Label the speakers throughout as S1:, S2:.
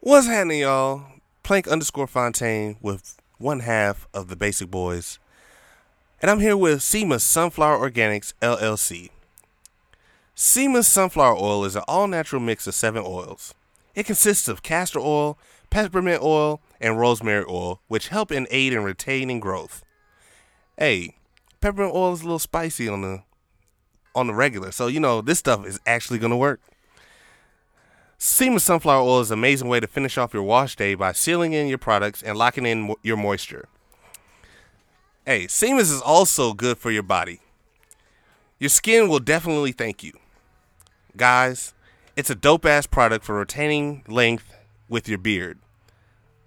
S1: What's happening, y'all? Plank underscore Fontaine with one half of the Basic Boys. And I'm here with SEMA Sunflower Organics LLC. SEMA's sunflower oil is an all natural mix of seven oils. It consists of castor oil, peppermint oil, and rosemary oil, which help and aid in retaining growth. Hey, peppermint oil is a little spicy on the on the regular, so you know this stuff is actually gonna work. Seaman sunflower oil is an amazing way to finish off your wash day by sealing in your products and locking in mo- your moisture. Hey, Siemens is also good for your body. Your skin will definitely thank you. Guys, it's a dope ass product for retaining length with your beard.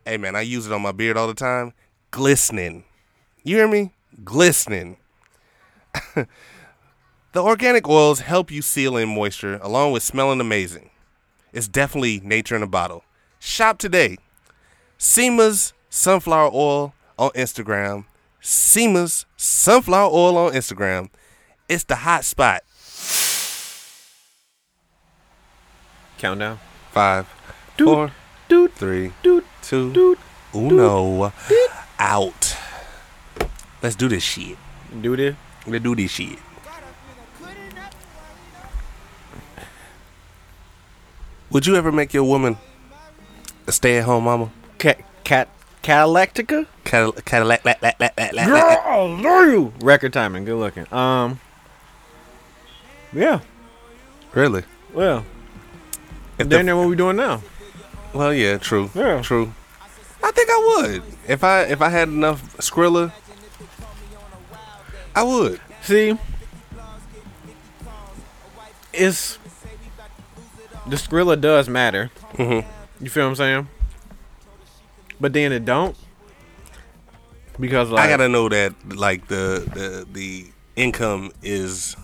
S1: Hey man, I use it on my beard all the time. Glistening. You hear me? Glistening. the organic oils help you seal in moisture along with smelling amazing. It's definitely nature in a bottle. Shop today. SEMA's Sunflower Oil on Instagram. SEMA's Sunflower Oil on Instagram. It's the hot spot.
S2: Countdown.
S1: Five,
S2: Doot,
S1: four,
S2: Doot,
S1: three,
S2: doot,
S1: two,
S2: doot.
S1: uno, out. Let's do this shit.
S2: Doot it.
S1: Let's do this shit. Would you ever make your woman a stay-at-home mama?
S2: Cat, cat, catalectica.
S1: Cadill- Cadillac, lack, lack, lack, lack, lack, lack.
S2: Girl, you? Record timing. Good looking. Um. Yeah.
S1: Really?
S2: Well,
S1: If the-
S2: damn near what we doing now.
S1: well, yeah, true,
S2: Yeah.
S1: true. I think I would if I if I had enough Skrilla. I would.
S2: See, it's the Skrilla does matter.
S1: Mhm.
S2: You feel what I'm saying? But then it don't because like
S1: I gotta know that like the the the income is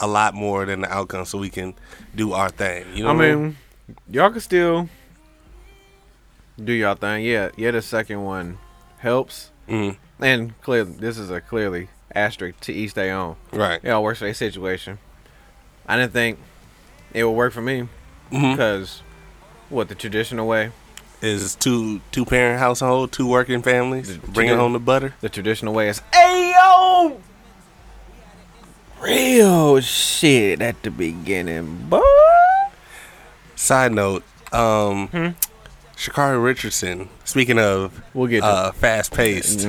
S1: a lot more than the outcome, so we can do our thing. You know,
S2: I
S1: what
S2: mean, y'all can still do y'all thing. Yeah, yeah. The second one helps,
S1: Mhm.
S2: and clear. This is a clearly asterisk to each their own.
S1: right?
S2: It all works for their situation. I didn't think it would work for me Mm-hmm.
S1: Mhm.
S2: because what the traditional way,
S1: Is two two parent household, two working families,
S2: Th-
S1: bringing
S2: today-
S1: home the butter.
S2: the traditional way is ayo real shit at the beginning, boy.
S1: Side note, um,
S2: Hmm?
S1: Shakari Richardson. Speaking of
S2: We'll get Mm-hmm. to
S1: uh, fast paced.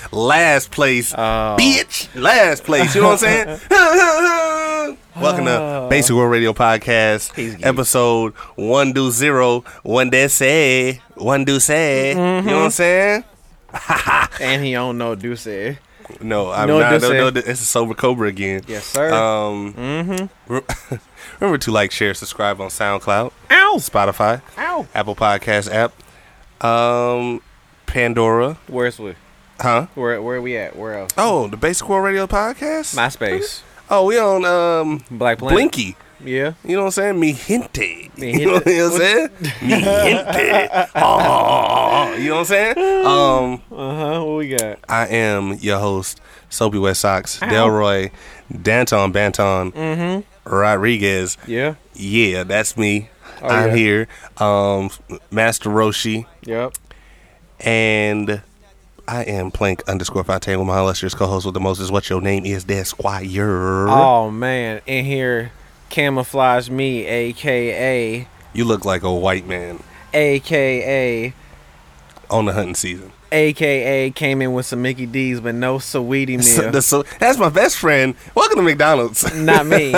S1: last place,
S2: Oh.
S1: bitch. Last place. You know what I'm saying? Welcome to Basic World Radio
S2: Ah. He's
S1: Podcast,
S2: geek.
S1: episode one do zero, one day say, one do say. You
S2: Mm-hmm.
S1: know what I'm saying?
S2: and he don't know Deuce. Yes,
S1: No, I'm
S2: No
S1: not.
S2: do
S1: No,
S2: say.
S1: no, it's a sober cobra again.
S2: sir.
S1: Um,
S2: Mm-hmm.
S1: re- remember to like, share, subscribe on SoundCloud,
S2: ow,
S1: Spotify,
S2: ow.
S1: Apple Podcast app, um, Pandora,
S2: Where's we?
S1: huh?
S2: Where where we at? Where else?
S1: Oh, the Basic World Radio Podcast.
S2: MySpace.
S1: Oh, we on um
S2: Black Planet.
S1: Blinky.
S2: Yeah.
S1: You know what I'm saying? Mi gente.
S2: Mi
S1: You know what I'm saying? Mi gente. Oh, you know what I'm saying? Um,
S2: Uh huh. What we got?
S1: I am your host, Soapy West Sox, Delroy, Danton Banton, Rodriguez.
S2: Yeah.
S1: Yeah, that's me.
S2: Mm-hmm. Oh,
S1: I'm
S2: yeah.
S1: here. Um, Master Roshi,
S2: Yep.
S1: and I am Plank underscore Fontaine with my illustrious co-host with the most is what your name is, that squire.
S2: Oh man, in here, camouflage me, aka,
S1: You look like a white man
S2: aka,
S1: on the hunting season.
S2: aka, came in with some Mickey D's, but no sweetie
S1: So-
S2: meal.
S1: the- so- that's my best friend. Welcome to McDonald's.
S2: Not me.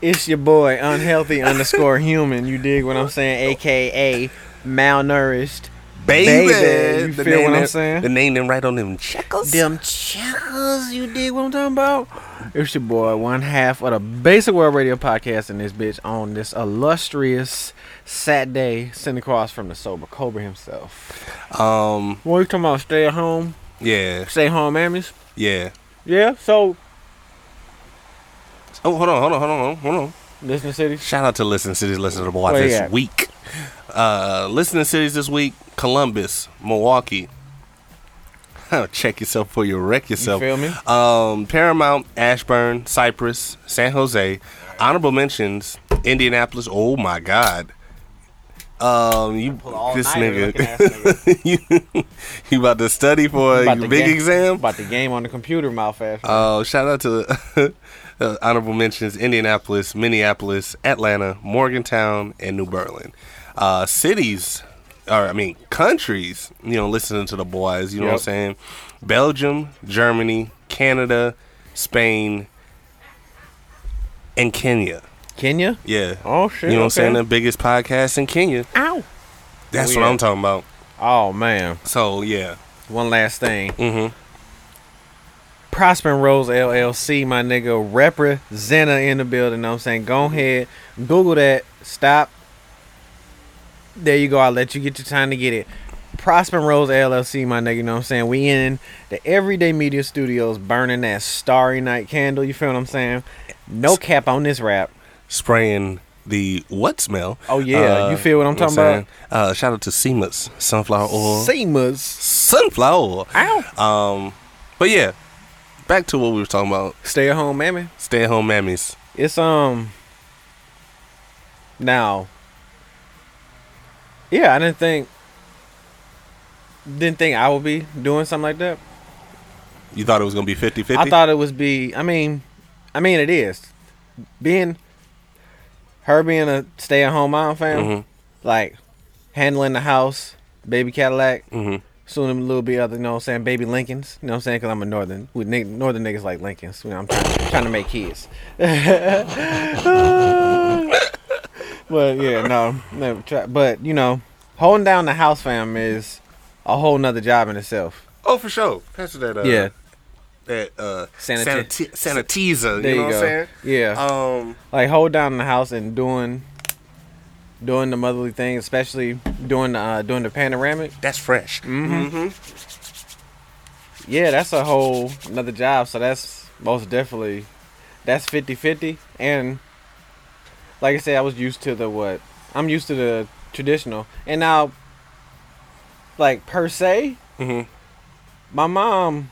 S2: it's your boy, unhealthy underscore human. You dig what I'm saying? Aka, malnourished.
S1: Baby.
S2: Baby, you
S1: The
S2: feel
S1: name
S2: what I'm
S1: that-
S2: saying?
S1: The name them right on them checkers.
S2: Them chuckles, you dig what I'm talking about? It's your boy, one half of the Basic World Radio podcast, and this bitch on this illustrious Saturday, sitting across from the sober Cobra himself.
S1: Um,
S2: What you talking about? Stay at home,
S1: yeah,
S2: stay home, mammies.
S1: yeah.
S2: Yeah, so
S1: Oh, hold on, hold on, hold on, hold on.
S2: Listen City.
S1: Shout out to Listen Cities, Listen to the Boy
S2: Where
S1: this
S2: you at?
S1: week. Uh, Listening Cities this week, Columbus, Milwaukee. Check yourself before you wreck yourself.
S2: feel me?
S1: Um, Paramount, Ashburn, Cypress, San Jose. Honorable mentions Indianapolis. Oh my God. Um, you
S2: Pull all
S1: this
S2: nighter looking ass
S1: nigga,
S2: nigga.
S1: you, you about to study for a
S2: About the
S1: big
S2: game-
S1: exam?
S2: About the game on the computer, mouth ass.
S1: Uh, shout out to uh, honorable mentions: Indianapolis, Minneapolis, Atlanta, Morgantown, and New Berlin. Uh, cities, or I mean countries. You know, listening to the boys. You know what I'm
S2: Yep.
S1: saying? Belgium, Germany, Canada, Spain, and Kenya.
S2: Kenya.
S1: Yeah.
S2: Oh shit.
S1: you know what I'm saying?
S2: okay.
S1: The biggest podcast in Kenya.
S2: Ow.
S1: That's
S2: Oh,
S1: what
S2: yeah.
S1: I'm talking about.
S2: Oh man.
S1: So yeah.
S2: One last thing.
S1: hmm
S2: Prosper and Rose LLC, my nigga, representer in the building. Know what I'm saying, go ahead, Google that. Stop. There you go. I'll let you get your time to get it. Prosper and Rose LLC, my nigga. You know what I'm saying? We in the Everyday Media Studios burning that starry night candle. You feel what I'm saying? No cap on this rap.
S1: Spraying the what smell?
S2: Oh, yeah. You feel what I'm
S1: know
S2: talking
S1: saying? Uh, shout out to Seamus sunflower oil.
S2: Seamus.
S1: sunflower oil.
S2: Ow.
S1: Um, but yeah, back to what we were talking about.
S2: Stay at home, mammy.
S1: Stay at home mammies.
S2: It's um now. Yeah, I didn't think didn't think I would be doing something like that.
S1: You thought it was gonna be 50 50?
S2: I thought it was be I mean I mean it is. Being her being a stay at home mom fam,
S1: Mhm.
S2: like handling the house, baby Cadillac,
S1: Mhm.
S2: soon a little bit other, you know what I'm saying, baby Lincolns, you know what I'm saying, because I'm a northern, with nig- northern niggas like Lincolns, you know, I'm trying, trying to make kids. but yeah, no, never try, but you know, holding down the house fam is a whole nother job in itself.
S1: Oh, for sure. Pass her that. Uh,
S2: yeah,
S1: That uh, saniti-
S2: Saniti-
S1: sanitizer. you
S2: there you,
S1: know what
S2: go.
S1: I'm saying?
S2: Yeah,
S1: Um,
S2: like hold down the house and doing, doing the motherly thing, especially doing the uh, doing the panoramic.
S1: that's fresh. Mm-hmm.
S2: yeah, that's a whole another job. So that's most definitely that's 50-50. and like I said, I was used to the what I'm used to the traditional, and now like per se,
S1: Mm-hmm.
S2: my mom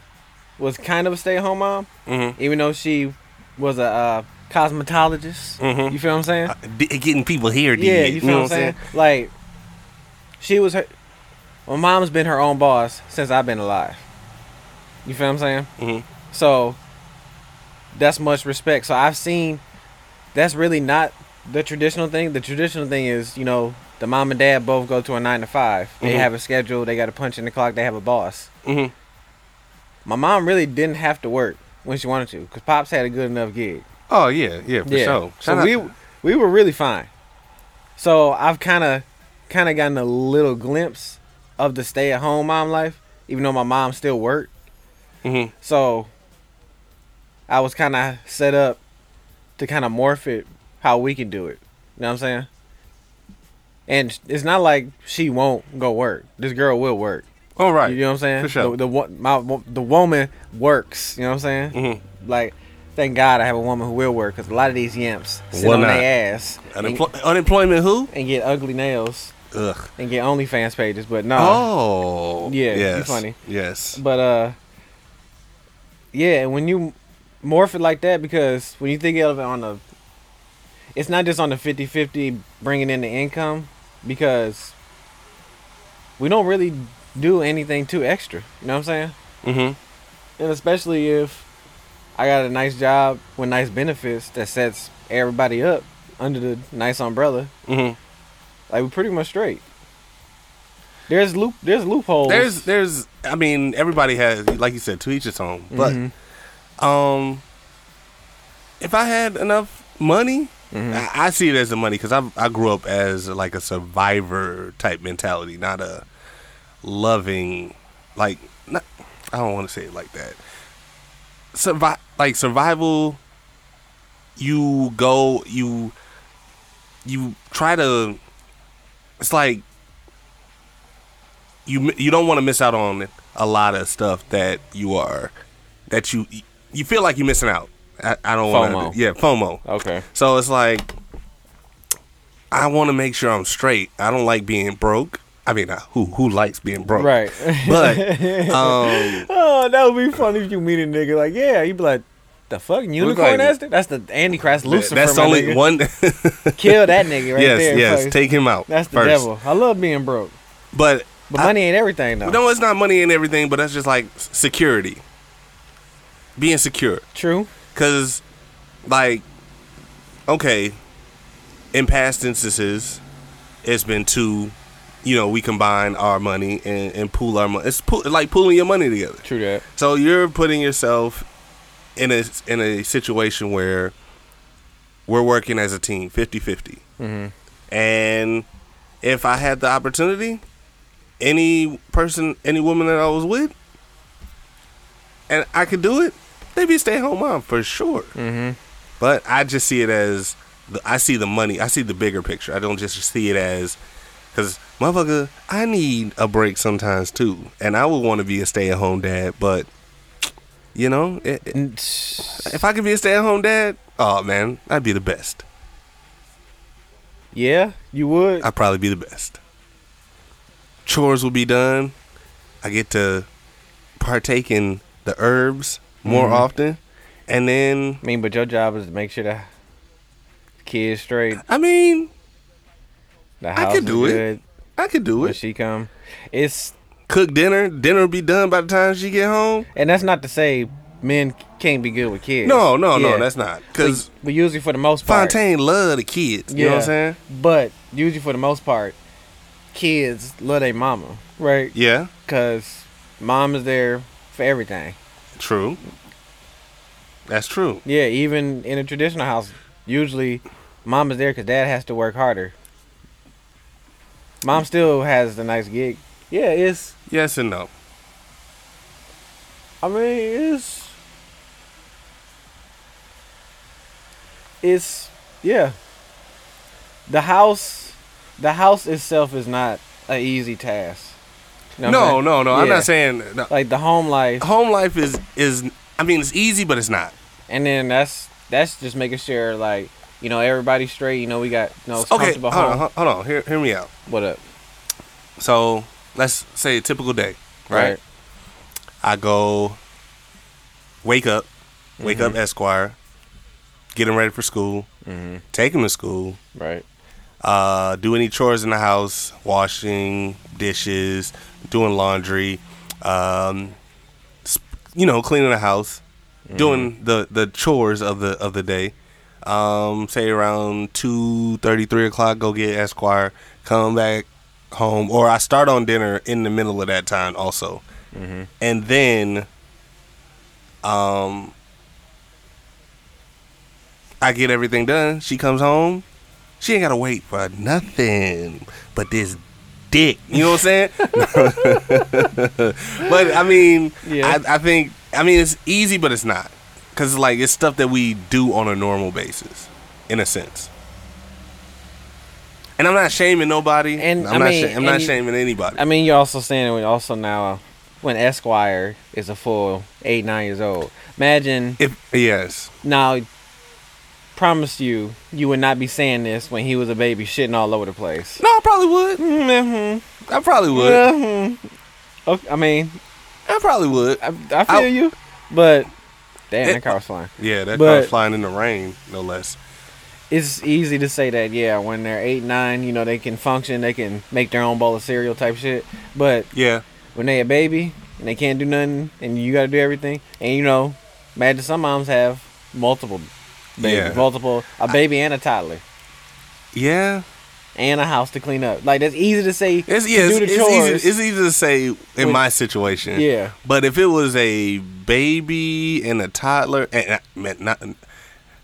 S2: was kind of a stay at home mom,
S1: Mm-hmm.
S2: even though she was a uh, cosmetologist.
S1: Mhm.
S2: You feel what I'm saying?
S1: D- getting people here. D-
S2: Yeah, you feel
S1: know
S2: what I'm saying? Like, she was her. My mom's been her own boss since I've been alive. You feel what I'm saying?
S1: Mhm.
S2: Mm-hmm. So, that's much respect. So I've seen. That's really not the traditional thing. The traditional thing is, you know, the mom and dad both go to a nine to 5 They
S1: Mhm.
S2: have a schedule. They got to punch in the clock. They have a boss.
S1: Mm-hmm.
S2: My mom really didn't have to work when she wanted to, because pops had a good enough gig.
S1: Oh yeah, yeah, for
S2: Yeah.
S1: sure.
S2: So
S1: Shout
S2: we
S1: out-
S2: we were really fine. So I've kind of kind of gotten a little glimpse of the stay at home mom life, even though my mom still worked.
S1: Mhm.
S2: So I was kind of set up to kind of morph it how we can do it. You know what I'm saying? And it's not like she won't go work. This girl will work.
S1: All right.
S2: You know what I'm saying?
S1: For sure.
S2: The, the wo- my wo- the woman works. You know what I'm saying?
S1: Mhm.
S2: Like, thank God I have a woman who will work because a lot of these yimps sit
S1: Will
S2: on
S1: not.
S2: their ass and,
S1: Unemplo- unemployment who?
S2: and get ugly nails
S1: Ugh.
S2: and get OnlyFans pages. But no,
S1: Oh.
S2: Uh, yeah, you
S1: Yes.
S2: funny.
S1: Yes.
S2: but uh, yeah. And when you morph it like that, because when you think of it on the, it's not just on the 50-50 bringing in the income, because we don't really do anything too extra. You know what I'm saying?
S1: Mm-hmm.
S2: And especially if I got a nice job with nice benefits that sets everybody up under the nice umbrella,
S1: Mm-hmm.
S2: like we're pretty much straight. There's loop there's loopholes.
S1: There's, there's. I mean, everybody has, like you said, to each his own. But,
S2: Mhm.
S1: um, if I had enough money,
S2: Mhm.
S1: I, I see it as the money because I, I grew up as like a survivor type mentality, not a loving, like, not, I don't want to say it like that. Survi- like survival. You go, you, you try to. It's like you you don't want to miss out on a lot of stuff that you are that you you feel like you're missing out. I, I don't
S2: FOMO.
S1: want to. Yeah, FOMO.
S2: Okay.
S1: So it's like I want to make sure I'm straight. I don't like being broke. I mean, uh, who who likes being broke?
S2: Right.
S1: But um,
S2: oh, that would be funny if you meet a nigga like, yeah, you'd be like, the fuck unicorn
S1: like-
S2: Esther? That's the Antichrist Lucifer.
S1: That's
S2: my
S1: only
S2: nigga.
S1: one.
S2: Kill that nigga right
S1: yes,
S2: there.
S1: yes.
S2: first.
S1: Take him out.
S2: That's the
S1: first.
S2: devil. I love being broke,
S1: But
S2: but
S1: I-
S2: money ain't everything though.
S1: no, it's not money and everything. But that's just like s- security. Being secure,
S2: True.
S1: because, like, okay, in past instances, it's been two. You know, we combine our money and, and pool our money. It's pool, like pooling your money together.
S2: True that.
S1: So you're putting yourself in a in a situation where we're working as a team 50-50.
S2: Mhm.
S1: And if I had the opportunity, any person, any woman that I was with, and I could do it, they'd be a stay-at-home mom for sure.
S2: Mm-hmm.
S1: But I just see it as the, I see the money. I see the bigger picture. I don't just see it as because motherfucker, I need a break sometimes too, and I would want to be a stay-at-home dad. But you know, it, it- if I could be a stay-at-home dad, oh man, I'd be the best.
S2: Yeah, you would.
S1: I'd probably be the best. Chores will be done. I get to partake in the herbs more
S2: Mhm.
S1: often, and then
S2: I mean, but your job is to make sure the kids straight.
S1: I mean,
S2: The
S1: could
S2: house is
S1: do it.
S2: good,
S1: I could do
S2: When
S1: it.
S2: she come, it's
S1: Cook dinner. Dinner will be done by the time she get home.
S2: and that's not to say men can't be good with kids.
S1: No, no,
S2: Yeah.
S1: no, that's not. Because
S2: but, but usually for the most part,
S1: Fontaine love the kids. You know what I'm
S2: Yeah.
S1: saying?
S2: But usually for the most part, kids love their mama, right?
S1: Yeah,
S2: Because mom is there for everything.
S1: true. That's true.
S2: Yeah, even in a traditional house, usually mom is there because dad has to work harder. Mom still has the nice gig. Yeah, it's.
S1: Yes and no.
S2: I mean, it's. It's yeah. The house, the house itself is not an easy task. You know what
S1: No,
S2: I'm saying?
S1: no, no. I'm
S2: Yeah.
S1: not saying no.
S2: like the home life,
S1: home life is is. I mean, it's easy, but it's not.
S2: and then that's that's just making sure like you know everybody's straight. You know we got you know Oh, it's
S1: Okay,
S2: comfortable
S1: hold
S2: home.
S1: on, hu- hold on. Hear, hear me out.
S2: What up?
S1: So let's say a typical day, right? I go, wake up, wake up, Esquire, get him ready for school,
S2: Mm-hmm.
S1: take him to school,
S2: Right.
S1: uh, do any chores in the house, washing dishes, doing laundry, um, sp- you know, cleaning the house, doing the, the chores of the of the day. Um, say around two thirty, three o'clock, go get Esquire, come back home, or I start on dinner in the middle of that time also, and then, um, I get everything done. She comes home. She ain't gotta wait for nothing but this dick. You know what I'm saying? but I mean,
S2: Yeah.
S1: I, I think I mean it's easy, but it's not because like it's stuff that we do on a normal basis, in a sense. And I'm not shaming nobody.
S2: And,
S1: I'm
S2: I
S1: not.
S2: mean,
S1: sha- I'm not
S2: and-
S1: shaming anybody.
S2: I mean, you're also saying we also now when Esquire is a full eight nine years old. Imagine
S1: if yes,
S2: now. Promise you, you would not be saying this when he was a baby, shitting all over the place.
S1: no, I probably would.
S2: hmm
S1: Mm, I probably would.
S2: Mm-hmm. Okay, I mean,
S1: I probably would.
S2: I, I feel
S1: I-
S2: you, but damn,
S1: It-
S2: that car was flying.
S1: Yeah, that
S2: But-
S1: car flying in the rain, no less.
S2: It's easy to say that, yeah, when they're eight, nine, you know, they can function, they can make their own bowl of cereal type shit. But
S1: Yeah,
S2: when they a baby and they can't do nothing, and you gotta do everything, and you know, imagine some moms have multiple babies,
S1: Yeah.
S2: multiple a baby and a toddler.
S1: yeah.
S2: And a house to clean up. Like that's easy to say.
S1: It's
S2: to
S1: yeah. It's,
S2: do the
S1: it's
S2: chores.
S1: easy. It's easy to say in
S2: When-
S1: my situation.
S2: yeah.
S1: But if it was a baby and a toddler, and uh, man, not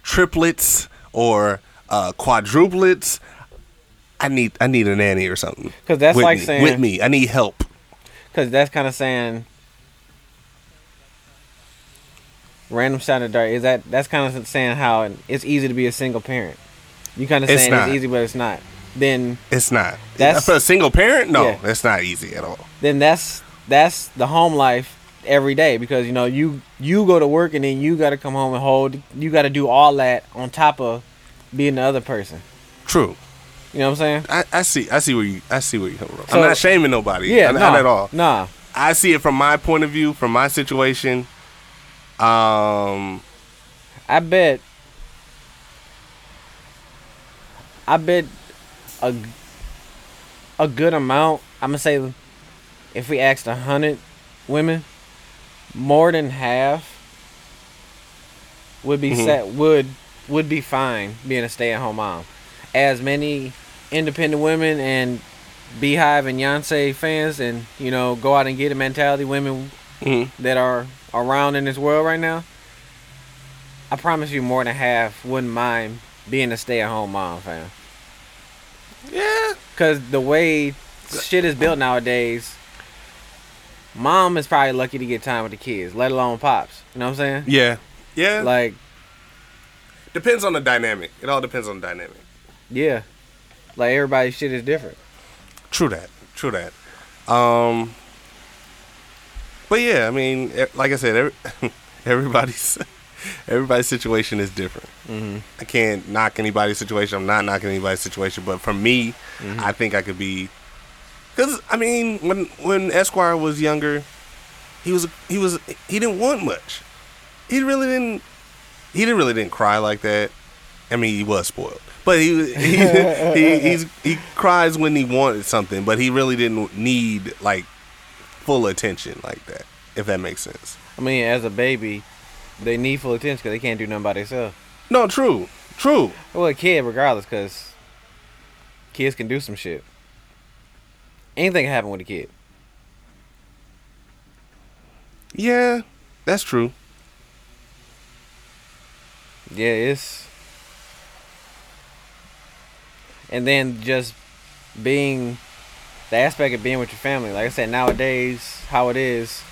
S1: triplets or uh, quadruplets, I need I need a nanny or something.
S2: 'Cause that's
S1: With
S2: like
S1: me-
S2: saying-
S1: with me, I need help.
S2: Because that's kind of saying. Random shot in the dark is that that's kind of saying how it's easy to be a single parent. You kind of
S1: It's
S2: saying
S1: not.
S2: it's easy, but it's not. Then
S1: It's not.
S2: That's-
S1: for a single parent. No,
S2: Yeah.
S1: that's not easy at all.
S2: then that's that's the home life every day because you know you you go to work and then you got to come home and hold you got to do all that on top of being the other person.
S1: True.
S2: You know what I'm saying?
S1: I, I see. I see where you. I see where you come from.
S2: So-
S1: I'm not shaming nobody.
S2: Yeah,
S1: Yeah, not
S2: nah,
S1: at all.
S2: Nah,
S1: I see it from my point of view, from my situation. Um,
S2: I bet. I bet a a good amount. I'm gonna say, if we asked a hundred women, more than half would be
S1: Mhm.
S2: set would would be fine being a stay at home mom. As many independent women and Beehive and Yonsei fans, and you know, go out and get a mentality women
S1: Mm-hmm.
S2: that are around in this world right now, I promise you, more than half wouldn't mind being a stay-at-home mom, fam.
S1: Yeah.
S2: Cause the way shit is built nowadays, mom is probably lucky to get time with the kids, let alone pops. You know what I'm saying?
S1: Yeah. Yeah.
S2: Like,
S1: depends on the dynamic. It all depends on the dynamic.
S2: yeah, like everybody's shit is different.
S1: True that. True that. Um, but yeah, I mean, e- like I said, every, everybody's everybody's situation is different.
S2: Mm-hmm.
S1: I can't knock anybody's situation. I'm not knocking anybody's situation, but for me, I think I could be. Because I mean, when when Esquire was younger, he was he was he didn't want much. He really didn't. He didn't really didn't cry like that. I mean, he was spoiled, but he was- he he, he's, he cries when he wanted something, but he really didn't need like full attention like that. If that makes sense.
S2: I mean, as a baby, they need full attention because they can't do nothing by themselves.
S1: No, true, true.
S2: Well, a kid, regardless, because kids can do some shit. Anything can happen with a kid.
S1: Yeah, that's true.
S2: Yeah, it's. And then just being the aspect of being with your family. Like I said, nowadays, how it is,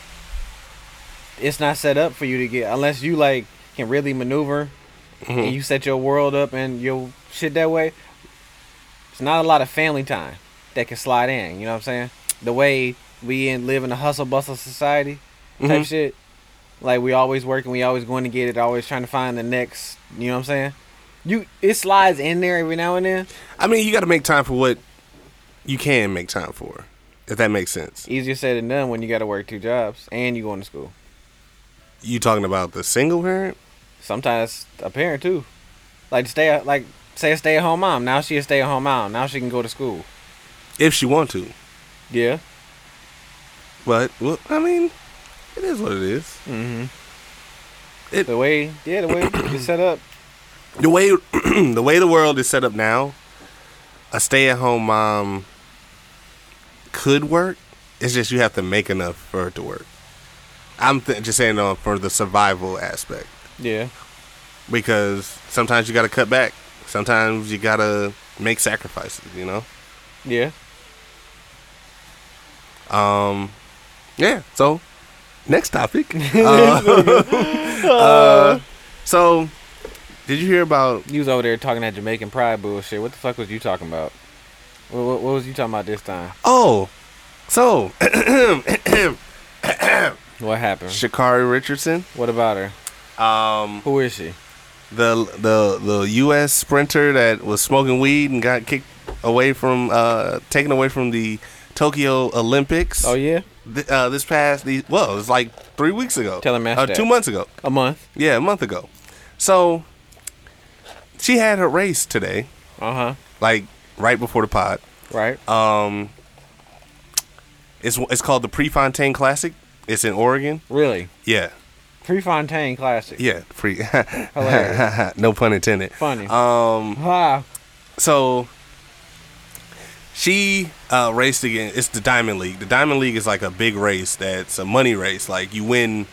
S2: it's not set up for you to get, unless you like can really maneuver and you set your world up and your shit that way. It's not a lot of family time that can slide in. You know what I'm saying? The way we in, live in a hustle bustle society type
S1: Mhm.
S2: shit. Like we always working, we always going to get it, always trying to find the next. You know what I'm saying? You it slides in there every now and then.
S1: I mean, you got to make time for what you can make time for, if that makes sense.
S2: Easier said than done when you got to work two jobs and you going to school.
S1: You talking about the single parent?
S2: Sometimes a parent too, like stay like say a stay at home mom. Now she a stay at home mom. Now she can go to school.
S1: If she want to,
S2: Yeah.
S1: but well, I mean, it is what it is.
S2: hmm
S1: It-
S2: the way yeah the way it's set up.
S1: The way the way the world is set up now, a stay at home mom could work. It's just you have to make enough for it to work. I'm th- just saying uh, for the survival aspect
S2: Yeah.
S1: because sometimes you got to cut back. Sometimes you got to make sacrifices. You know.
S2: Yeah.
S1: Um, yeah. So, next topic. Uh, uh, so, did you hear about?
S2: You was over there talking that Jamaican pride bullshit. What the fuck was you talking about? What, what, what was you talking about this time?
S1: Oh, so
S2: What happened?
S1: Shakari Richardson,
S2: What about her?
S1: um,
S2: Who is she?
S1: the the the U.S. sprinter that was smoking weed and got kicked away from uh taken away from the Tokyo Olympics.
S2: Oh yeah,
S1: th- uh, this past the well, it was like three weeks ago.
S2: Tell her match
S1: uh,
S2: that.
S1: two months ago.
S2: a month.
S1: Yeah, a month ago. So she had her race today.
S2: Uh huh.
S1: like right before the pod.
S2: Right.
S1: Um, it's it's called the Prefontaine Classic. It's in Oregon.
S2: really.
S1: Yeah,
S2: Prefontaine classic.
S1: yeah, pre.
S2: Hilarious.
S1: no pun intended.
S2: Funny.
S1: Um,
S2: Wow.
S1: so she uh, raced again. It's the Diamond League. The Diamond League is like a big race. That's a money race. Like you win,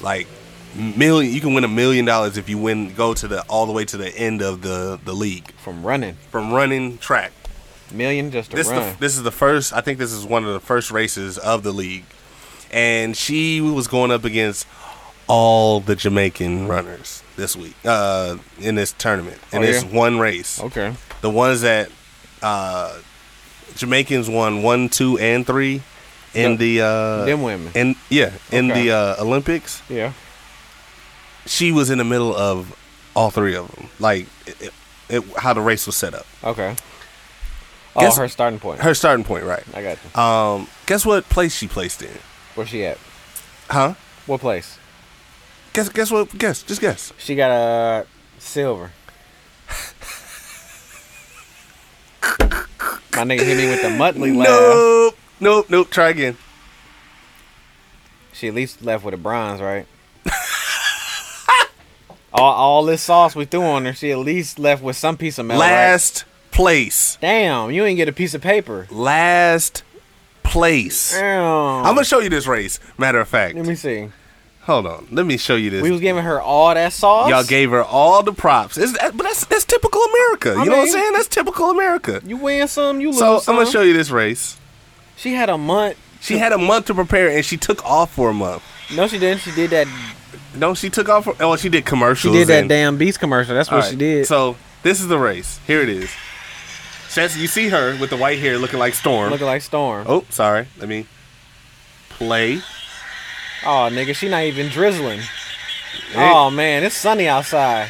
S1: like million. You can win a million dollars if you win. Go to the all the way to the end of the the league
S2: From running,
S1: from running track.
S2: million just to
S1: this
S2: run.
S1: The, this is the first. I think this is one of the first races of the league, and she was going up against all the Jamaican runners this week uh, in this tournament in
S2: Oh,
S1: this
S2: yeah?
S1: one race.
S2: okay.
S1: The ones that uh, Jamaicans won one, two, and three in the, uh,
S2: Them women.
S1: in yeah in
S2: Okay.
S1: the uh, Olympics
S2: Yeah.
S1: she was in the middle of all three of them like it, it, it, how the race was set up
S2: Okay. Oh,
S1: Guess-
S2: her starting point.
S1: her Uh, starting point right
S2: I got you.
S1: um guess what place she placed in
S2: Where she at?
S1: huh
S2: What place?
S1: Guess guess what? Guess just guess.
S2: She got a silver. My nigga hit me with the Muttley laugh.
S1: Nope, nope, nope. Try again.
S2: She at least left with a bronze, right? all, all this sauce we threw on her, she at least left with some piece of metal. right?
S1: Last place.
S2: Damn, you ain't get a piece of paper.
S1: Last place.
S2: Damn.
S1: I'm gonna show you this race. Matter of fact,
S2: Let me see.
S1: hold on. Let me show you this.
S2: We was giving her all that sauce.
S1: Y'all gave her all the props. It's, that, but that's that's typical America. you know what I'm
S2: mean-
S1: saying? That's typical America.
S2: You win some, you lose
S1: So
S2: some.
S1: I'm gonna show you this race.
S2: She had a month.
S1: She had a month to prepare, and she took off for a month.
S2: No, she didn't. She did that.
S1: No, she took off. For, oh, she did
S2: She
S1: commercials.
S2: did that
S1: and-
S2: damn Beast commercial. That's what
S1: All
S2: she
S1: right,
S2: did.
S1: So this is the race. Here it is. Says you see her with the white hair, looking like Storm.
S2: Looking like Storm. Oh.
S1: oh, sorry. Let me play.
S2: nigga, she not even drizzling.
S1: It-
S2: Oh man, it's sunny outside.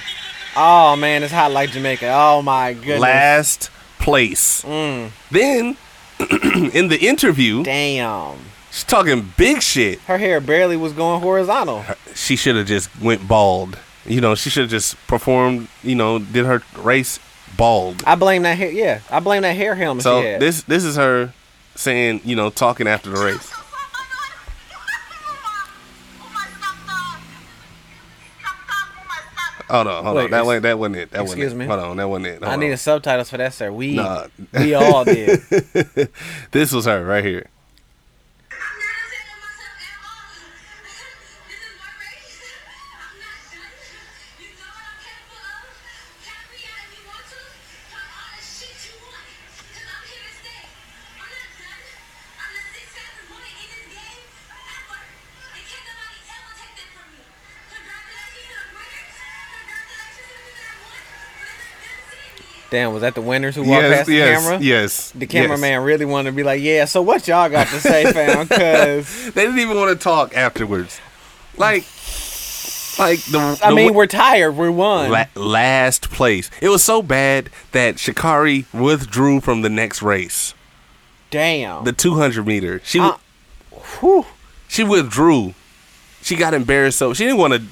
S2: Oh man, it's hot like Jamaica. Oh my goodness.
S1: last place.
S2: Mm,
S1: Then in the interview,
S2: damn.
S1: she's talking big shit.
S2: Her hair barely was going horizontal.
S1: She should have just went bald. You know, she should have just performed. You know, did her race bald.
S2: I blame that hair. Yeah, I blame that hair helmet
S1: So
S2: she had.
S1: this this is her saying, you know, talking after the race. Oh no, hold
S2: Wait,
S1: on. That
S2: ex-
S1: wasn't that wasn't it. That wasn't
S2: excuse
S1: it.
S2: me?
S1: Hold on, that wasn't it.
S2: I
S1: Hold
S2: needed
S1: on.
S2: subtitles for that, sir. We
S1: Oh, Nah.
S2: we all did.
S1: This was her right here.
S2: Damn, was that the winners who walked
S1: Yes,
S2: past the
S1: yes,
S2: camera?
S1: yes.
S2: The
S1: yes.
S2: cameraman really wanted to be like, yeah. So what y'all got to say, fam? Because
S1: They didn't even want to talk afterwards. Like, like the.
S2: I
S1: the
S2: mean,
S1: wa-
S2: we're tired. We won.
S1: La- last place. It was so bad that Shikari withdrew from the next race,
S2: Damn.
S1: the 200 meter. She
S2: Uh, whew.
S1: she withdrew. She got embarrassed, so she didn't want to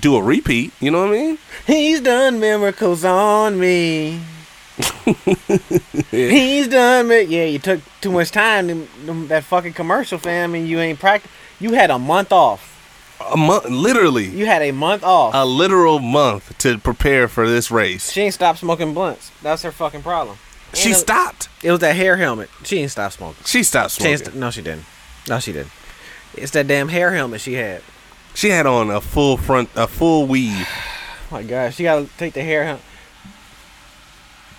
S1: do a repeat. You know what I mean?
S2: He's done miracles on me. He's done mi- Yeah, you took too much time in, in that fucking commercial, fam, and you ain't practice. You had a month off.
S1: A month, literally,
S2: You had a month off.
S1: a literal month to prepare for this race.
S2: she ain't stopped smoking blunts. That's her fucking problem.
S1: She
S2: And it-
S1: stopped.
S2: It was that hair helmet. She ain't stopped smoking.
S1: She stopped
S2: She
S1: smoking.
S2: ain't st- no, she didn't. No, she didn't. It's that damn hair helmet she had.
S1: She had on a full front, a full weave.
S2: Oh my gosh, she gotta take the hair. Helmet.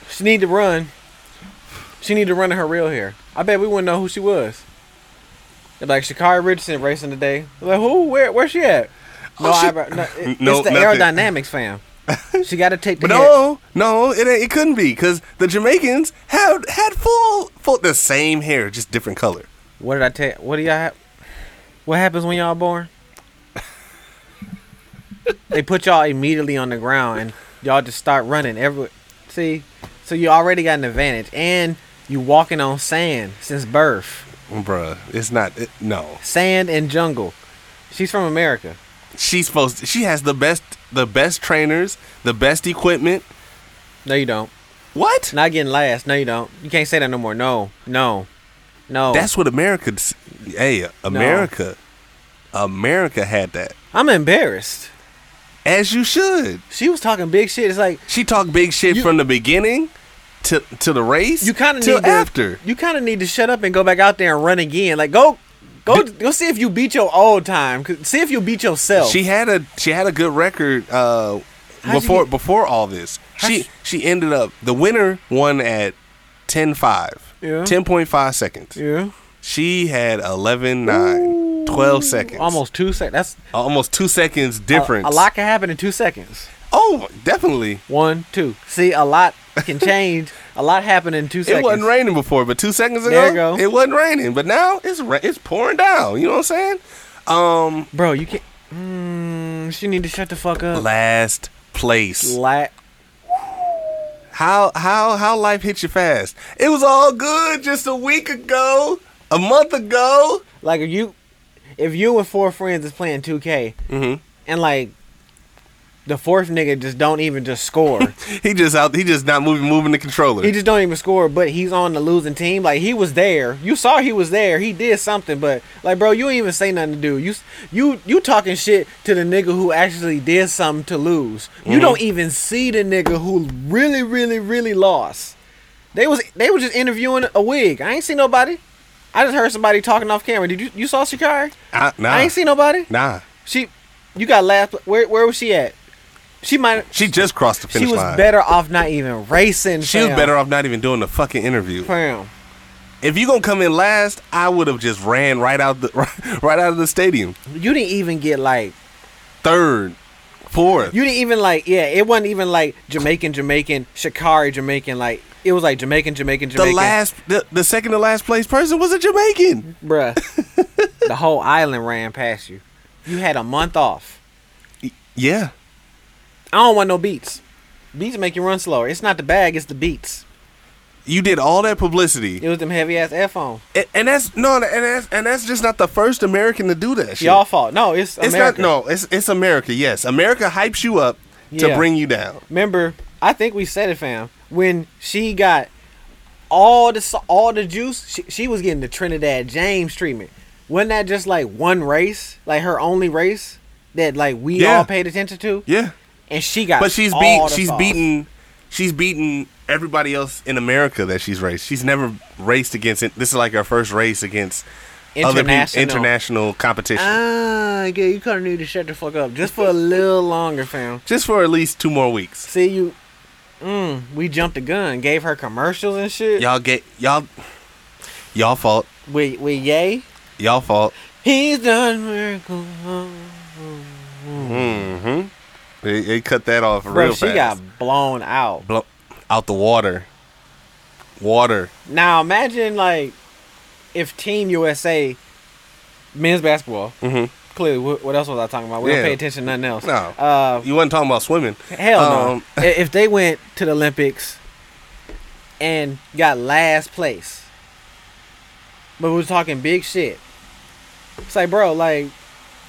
S2: She need to run. She need to run in her real hair. I bet we wouldn't know who she was. They're like Shakari Richardson racing today. Like who? Where? Where's she at? No,
S1: Oh, she-
S2: eyebrow- no, it-
S1: No,
S2: it's the
S1: nothing.
S2: aerodynamics, fam. She gotta take the.
S1: But
S2: hair-
S1: no, no, it ain't- it couldn't be because the Jamaicans had had full full the same hair, just different color.
S2: What did I tell? What do y'all? Have? What happens when y'all born? they put y'all immediately on the ground and y'all just start running. Every see, so you already got an advantage and you walking on sand since birth.
S1: Bruh, it's not. It, no,
S2: Sand and jungle. She's from America.
S1: she's supposed. To, she has the best the best trainers, the best equipment.
S2: No, you don't.
S1: What?
S2: Not getting last. No, you don't. You can't say that no more. No, no, no.
S1: That's what America's. Hey, America, America had that.
S2: I'm embarrassed.
S1: As you should.
S2: She was talking big shit. It's like
S1: She talked big shit
S2: You-
S1: from the beginning to to the race.
S2: you kind of
S1: till
S2: need to,
S1: after.
S2: You kind of need to shut up and go back out there and run again. Like go, go,
S1: Dude.
S2: go. See if you beat your old time. 'Cause- See if you beat yourself.
S1: She had a she had a good record uh,
S2: How'd you
S1: before
S2: get-
S1: before all this.
S2: How'd
S1: She
S2: she-
S1: she ended up the winner won at 10.5.
S2: Yeah.
S1: 10.5 seconds.
S2: yeah,
S1: She had 11 9 12 seconds.
S2: almost two seconds. That's
S1: almost 2 seconds
S2: a-
S1: difference.
S2: A, lot can happen in two seconds.
S1: Oh, definitely.
S2: One, two. See, a lot can change. a lot happened in two seconds.
S1: It wasn't raining before, but 2 seconds ago
S2: There you go.
S1: it wasn't raining, but now it's ra- it's pouring down, you know what I'm saying? Um
S2: bro. You can't. Mm, she need to shut the fuck up.
S1: last place.
S2: La-
S1: How how how life hits you fast. It was all good just a week ago, a month ago.
S2: like if you, if you and four friends is playing two K,
S1: Mm-hmm.
S2: and like the fourth nigga just don't even just score.
S1: He just out. He just not moving, moving the controller.
S2: he just don't even score, but he's on the losing team. Like he was there. You saw he was there. He did something, but like bro, you ain't even say nothing to do. You you you talking shit to the nigga who actually did something to lose. You
S1: Mm-hmm.
S2: don't even see the nigga who really really really lost. They was they were just interviewing a wig. I ain't see nobody. I just heard somebody talking off camera. Did you you saw Shakari?
S1: I, nah,
S2: I ain't see nobody.
S1: nah.
S2: She you got last where where was she at? She might
S1: She just crossed the
S2: she
S1: finish
S2: was
S1: line.
S2: better off not even racing.
S1: She was
S2: fam.
S1: better off not even doing the fucking interview.
S2: Fam.
S1: If you gonna come in last, I would have just ran right out the right out of the stadium.
S2: You didn't even get like
S1: Third, fourth.
S2: you didn't even like yeah, it wasn't even like Jamaican Jamaican Shikari Jamaican like it was like Jamaican Jamaican
S1: the
S2: Jamaican
S1: last, the, the second to last place person was a Jamaican.
S2: bruh. the whole island ran past you. You had a month off.
S1: Yeah,
S2: I don't want no beats. Beats make you run slower. It's not the bag, it's the beats.
S1: you did all that publicity,
S2: It was them heavy ass headphones.
S1: and, and that's no, and that's and that's just not the first American to do that. Shit.
S2: Y'all fault. No, it's
S1: it's
S2: America.
S1: not. No, it's it's America. Yes, America hypes you up to
S2: Yeah.
S1: bring you down.
S2: Remember, I think we said it, fam. When she got all the so- all the juice, she, she was getting the Trinidad James treatment. Wasn't that just like one race, like her only race that like we
S1: Yeah.
S2: all paid attention to?
S1: Yeah,
S2: And she got,
S1: but she's
S2: all
S1: beat.
S2: the
S1: She's
S2: sauce.
S1: beaten. She's beaten everybody else in America that she's raced. She's never raced against. it. This is like her first race against other people,
S2: International.
S1: international competition.
S2: Ah, yeah, you kind of need to shut the fuck up just for a little longer, fam.
S1: just for at least two more weeks.
S2: See you. Mm, we jumped the gun, gave her commercials and shit.
S1: Y'all get y'all. Y'all fault.
S2: We we yay.
S1: Y'all fault.
S2: He's done miracles.
S1: Mm-hmm. They, they cut that off
S2: Bro,
S1: real
S2: she
S1: fast.
S2: got blown out.
S1: Blow, out the water. Water.
S2: Now imagine like if Team USA men's basketball.
S1: Mm-hmm.
S2: Clearly, what, what else was I talking about? We
S1: Yeah.
S2: don't pay attention to nothing else.
S1: No.
S2: Uh,
S1: You wasn't talking about swimming.
S2: hell
S1: Um,
S2: no. I- if they went to the Olympics and got last place, but we was talking big shit. It's like, bro, like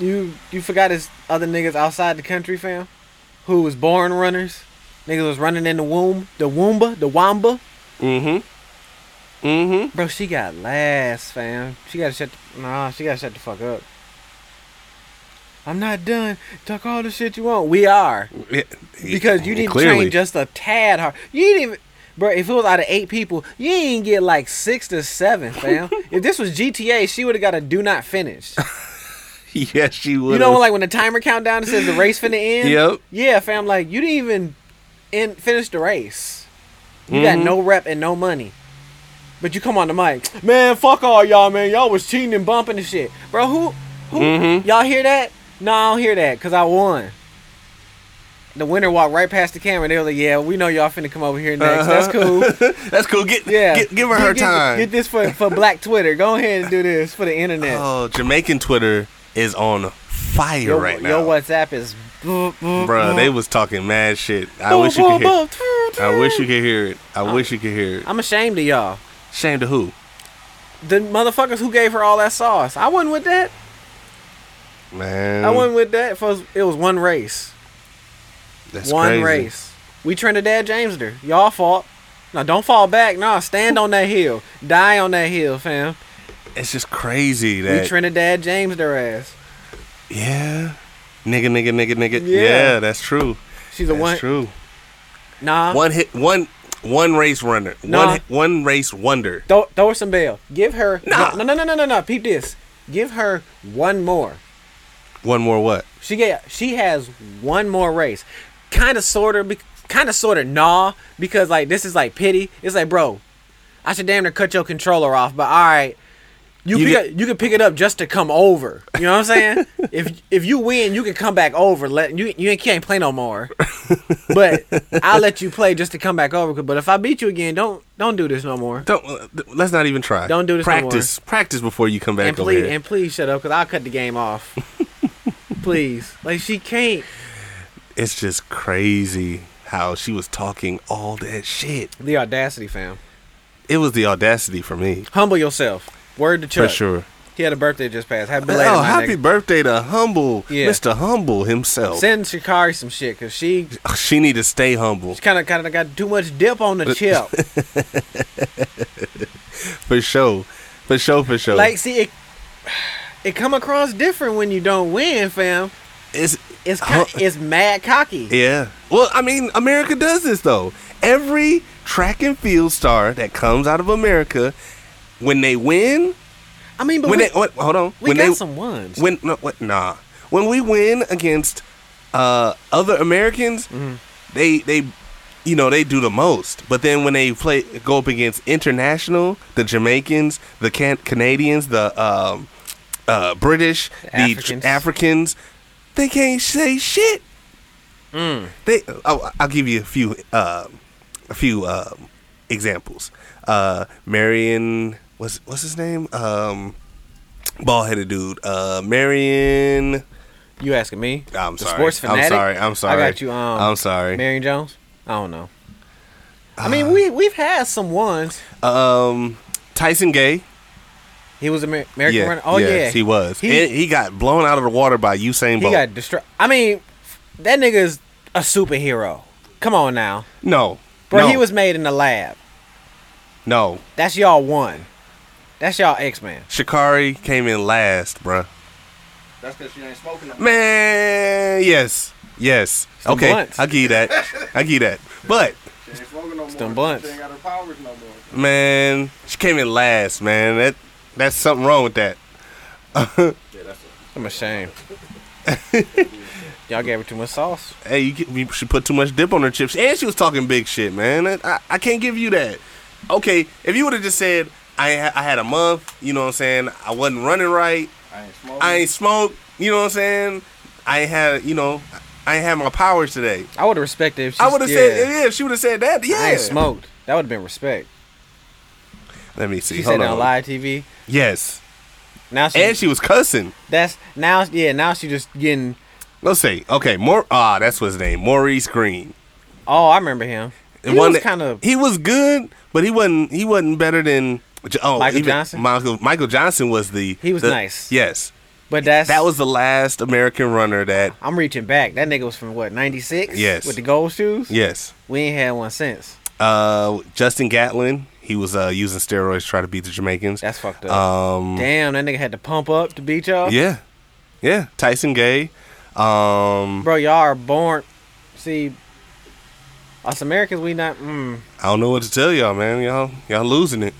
S2: you you forgot his other niggas outside the country, fam, who was born runners. Niggas was running in the womb, the woomba, the wamba.
S1: Mm-hmm. Mm-hmm.
S2: Bro, she got last, fam. She gotta shut. The, nah, she gotta shut the fuck up. I'm not done. Talk all the shit you want. We are because you didn't
S1: Clearly.
S2: train just a tad hard. You didn't even, bro. If it was out of eight people, you didn't get like six to seven, fam. if this was GTA, she would have got a do not finish.
S1: Yes, she would.
S2: You know, like when the timer countdown says the race finna end.
S1: Yep.
S2: Yeah, fam. Like you didn't even end, finish the race. You
S1: Mhm.
S2: got no rep and no money. But you come on the mic, man. Fuck all y'all, man. Y'all was cheating and bumping and shit, bro. Who? Who?
S1: Mhm.
S2: Y'all hear that? No, I don't hear that because I won. The winner walked right past the camera. They were like, "Yeah, we know y'all finna come over here next. That's cool.
S1: That's cool. Get,
S2: Yeah,
S1: get Uh-huh. give her her
S2: Get- get-
S1: time.
S2: Get this for for Black Twitter. Go ahead and do this for the internet.
S1: Oh, Jamaican Twitter is on fire
S2: your,
S1: right now.
S2: your WhatsApp is, Mm-hmm.
S1: Bruh, they was talking mad shit. I wish you could hear. I wish you could hear it. I
S2: Uh,
S1: wish you could hear it.
S2: I'm ashamed of y'all.
S1: Shame to who?
S2: The motherfuckers who gave her all that sauce. I wasn't with that.
S1: Man,
S2: I wasn't with that. For, it was one race.
S1: that's
S2: one
S1: crazy.
S2: race. We Trinidad James her. Y'all fault. Now don't fall back. Nah, stand on that hill. Die on that hill, fam.
S1: It's just crazy
S2: We
S1: that.
S2: Trinidad James their ass.
S1: yeah, nigga, nigga, nigga, nigga. Yeah,
S2: Yeah.
S1: that's true.
S2: She's a
S1: That's
S2: one. Uh-huh.
S1: true.
S2: Nah.
S1: One hit, one, one race runner.
S2: Nah.
S1: One, hit- one race wonder.
S2: Throw, throw her some bail. Give her.
S1: Nah.
S2: No, no, no, no, no, no. Peep this. Give her one more.
S1: One more what?
S2: She get she has one more race, kind of sort of, kind of sort of nah, because like this is like pity. It's like bro, I should damn near cut your controller off, but all right, you
S1: You
S2: pick
S1: get-
S2: up- you can pick it up just to come over. You know what I'm saying? if if you win, you can come back over. Let you you ain't- can't play no more, but I'll let you play just to come back over. But if I beat you again, don't don't do this no more.
S1: Don't uh, th- let's not even try.
S2: Don't do this no more.
S1: Practice, practice before you come back
S2: And
S1: over
S2: please
S1: here.
S2: and please shut up, cause I'll cut the game off. please, like she can't.
S1: it's just crazy how she was talking all that shit.
S2: The audacity, fam.
S1: It was the audacity for me,
S2: Humble yourself. Word to
S1: for
S2: Chuck.
S1: sure.
S2: He had a birthday just passed. Happy belated,
S1: Oh,
S2: my
S1: happy
S2: nigga.
S1: birthday to Humble,
S2: Yeah.
S1: Mr. Humble himself.
S2: Send Shikari some shit because she
S1: she need to stay humble
S2: kind of kind of got too much dip on the chip.
S1: for sure, for sure, for sure.
S2: like, see, it it come across different when you don't win, fam.
S1: it's
S2: It's co- it's mad cocky.
S1: yeah. Well, I mean, America does this though. Every track and field star that comes out of America, when they win,
S2: I mean, but
S1: when
S2: we,
S1: they what, hold on,
S2: we
S1: when
S2: got
S1: they
S2: some ones.
S1: when no, what, nah, when we win against uh, other Americans,
S2: Mm-hmm.
S1: they they you know they do the most. But then when they play go up against international, the Jamaicans, the can- Canadians, the um, uh, British, the
S2: Africans.
S1: Africans. Africans, they can't say shit.
S2: Mm.
S1: They I'll, I'll give you a few uh, a few um examples. Uh, Marion, what's what's his name? Um, bald headed dude. Uh, Marion.
S2: you asking me?
S1: I'm
S2: The
S1: sorry.
S2: sports fanatic?
S1: I'm sorry. I'm sorry.
S2: I got you. Um,
S1: I'm sorry. Uh,
S2: Marion Jones. I don't know. I mean, we we've had some ones.
S1: um, Tyson Gay.
S2: He was Amer- American
S1: yeah.
S2: runner. Oh yeah,
S1: yes, he was.
S2: He-
S1: He, and he got blown out of the water by Usain
S2: He
S1: Bolt.
S2: got destroyed. I mean, that nigga is a superhero. Come on now,
S1: no,
S2: bro.
S1: no,
S2: He was made in the lab.
S1: no.
S2: That's y'all one. That's y'all X Men.
S1: Shikari came in last, bruh.
S3: That's because she ain't smoking no
S1: Man, yes, yes.
S2: the
S1: okay,
S2: blunts.
S1: I'll give you that. I'll give you that. But
S3: She ain't smoking no more.
S2: them blunts.
S3: She ain't got her powers no more.
S1: man, she came in last, man. That that's something wrong with that.
S3: Yeah, that's it.
S2: I'm ashamed. y'all gave her too much sauce.
S1: Hey, you, get- you should put too much dip on her chips. And she was talking big shit, man. That- I, I can't give you that. Okay, if you would have just said, I, ha- I had a month, you know what I'm saying? I wasn't running right.
S3: I ain't smoking.
S1: I ain't smoked, you know what I'm saying? I ain't had, you know, I ain't had my powers today.
S2: I would have respected if she.
S1: I would have
S2: yeah,
S1: said, yeah, if she would have said that, yeah.
S2: I ain't smoked. That would have been respect.
S1: Let me see.
S2: She
S1: Hold
S2: said that
S1: on.
S2: on live TV.
S1: Yes.
S2: Now she,
S1: And she was cussing.
S2: that's now yeah now she just getting.
S1: Let's see. Okay, more. Ah, that's what his name. Maurice Green.
S2: Oh, I remember him. He
S1: And one
S2: was
S1: that-
S2: kind of
S1: He was good, but he wasn't. He wasn't better than. Oh,
S2: Michael
S1: even
S2: Johnson?
S1: Michael Michael Johnson was the.
S2: He was
S1: the-
S2: nice.
S1: Yes,
S2: but that's
S1: that was the last American runner that.
S2: I'm reaching back. That nigga was from what, 96?
S1: Yes.
S2: With the gold shoes?
S1: Yes,
S2: We ain't had one since.
S1: uh, Justin Gatlin. He was uh, using steroids to try to beat the Jamaicans.
S2: That's fucked up.
S1: um,
S2: Damn, that nigga had to pump up to beat y'all.
S1: yeah, yeah. Tyson Gay. Um,
S2: Bro, y'all are born. See, us Americans, we not. Mm,
S1: I don't know what to tell y'all, man. Y'all, y'all losing it.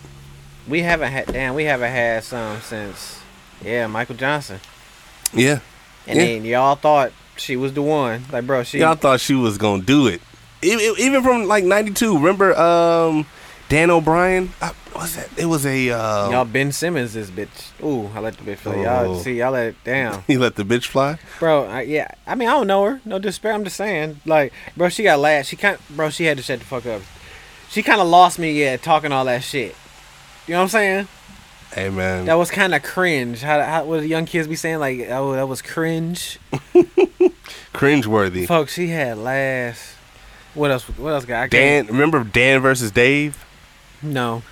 S2: we haven't had. Damn, we haven't had some since. Yeah, Michael Johnson.
S1: Yeah,
S2: And
S1: Yeah.
S2: then y'all thought she was the one. Like, bro, she.
S1: Y'all thought she was gonna do it, E- e- even from like '92. Remember, um, Dan O'Brien? I, what's that? It was a um,
S2: Y'all Ben Simmons this bitch. Ooh, I let the bitch play. Y'all
S1: Oh.
S2: see, y'all let down,
S1: he let the bitch fly.
S2: bro. I, yeah, I mean, I don't know her. No despair. I'm just saying, like, bro, she got last. She kind, bro, she had to shut the fuck up. She kind of lost me, yeah, talking all that shit. You know what I'm saying?
S1: Hey man,
S2: That was kind of cringe. How, how what the young kids be saying like, oh, that was cringe.
S1: cringeworthy.
S2: Fuck, she had last. What else? What else? Got I
S1: Dan,
S2: can't-
S1: remember Dan versus Dave?
S2: No.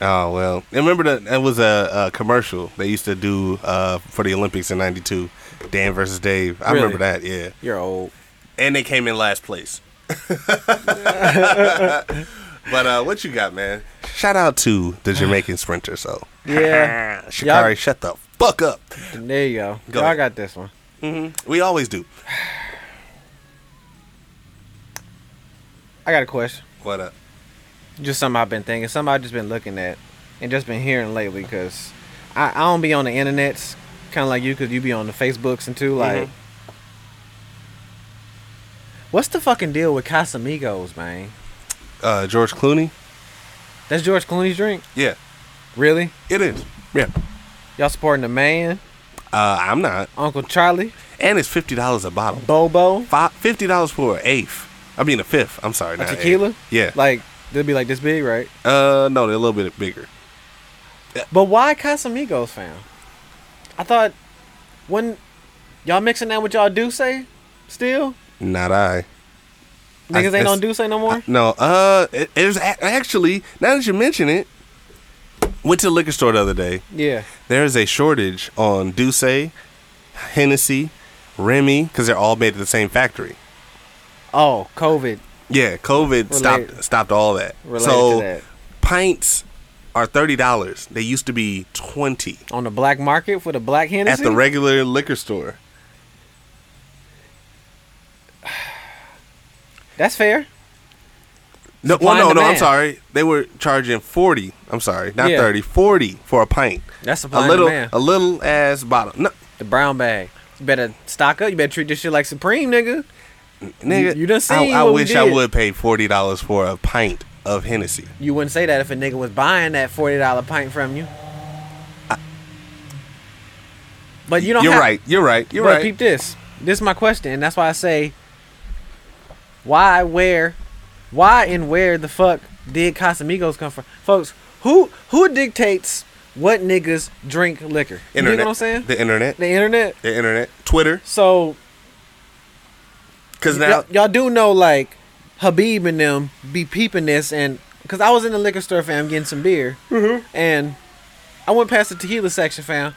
S1: Oh well, and remember that that was a, a commercial they used to do uh, for the Olympics in '92. Dan versus Dave. I
S2: Really?
S1: remember that. Yeah,
S2: You're old.
S1: and they came in last place. but uh, what you got, man? Shout out to the Jamaican sprinter. So
S2: Yeah.
S1: Shikari, shut the fuck up.
S2: there you go.
S1: Go
S2: Y'all
S1: ahead.
S2: got this one.
S1: We always do.
S2: I got a question.
S1: What uh? up?
S2: Just something I've been thinking. Something I've just been looking at and just been hearing lately. Cause I, I don't be on the internets, kind of like you. Cause you be on the Facebooks and too. Like,
S1: Mhm.
S2: what's the fucking deal with Casamigos, man?
S1: Uh, George Clooney?
S2: That's George Clooney's drink.
S1: Yeah,
S2: Really?
S1: it is. Yeah.
S2: Y'all supporting the man,
S1: Uh, I'm not.
S2: Uncle Charlie,
S1: And it's fifty dollars a bottle.
S2: Bobo.
S1: Fi Fifty dollars for an eighth. I mean a fifth. I'm sorry.
S2: a
S1: not an
S2: tequila?
S1: eighth. Uh, Yeah.
S2: Like they'll be like this big, right?
S1: uh, no, they're a little bit bigger.
S2: But why Casamigos fam? I thought when y'all mixing that with y'all do say still
S1: Not I. I-
S2: niggas ain't
S1: it's-
S2: on do say no more.
S1: No. Uh, it, it's a- actually now that you mention it, Went to the liquor store the other day.
S2: Yeah.
S1: There is a shortage on Douce, Hennessy, Remy, because they're all made at the same factory.
S2: Oh, COVID
S1: Yeah, COVID stopped
S2: Relate-
S1: stopped all that.
S2: related
S1: so
S2: to that.
S1: pints are thirty dollars. They used to be twenty
S2: On the black market for the black
S1: at
S2: Hennessy?
S1: the regular liquor store.
S2: That's fair.
S1: No,
S2: Supply
S1: well, no,
S2: and
S1: no. I'm
S2: demand.
S1: sorry. They were charging forty. I'm sorry, not
S2: Yeah.
S1: thirty. Forty for a pint.
S2: That's
S1: A
S2: supply
S1: little,
S2: and demand.
S1: a little ass bottle. No,
S2: The brown bag. You better stock up. You better treat this shit like Supreme, nigga.
S1: nigga.
S2: you done seen
S1: I, I
S2: what we
S1: wish I
S2: did.
S1: would pay forty dollars for a pint of Hennessy.
S2: You wouldn't say that if a nigga was buying that forty dollar pint from you. But you don't.
S1: You're
S2: have-
S1: right. You're right. You're
S2: but
S1: right.
S2: Peep this. This is my question, and that's why I say, why, where, why, and where the fuck did Casamigos come from, folks? Who who dictates what niggas drink liquor? You know
S1: internet.
S2: what I'm saying?
S1: The internet.
S2: the internet.
S1: The internet. Twitter.
S2: So
S1: Because
S2: Y-
S1: now
S2: y'all, y'all do know like Habib and them be peeping this, and because I was in the liquor store, fam, getting some beer,
S1: Mm-hmm.
S2: and I went past the tequila section, fam.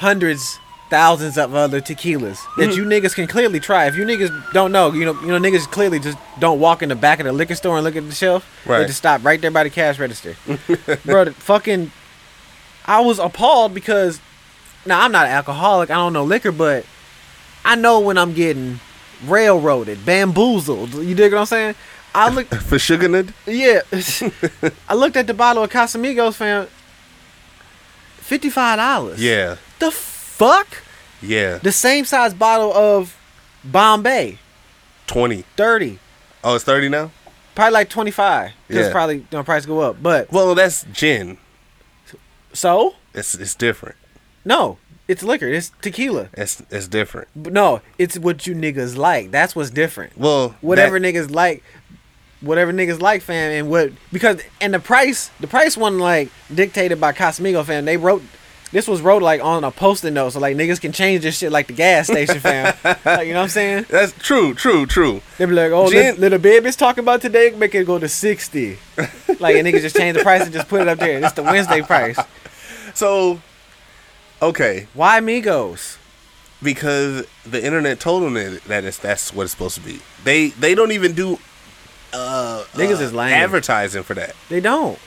S2: Hundreds, thousands of other tequilas that
S1: Mm.
S2: you niggas can clearly try. If you niggas don't know, you know, you know, niggas clearly just don't walk in the back of the liquor store and look at the shelf.
S1: Right.
S2: They just stop right there by the cash register, bro. the Fucking, I was appalled because now I'm not an alcoholic. I don't know liquor, but I know when I'm getting railroaded, bamboozled. You dig what I'm saying? I look,
S1: for sugarnut.
S2: yeah. I looked at the bottle of Casamigos, fam. Fifty-five dollars.
S1: Yeah.
S2: The fuck?
S1: Yeah.
S2: The same size bottle of Bombay,
S1: Twenty.
S2: thirty,
S1: Oh, it's thirty now.
S2: probably like twenty-five. Because
S1: Yeah.
S2: probably the price go up. But
S1: Well, that's gin.
S2: so
S1: It's it's different.
S2: no, it's liquor. It's tequila.
S1: It's it's different.
S2: But no, it's what you niggas like. That's what's different.
S1: Well,
S2: whatever
S1: that-
S2: niggas like, whatever niggas like, fam, and what because and the price, the price wasn't like dictated by Cosmigo, fam. They wrote this was wrote like on a post-it note, so like niggas can change this shit like the gas station, fam. like, you know what I'm saying?
S1: That's true, true, true.
S2: They be like, oh,
S1: Gin-
S2: little, little baby's talking about today, make it go to sixty. like, and niggas just change the price and just put it up there. It's the Wednesday price.
S1: So, okay,
S2: Why Migos?
S1: because the internet told them that, that it's, that's what it's supposed to be. They they don't even do uh,
S2: Niggas
S1: uh,
S2: is lame.
S1: advertising for that.
S2: They don't.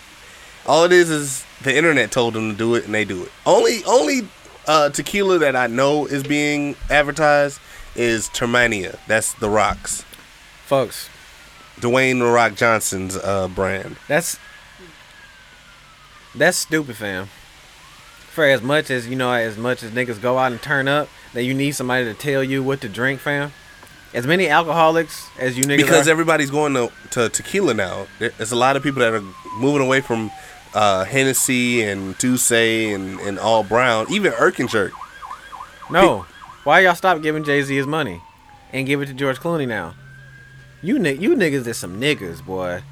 S1: All it is is the internet told them to do it, and they do it. Only only uh, tequila that I know is being advertised is Termania. That's the Rocks,
S2: Folks,
S1: Dwayne the Rock Johnson's uh, brand.
S2: That's that's stupid, fam. For as much as you know, as much as niggas go out and turn up, that you need somebody to tell you what to drink, fam. As many alcoholics as you niggas
S1: because
S2: are,
S1: everybody's going to, to tequila now. There- There's a lot of people that are moving away from uh, Hennessy and Tousse and, and all brown, even Erkenchurch.
S2: no. Why y'all stop giving Jay Z his money and give it to George Clooney now? You ni- you niggas is some niggas, boy.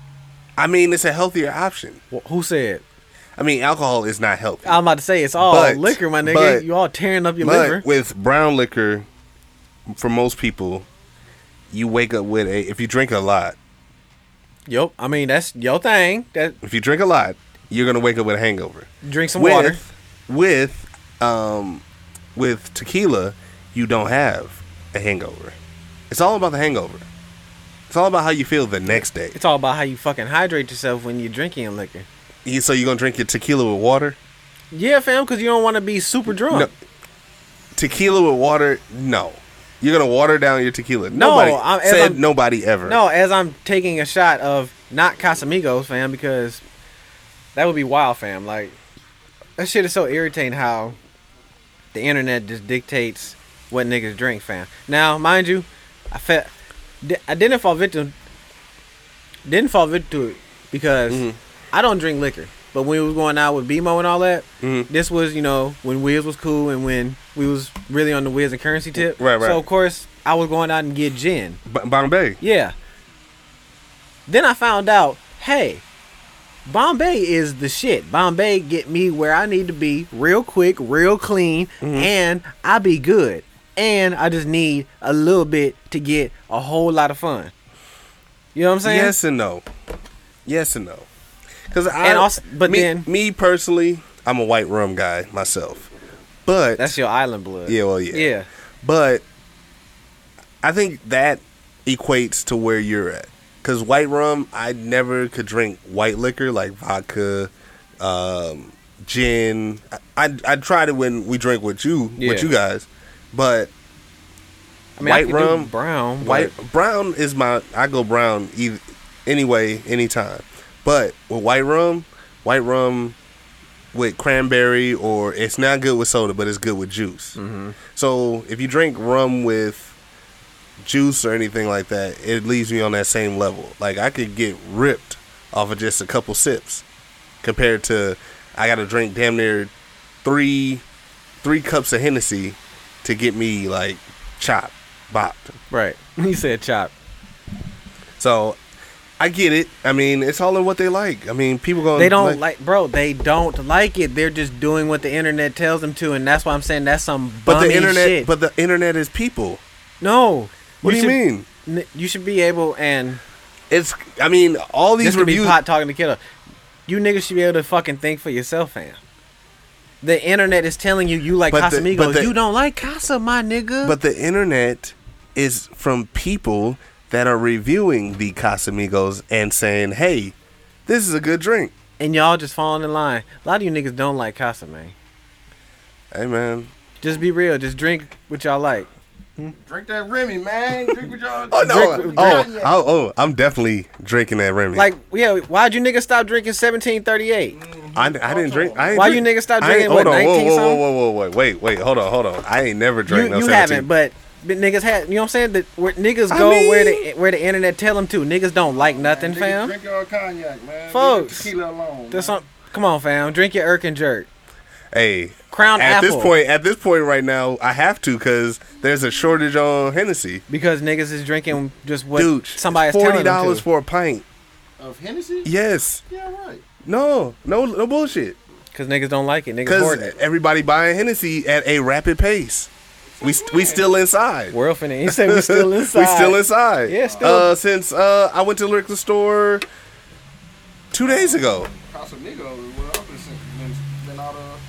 S1: I mean, it's a healthier option.
S2: Wh- Who said?
S1: I mean, alcohol is not healthy.
S2: I'm about to say it's all
S1: But-
S2: liquor, my nigga.
S1: but-
S2: you all tearing up your
S1: but
S2: liver.
S1: with brown liquor, for most people, you wake up with a. If you drink a lot,
S2: Yup. I mean that's your thing. That
S1: if you drink a lot, you're gonna wake up with a hangover.
S2: drink some
S1: with,
S2: water.
S1: With, um, with tequila, you don't have a hangover. It's all about the hangover. It's all about how you feel the next day.
S2: It's all about how you fucking hydrate yourself when you're drinking liquor.
S1: You- So you gonna drink your tequila with water?
S2: Yeah, fam, because you don't want to be super drunk.
S1: No. Tequila with water? No. You're gonna water down your tequila.
S2: No,
S1: Nobody
S2: I'm- as
S1: said
S2: I'm-
S1: nobody ever.
S2: No, as I'm taking a shot of not Casamigos, fam, because that would be wild, fam. Like that shit is so irritating how the internet just dictates what niggas drink, fam. Now, mind you, I felt I didn't fall victim didn't fall victim to it because
S1: Mm-hmm.
S2: I don't drink liquor. But when we was going out with BMO and all that,
S1: Mhm.
S2: this was you know when Wiz was cool and when we was really on the Wiz and currency tip.
S1: Right, right.
S2: So of course I was going out and get gin.
S1: B- Bombay.
S2: Yeah. Then I found out, hey, Bombay is the shit. Bombay get me where I need to be real quick, real clean,
S1: Mm-hmm.
S2: and I be good. And I just need a little bit to get a whole lot of fun. You know what I'm saying?
S1: Yes and no. Yes and no. Because I
S2: And also- but
S1: me,
S2: then-
S1: me personally, I'm a white rum guy myself. But
S2: That's your island blood.
S1: yeah, well, yeah,
S2: Yeah.
S1: But I think that equates to where you're at. Cause white rum, I never could drink white liquor like vodka, um, gin. I, I I tried it when we drank with you
S2: Yeah.
S1: with you guys, but
S2: I mean, I
S1: White
S2: could do
S1: rum,
S2: brown, but-
S1: white brown is my I go brown either, anyway anytime. But with white rum, white rum with cranberry or it's not good with soda, but it's good with juice. So if you drink rum with juice or anything like that, it leaves me on that same level. Like I could get ripped off of just a couple sips compared to I got to drink damn near three three cups of Hennessy to get me like chopped, bopped.
S2: Right. He said chop.
S1: So I get it. I mean, it's all in what they like. I mean, people going
S2: They don't like, bro. They don't like it. They're just doing what the internet tells them to, and that's why I'm saying that's some bummy
S1: but the internet,
S2: shit.
S1: but the internet is people.
S2: no.
S1: What do you mean?
S2: mean? You should be able and
S1: It's. I mean, all these
S2: this could be
S1: reviews.
S2: pot talking to killer. You niggas should be able to fucking think for yourself, fam. The internet is telling you you like
S1: But the-
S2: Casamigos.
S1: but the-
S2: you don't like Casa, my nigga.
S1: But the internet is from people that are reviewing the Casamigos and saying, "Hey, this is a good drink."
S2: and y'all just falling in line. A lot of you niggas don't like Casa, man.
S1: Hey man.
S2: Just be real. Just drink what y'all like.
S3: Drink that Remy, man. Drink with y'all.
S1: Oh no!
S2: Drink-
S1: oh,
S3: drink-
S1: oh, oh! I'm definitely drinking that Remy.
S2: Like, yeah, why'd you niggas stop drinking 1738?
S1: I, I didn't drink. I ain't
S2: Why
S1: drink-
S2: you niggas stop
S1: I ain't-
S2: drinking, what,
S1: Hold on! Whoa,
S2: 19
S1: whoa, whoa,
S2: something?
S1: whoa, whoa, wait, wait, wait! Hold on, hold on! I ain't never drank
S2: You,
S1: no.
S2: you
S1: 17.
S2: haven't, but, but niggas had. You know what I'm saying? That where niggas
S1: I
S2: go where the
S1: mean-
S2: where the internet tell them to. Niggas don't like nothing,
S3: Niggas
S2: fam.
S3: Drink your cognac, man.
S2: Folks,
S3: Leave the tequila alone.
S2: That's
S3: man.
S2: on. Come on, fam. Drink your Irk and jerk.
S1: hey,
S2: Crown
S1: at
S2: apple.
S1: this point, at this point right now, I have to because there's a shortage on Hennessy.
S2: because niggas is drinking just what
S1: Dude,
S2: somebody's
S1: forty
S2: telling them
S1: dollars
S2: to.
S1: for a pint.
S3: Of Hennessy?
S1: Yes,
S3: Yeah, right.
S1: no, no, no bullshit.
S2: Because niggas don't like it. Niggas
S1: Because
S2: hoarding it.
S1: everybody buying Hennessy at a rapid pace. We we still inside.
S2: World finna. He said we still inside.
S1: we still inside.
S2: Yeah, still-
S1: Uh, since uh, I went to the liquor store two days ago.
S3: Casamigos is what I've been saying. Been- Been out of.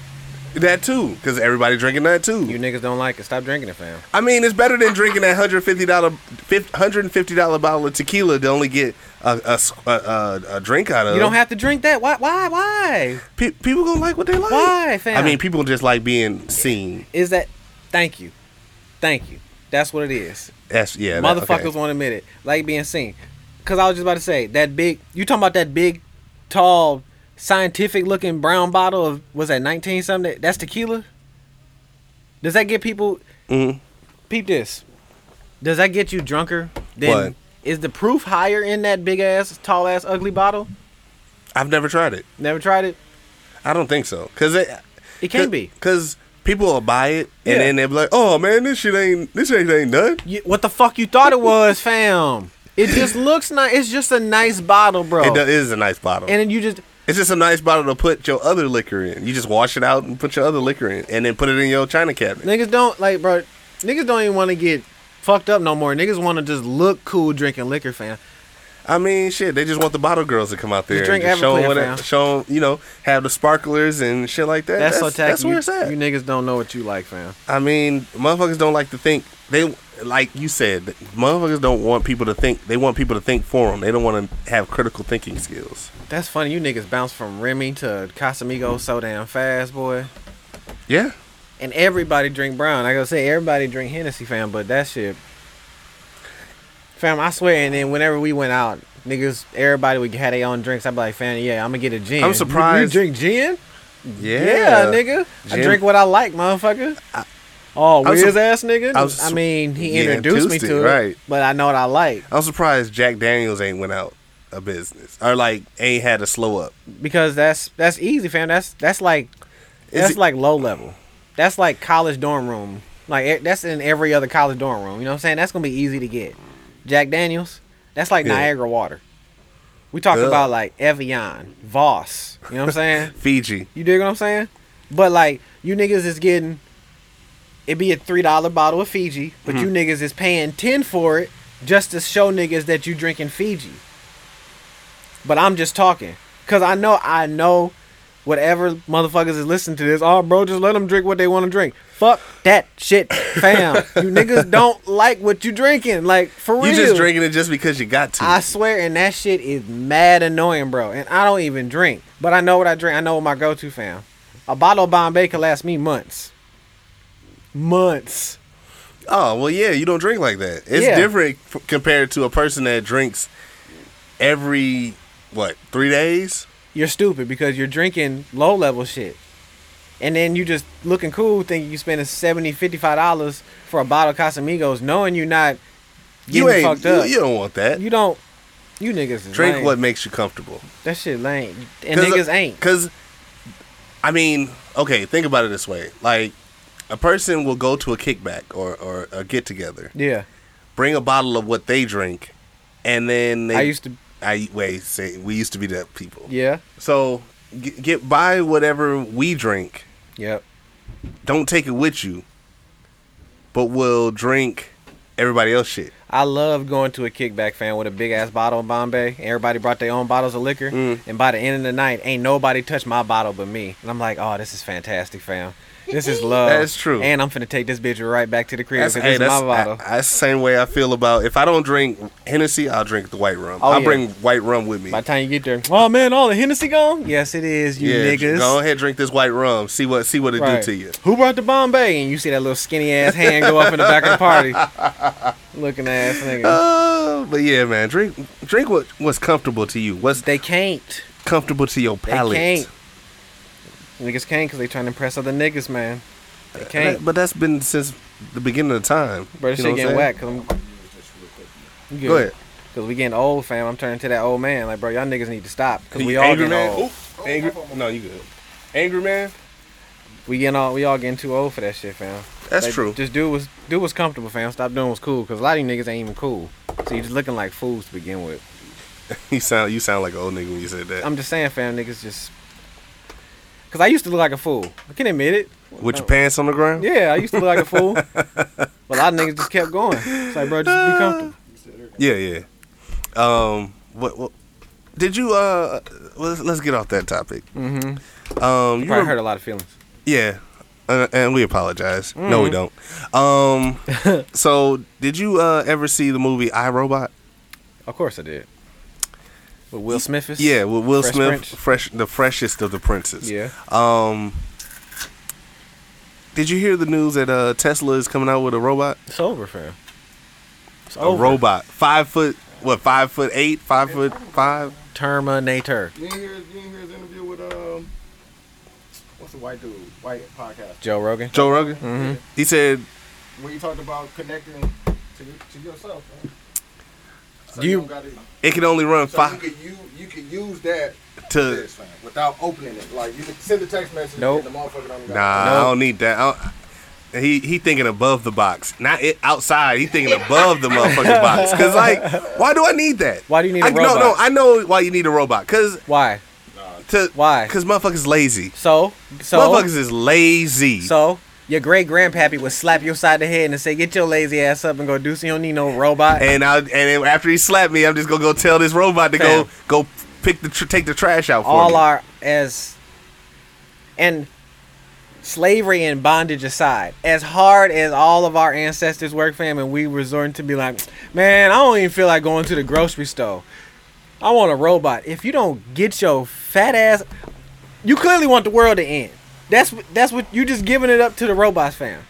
S1: That too, because everybody drinking that too.
S2: You niggas don't like it. Stop drinking it, fam.
S1: I mean, it's better than drinking that hundred fifty dollar hundred and fifty dollar bottle of tequila to only get a a, s- a- a- a drink out of.
S2: You don't have to drink that. Why? Why? Why?
S1: Pe- people gonna like what they like.
S2: Why, fam?
S1: I mean, people just like being seen.
S2: Is that? Thank you. Thank you. That's what it is.
S1: That's yeah. that-
S2: Motherfuckers
S1: okay.
S2: won't admit it. Like being seen. Cause I was just about to say that big. You talking about that big, tall, scientific looking brown bottle of was that nineteen something? That's tequila. Does that get people?
S1: Mhm.
S2: Peep this. Does that get you drunker?
S1: What?
S2: Then is the proof higher in that big ass, tall ass, ugly bottle?
S1: I've never tried it.
S2: Never tried it. I
S1: I don't think so. Cause it
S2: It can be.
S1: Cause people will buy it and
S2: Yeah.
S1: then they'll be like, "Oh man, this shit ain't this shit ain't nothing."
S2: You, what the fuck you thought it was, fam? It just looks nice. It's just a nice bottle, bro.
S1: It do- it is a nice bottle.
S2: Oh. and then you just
S1: it's just a nice bottle to put your other liquor in. You just wash it out and put your other liquor in, and then put it in your china cabinet.
S2: Niggas don't like, bro. Niggas don't even want to get fucked up no more. Niggas want to just look cool drinking liquor, fam.
S1: I mean, shit, they just want the bottle girls to come out there
S2: Just drink
S1: and just show
S2: Everclear,
S1: them, what
S2: fam.
S1: it, show 'em, you know, have the sparklers and shit like that.
S2: That's,
S1: That's,
S2: so tacky.
S1: that's where
S2: you,
S1: it's at.
S2: You niggas don't know what you like, fam.
S1: I mean, motherfuckers don't like to think. They like you said, motherfuckers don't want people to think. They want people to think for them. They don't want to have critical thinking skills.
S2: That's funny. You niggas bounce from Remy to Casamigos so damn fast, boy.
S1: Yeah,
S2: And everybody drink brown. Like I gotta say, everybody drink Hennessy, fam. But that shit, fam. I swear. And then whenever we went out, niggas, everybody would had their own drinks. I'd be like, fam, yeah, I'm gonna get a gin.
S1: I'm
S2: "You-
S1: surprised-
S2: You, drink gin?
S1: yeah,
S2: Yeah, nigga. I
S1: Gin-
S2: drink what I like, motherfucker. oh,
S1: I'm
S2: weird
S1: su-
S2: ass nigga.
S1: I
S2: I,
S1: was su-
S2: mean, he
S1: Yeah,
S2: introduced me
S1: Tuesday,
S2: to it,
S1: right.
S2: but I know what I like
S1: I'm surprised Jack Daniels ain't went out of business or like ain't had a slow up.
S2: because that's that's easy, fam. That's that's like
S1: Is
S2: that's
S1: it-
S2: like low level. That's like college dorm room. Like e- that's in every other college dorm room. You know what I'm saying? That's gonna be easy to get. Jack Daniels. That's like
S1: Yeah.
S2: Niagara water. We talk
S1: Ugh.
S2: about like Evian, Voss. You know what I'm saying?
S1: Fiji.
S2: You dig what I'm saying? But like you niggas is getting it be a three dollar bottle of Fiji, but
S1: Mm-hmm.
S2: you niggas is paying ten for it just to show niggas that you drinking Fiji. But I'm just talking. Cause I know, I know, whatever motherfuckers is listening to this, oh bro, just let them drink what they want to drink. Fuck that shit, fam. you niggas don't like what you drinking, like for real.
S1: You just drinking it just because you got to.
S2: I swear, and that shit is mad annoying, bro. And I don't even drink, but I know what I drink. I know what my go-to fam. A bottle of Bombay can last me months. Months.
S1: oh well, yeah, you don't drink like that. It's
S2: Yeah.
S1: different f- compared to a person that drinks every what three days.
S2: you're stupid because you're drinking low level shit. And then you just looking cool thinking you spending 70 dollars for a bottle of Casamigos, knowing you're not getting
S1: You ain't.
S2: fucked
S1: you-
S2: up.
S1: You,
S2: You,
S1: don't want that.
S2: don't you niggas is
S1: drink
S2: lame.
S1: what makes you comfortable.
S2: that shit lame. And niggas ain't.
S1: Because, I mean, okay, think about it this way: like a person will go to a kickback or or a get together,
S2: Yeah.
S1: bring a bottle of what they drink, and then they,
S2: I used to
S1: I wait, say we used to be that people.
S2: Yeah.
S1: So get, get buy whatever we drink.
S2: Yep.
S1: Don't take it with you, but we'll drink everybody else shit.
S2: I love going to a kickback fan with a big ass bottle of Bombay. and Everybody brought their own bottles of liquor,
S1: Mm.
S2: and by the end of the night, ain't nobody touched my bottle but me. And I'm like, oh, this is fantastic, fam. This is love.
S1: That is true.
S2: And I'm finna take this bitch right back to the crib
S1: That's,
S2: because
S1: hey,
S2: this is my
S1: that's,
S2: bottle.
S1: I- that's the same way I feel about if I don't drink Hennessy, I'll drink the white rum.
S2: Oh,
S1: I'll
S2: yeah.
S1: bring white rum with me.
S2: By the time you get there, oh man, all the Hennessy gone? Yes, it is, you niggas.
S1: Go ahead, drink this white rum. See what see what it
S2: Right.
S1: do to you.
S2: Who brought the Bombay? And you see that little skinny ass hand go up in the back of the party, looking ass nigga.
S1: Uh, but yeah, man, drink drink what what's comfortable to you. What's
S2: They can't.
S1: comfortable to your
S2: They
S1: palate.
S2: can't. Niggas can't because they trying to impress other niggas, man. They
S1: And that-
S2: can't.
S1: Uh, but that's been since the beginning of time.
S2: Bro, this
S1: You know
S2: shit
S1: what I'm
S2: getting
S1: saying?
S2: whack because I'm. You
S1: Go ahead.
S2: Because we getting old, fam. I'm turning to that old man. Like, bro, y'all niggas need to stop. Because we
S1: You
S2: all
S1: angry
S2: getting
S1: man.
S2: old. Oh.
S1: Oop. angry. No, you good. Angry man.
S2: We getting all we all getting too old for that shit, fam.
S1: That's
S2: Like,
S1: true.
S2: Just do what's do what's comfortable, fam. Stop doing what's cool, cause a lot of you niggas ain't even cool. So you just looking like fools to begin with.
S1: You sound you sound like an old nigga when you said that.
S2: I'm just saying, fam, niggas just. Cause I used to look like a fool. I can admit it.
S1: With your pants on the ground.
S2: Yeah, I used to look like a fool. But a lot of niggas just kept going. It's like, bro, just be comfortable.
S1: Yeah, yeah. Um, what, what did you uh? Let's let's get off that topic.
S2: Mm-hmm.
S1: Um, you
S2: Probably
S1: remember,
S2: hurt a lot of feelings.
S1: yeah, uh, and we apologize. No, we don't.
S2: Mm-hmm.
S1: Um, so did you uh ever see the movie I Robot?
S2: Of course I did. With Will Smith is.
S1: Yeah, with Will
S2: Fresh
S1: Smith,
S2: Prince?
S1: fresh the freshest of the princes.
S2: Yeah.
S1: Um, did you hear the news that uh Tesla is coming out with a robot?
S2: It's over, fam. It's
S1: A robot, five foot, what, five foot eight, five foot five?
S2: Terminator.
S3: You didn't hear, you didn't hear his interview with um, what's the white dude, white podcast,
S2: Joe Rogan.
S1: Joe Rogan.
S2: Mm-hmm.
S1: He said
S3: where you talked about connecting to, to yourself. Man. So
S2: You-
S3: you, got to
S1: it can only run
S3: so you
S1: five
S3: could use you could use that
S1: to.
S3: for this, man, without opening it. Like you can send a text message.
S2: Nope.
S3: And the motherfucker don't
S1: Nah,
S3: got
S1: I don't need that. I don't, he he thinking above the box, not it, outside. He thinking above the motherfucking box. Cause like, why do I need that?
S2: Why do you need a
S1: I, No, no,
S2: robot?
S1: I know why you need a robot. Cause
S2: Why?
S1: to
S2: Why?
S1: Cause motherfuckers lazy.
S2: So, so,
S1: motherfuckers is lazy.
S2: so, your great grandpappy would slap you upside the head and say, "Get your lazy ass up and go do so you don't need no robot."
S1: and I and then after he slapped me, I'm just gonna go tell this robot to
S2: Fam.
S1: go go pick the tr- take the trash out for
S2: All
S1: me.
S2: our as, and slavery and bondage aside, as hard as all of our ancestors worked, fam, and we resorting to be like, "Man, I don't even feel like going to the grocery store. I want a robot." If you don't get your fat ass, you clearly want the world to end. That's wh- that's what you just giving it up to the robots, fam.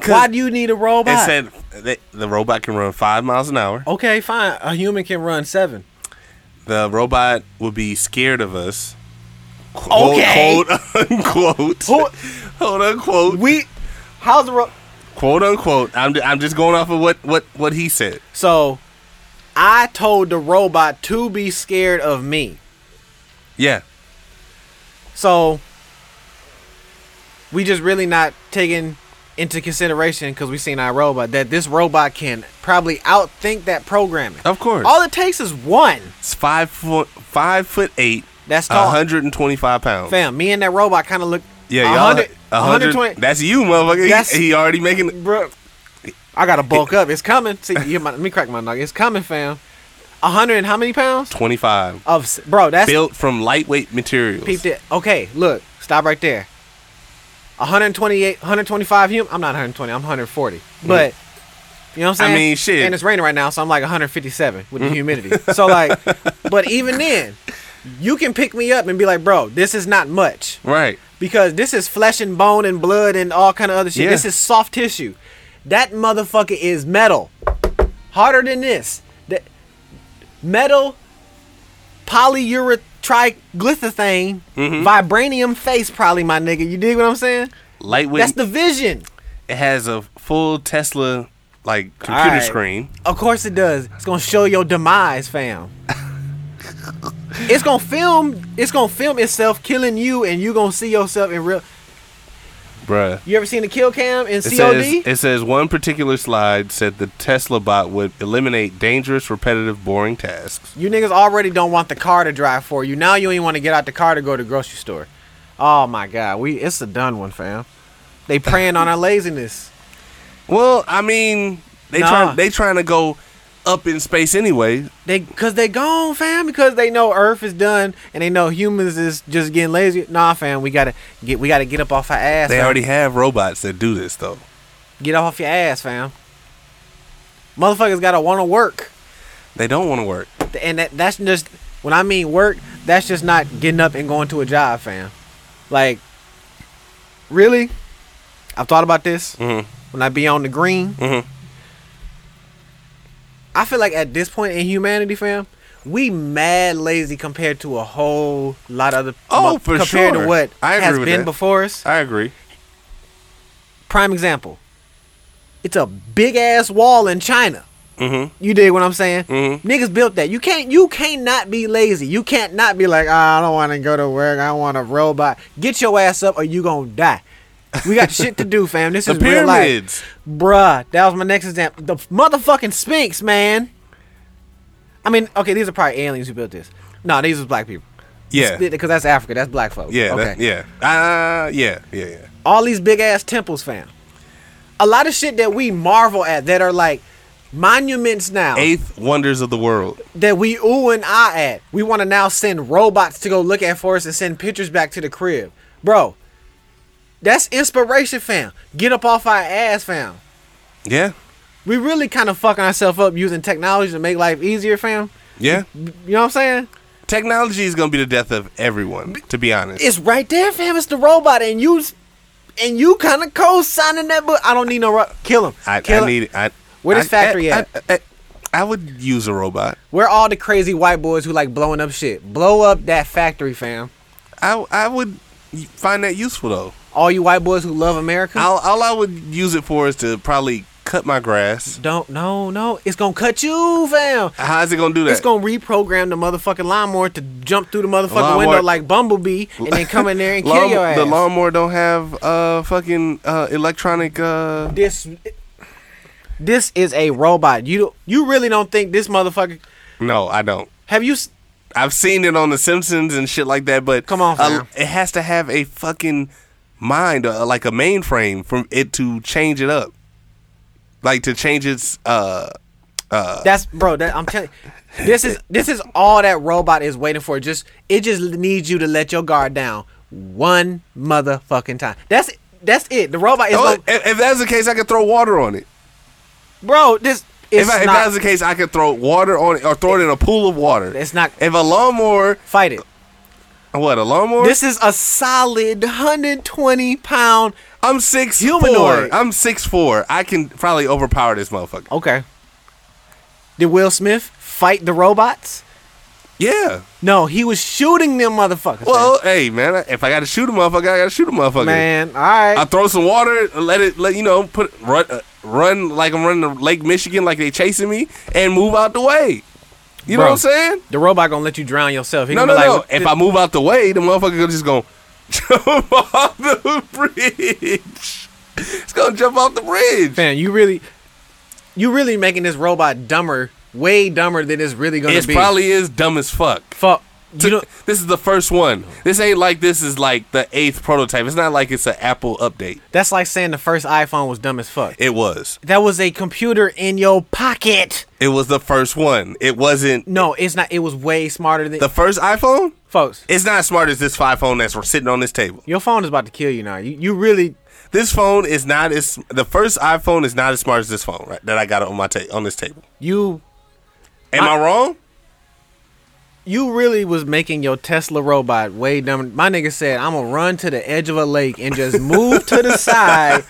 S1: 'Cause
S2: Why do you need a robot?
S1: It said that the robot can run five miles an hour.
S2: Okay, fine. A human can run seven.
S1: The robot would be scared of us.
S2: Okay.
S1: Quote, quote unquote.
S2: Who-
S1: Quote unquote.
S2: We, how's the ro-
S1: quote unquote. I'm, I'm just going off of what, what, what he said.
S2: so? I told the robot to be scared of me.
S1: Yeah.
S2: So we just really not taking into consideration because we seen our robot that this robot can probably outthink that programming.
S1: Of course.
S2: All it takes is one.
S1: it's five foot, five foot eight,
S2: That's tall.
S1: 125 pounds.
S2: Fam, me and that robot kind of look.
S1: Yeah,
S2: a
S1: y'all.
S2: hundred-
S1: a
S2: a hundred twenty-
S1: That's you, motherfucker. He-
S2: That's-
S1: he, already making.
S2: bro. I gotta bulk up. It's coming. See, you, my, let me crack my nugget. It's coming, fam. A hundred and how many pounds?
S1: 25.
S2: Of s- bro, that's
S1: Built from lightweight materials.
S2: peeped it. Okay, look, stop right there. 128, 125 human. I'm not 120. I'm 140. But you know what I'm
S1: Mm-hmm. I
S2: saying?
S1: mean, shit. Mm-hmm.
S2: And it's raining right now, so I'm like 157 with the humidity. so like, but even then, you can pick me up and be like, bro, this is not much
S1: Right.
S2: because this is flesh and bone and blood and all kind of other shit.
S1: Yeah.
S2: This is soft tissue. That motherfucker is metal. Harder than this. That metal polyuretriglyphosate
S1: Mm-hmm.
S2: vibranium face probably my nigga. You dig what I'm saying?
S1: Lightweight.
S2: That's the vision.
S1: it has a full Tesla like computer
S2: Alright.
S1: screen.
S2: Of course it does. It's gonna show your demise, fam. it's gonna film it's gonna film itself killing you and you gonna see yourself in real
S1: Bruh.
S2: you ever seen the kill cam in
S1: It
S2: COD?
S1: says, it says one particular slide said the Tesla bot would eliminate dangerous, repetitive, boring tasks.
S2: You niggas already don't want the car to drive for you. Now you ain't want to get out the car to go to the grocery store. Oh my god, we it's a done one, fam. They preying on our laziness.
S1: Well, I mean, they
S2: Nah.
S1: try, they trying to go up in space anyway.
S2: They cause they gone, fam, because they know Earth is done and they know humans is just getting lazy. Nah, fam, we gotta get we gotta get up off our ass.
S1: They
S2: fam.
S1: already have robots that do this though.
S2: get off your ass, fam. Motherfuckers gotta wanna work.
S1: They don't want to work.
S2: and that, that's just when I mean work. That's just not getting up and going to a job, fam. Like, really, I've thought about this
S1: Mhm.
S2: when I be on the green.
S1: Mhm.
S2: I feel like at this point in humanity, fam, we mad lazy compared to a whole lot of other
S1: Oh,
S2: mo-
S1: for
S2: compared
S1: sure.
S2: to what
S1: I agree
S2: has
S1: with
S2: been
S1: that.
S2: before us.
S1: I agree.
S2: Prime example. It's a big ass wall in China.
S1: Mm-hmm.
S2: You dig what I'm saying?
S1: Mhm.
S2: Niggas built that. You can't. You can't not be lazy. You can't not be like, "Ah, I don't want to go to work. I want a robot. Get your ass up, or you gonna die. We got shit to do, fam. This
S1: The
S2: is real life,
S1: pyramids.
S2: bruh. That was my next example. The motherfucking Sphinx, man. I mean, okay, these are probably aliens who built this. No, these was black people.
S1: Yeah.
S2: because that's Africa. That's black folks.
S1: Yeah.
S2: Okay.
S1: that- yeah. Uh, yeah. Yeah. Yeah.
S2: All these big ass temples, fam. A lot of shit that we marvel at that are like monuments now.
S1: Eighth wonders of the world.
S2: that we ooh and ah at. We want to now send robots to go look at for us and send pictures back to the crib. Bro, that's inspiration, fam. Get up off our ass, fam.
S1: Yeah.
S2: We really kind of fucking ourselves up using technology to make life easier, fam.
S1: Yeah.
S2: You know what I'm saying?
S1: Technology is gonna be the death of everyone. To be honest.
S2: It's right there, fam. It's the robot, and you, and you kind of co-signing that book. I don't need no ro- kill him.
S1: I,
S2: kill
S1: I
S2: him.
S1: need. I,
S2: Where
S1: I-
S2: this factory
S1: I-
S2: at?
S1: I, I- I would use a robot.
S2: We're all the crazy white boys who like blowing up shit. Blow up that factory, fam.
S1: I I would find that useful though.
S2: All you white boys who love America.
S1: All, all I would use it for is to probably cut my grass.
S2: Don't no no. It's gonna cut you, fam.
S1: How's it gonna do that?
S2: It's gonna reprogram the motherfucking lawnmower to jump through the motherfucking
S1: Lawnmower-
S2: window like Bumblebee and then come in there and kill
S1: Lawn-
S2: your ass.
S1: The lawnmower don't have uh fucking uh electronic uh
S2: this this is a robot. You don't- you really don't think this motherfucker?
S1: No, I don't.
S2: Have you? s-
S1: I've seen it on The Simpsons and shit like that, but
S2: Come on,
S1: uh,
S2: fam.
S1: it has to have a fucking mind, uh, like a mainframe, from it to change it up, like to change its. uh
S2: That's bro. That I'm telling. This is this is all that robot is waiting for. Just it just needs you to let your guard down one motherfucking time. That's that's it. The robot is
S1: oh,
S2: like,
S1: if, if that's the case, I could throw water on it.
S2: bro. This is
S1: If, I, if
S2: not
S1: that's the case, I could throw water on it or throw it in a pool of water.
S2: It's not-
S1: If a lawnmower,
S2: fight it.
S1: what a lawnmower?
S2: This is a solid 120 pound.
S1: I'm six
S2: Humanoid.
S1: four. I'm six four. I can probably overpower this motherfucker.
S2: Okay. Did Will Smith fight the robots?
S1: Yeah.
S2: No, he was shooting them motherfuckers.
S1: Well, hey man, I- if I got to shoot a motherfucker, I got to shoot a motherfucker.
S2: man, all right.
S1: I throw some water, let it, let you know, put run, uh, run like I'm running to Lake Michigan, like they chasing me, and move out the way. You know what
S2: Bro.
S1: I'm saying?
S2: the robot gonna let you drown yourself. He
S1: No,
S2: gonna
S1: no,
S2: be
S1: no.
S2: like,
S1: If I move out the way, the motherfucker gonna just go jump off the bridge. It's gonna jump off the bridge.
S2: fan, you really, you really making this robot dumber, way dumber than it's really gonna
S1: It
S2: be.
S1: probably is dumb as fuck.
S2: fuck.
S1: took-
S2: don't-
S1: this is the first one. This ain't like this is like the eighth prototype. It's not like it's an Apple update.
S2: That's like saying the first iPhone was dumb as fuck.
S1: It was.
S2: That was a computer in your pocket.
S1: It was the first one. It wasn't
S2: No, it's not. It was way smarter than
S1: the first iPhone.
S2: folks.
S1: It's not as smart as this five phone that's sitting on this table.
S2: your phone is about to kill you now. You, you really
S1: This phone is not as the first iPhone is not as smart as this phone right, that I got on my ta- on this table.
S2: you
S1: Am I, wrong?
S2: you really was making your Tesla robot way dumb. My nigga said, "I'm gonna run to the edge of a lake and just move to the side,